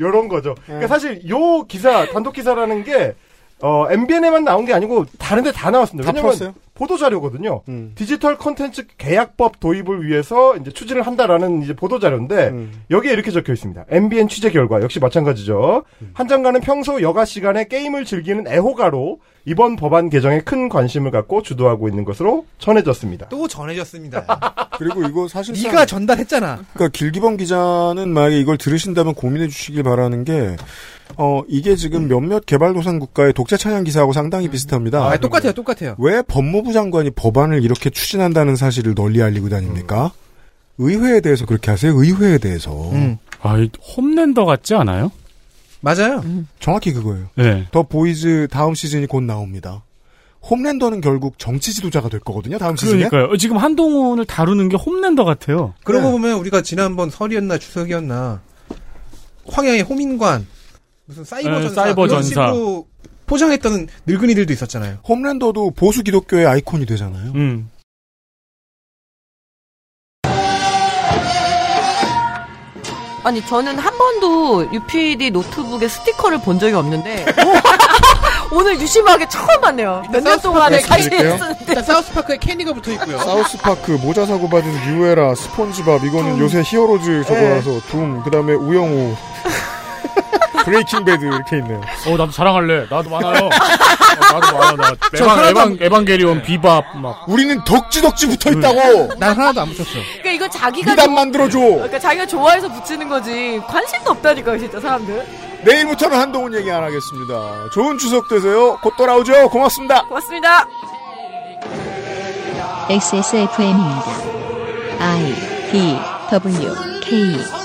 S3: 요런 거죠.
S6: 네.
S3: 그러니까 사실 요 기사 단독 기사라는 게 어, MBN에만 나온 게 아니고 다른 데 다 나왔습니다.
S6: 다
S3: 왜냐면
S6: 풀었어요? 음.
S3: 보도 자료거든요. 디지털 콘텐츠 계약법 도입을 위해서 이제 추진을 한다라는 이제 보도 자료인데
S6: 음.
S3: 여기에 이렇게 적혀 있습니다. MBN 취재 결과 역시 마찬가지죠.
S6: 음.
S3: 한 장관은 평소 여가 시간에 게임을 즐기는 애호가로 이번 법안 개정에 큰 관심을 갖고 주도하고 있는 것으로 전해졌습니다.
S7: 또 전해졌습니다.
S6: 그리고 이거 사실
S7: (laughs) 네가 전달했잖아.
S6: 그러니까 길기범 기자는 만약에 이걸 들으신다면 고민해 주시길 바라는 게 어, 이게 지금 몇몇 개발도상 국가의 독재 찬양 기사하고 상당히 비슷합니다.
S7: 아, 똑같아요, 똑같아요.
S6: 왜 법무부 장관이 법안을 이렇게 추진한다는 사실을 널리 알리고 다닙니까? 의회에 대해서 그렇게 하세요. 의회에 대해서.
S7: 음.
S4: 아, 이 홈랜더 같지 않아요?
S7: 맞아요.
S4: 음.
S6: 정확히 그거예요.
S4: 네.
S6: 더 보이즈 다음 시즌이 곧 나옵니다. 홈랜더는 결국 정치 지도자가 될 거거든요. 다음 시즌에.
S4: 그러니까요. 어, 지금 한동훈을 다루는 게 홈랜더 같아요.
S7: 그러고 보면 우리가 지난번 설이었나 추석이었나 황야의 호민관 무슨 사이버
S4: 네,
S7: 전사
S4: 사이버
S7: 그런
S4: 전사.
S7: 식으로 포장했던 늙은이들도 있었잖아요.
S6: 홈랜더도 보수 기독교의 아이콘이 되잖아요.
S5: 아니 저는 한 번도 UPD 노트북에 스티커를 본 적이 (laughs) 없는데 오늘 유심하게 처음 봤네요. 몇 년 동안에 같이 했었는데
S7: 일단 사우스파크에 캔디가 붙어 있고요.
S6: 사우스파크 모자 사고 받은 유에라 스폰지밥 이거는 요새 히어로즈 저거라서 둠 그다음에 우영우 브레이킹 배드 이렇게 있네요.
S4: 어, 나도 자랑할래. 나도 많아요. 어, 나도 많아. 나 에반, 에반, 에반게리온, 비밥, 막.
S6: 우리는 덕지덕지 붙어 네.
S5: 있다고!
S7: 난 하나도 안 붙였어.
S5: 그러니까 이건 자기가
S6: 미담
S5: 좋-
S6: 만들어줘.
S5: 그러니까 자기가 좋아해서 붙이는 거지 관심도 없다니까요 진짜 사람들.
S6: 내일부터는 한동훈 얘기 안 하겠습니다. 좋은 추석 되세요. 곧 돌아오죠. 고맙습니다.
S5: 고맙습니다.
S8: XSFM입니다. I D W K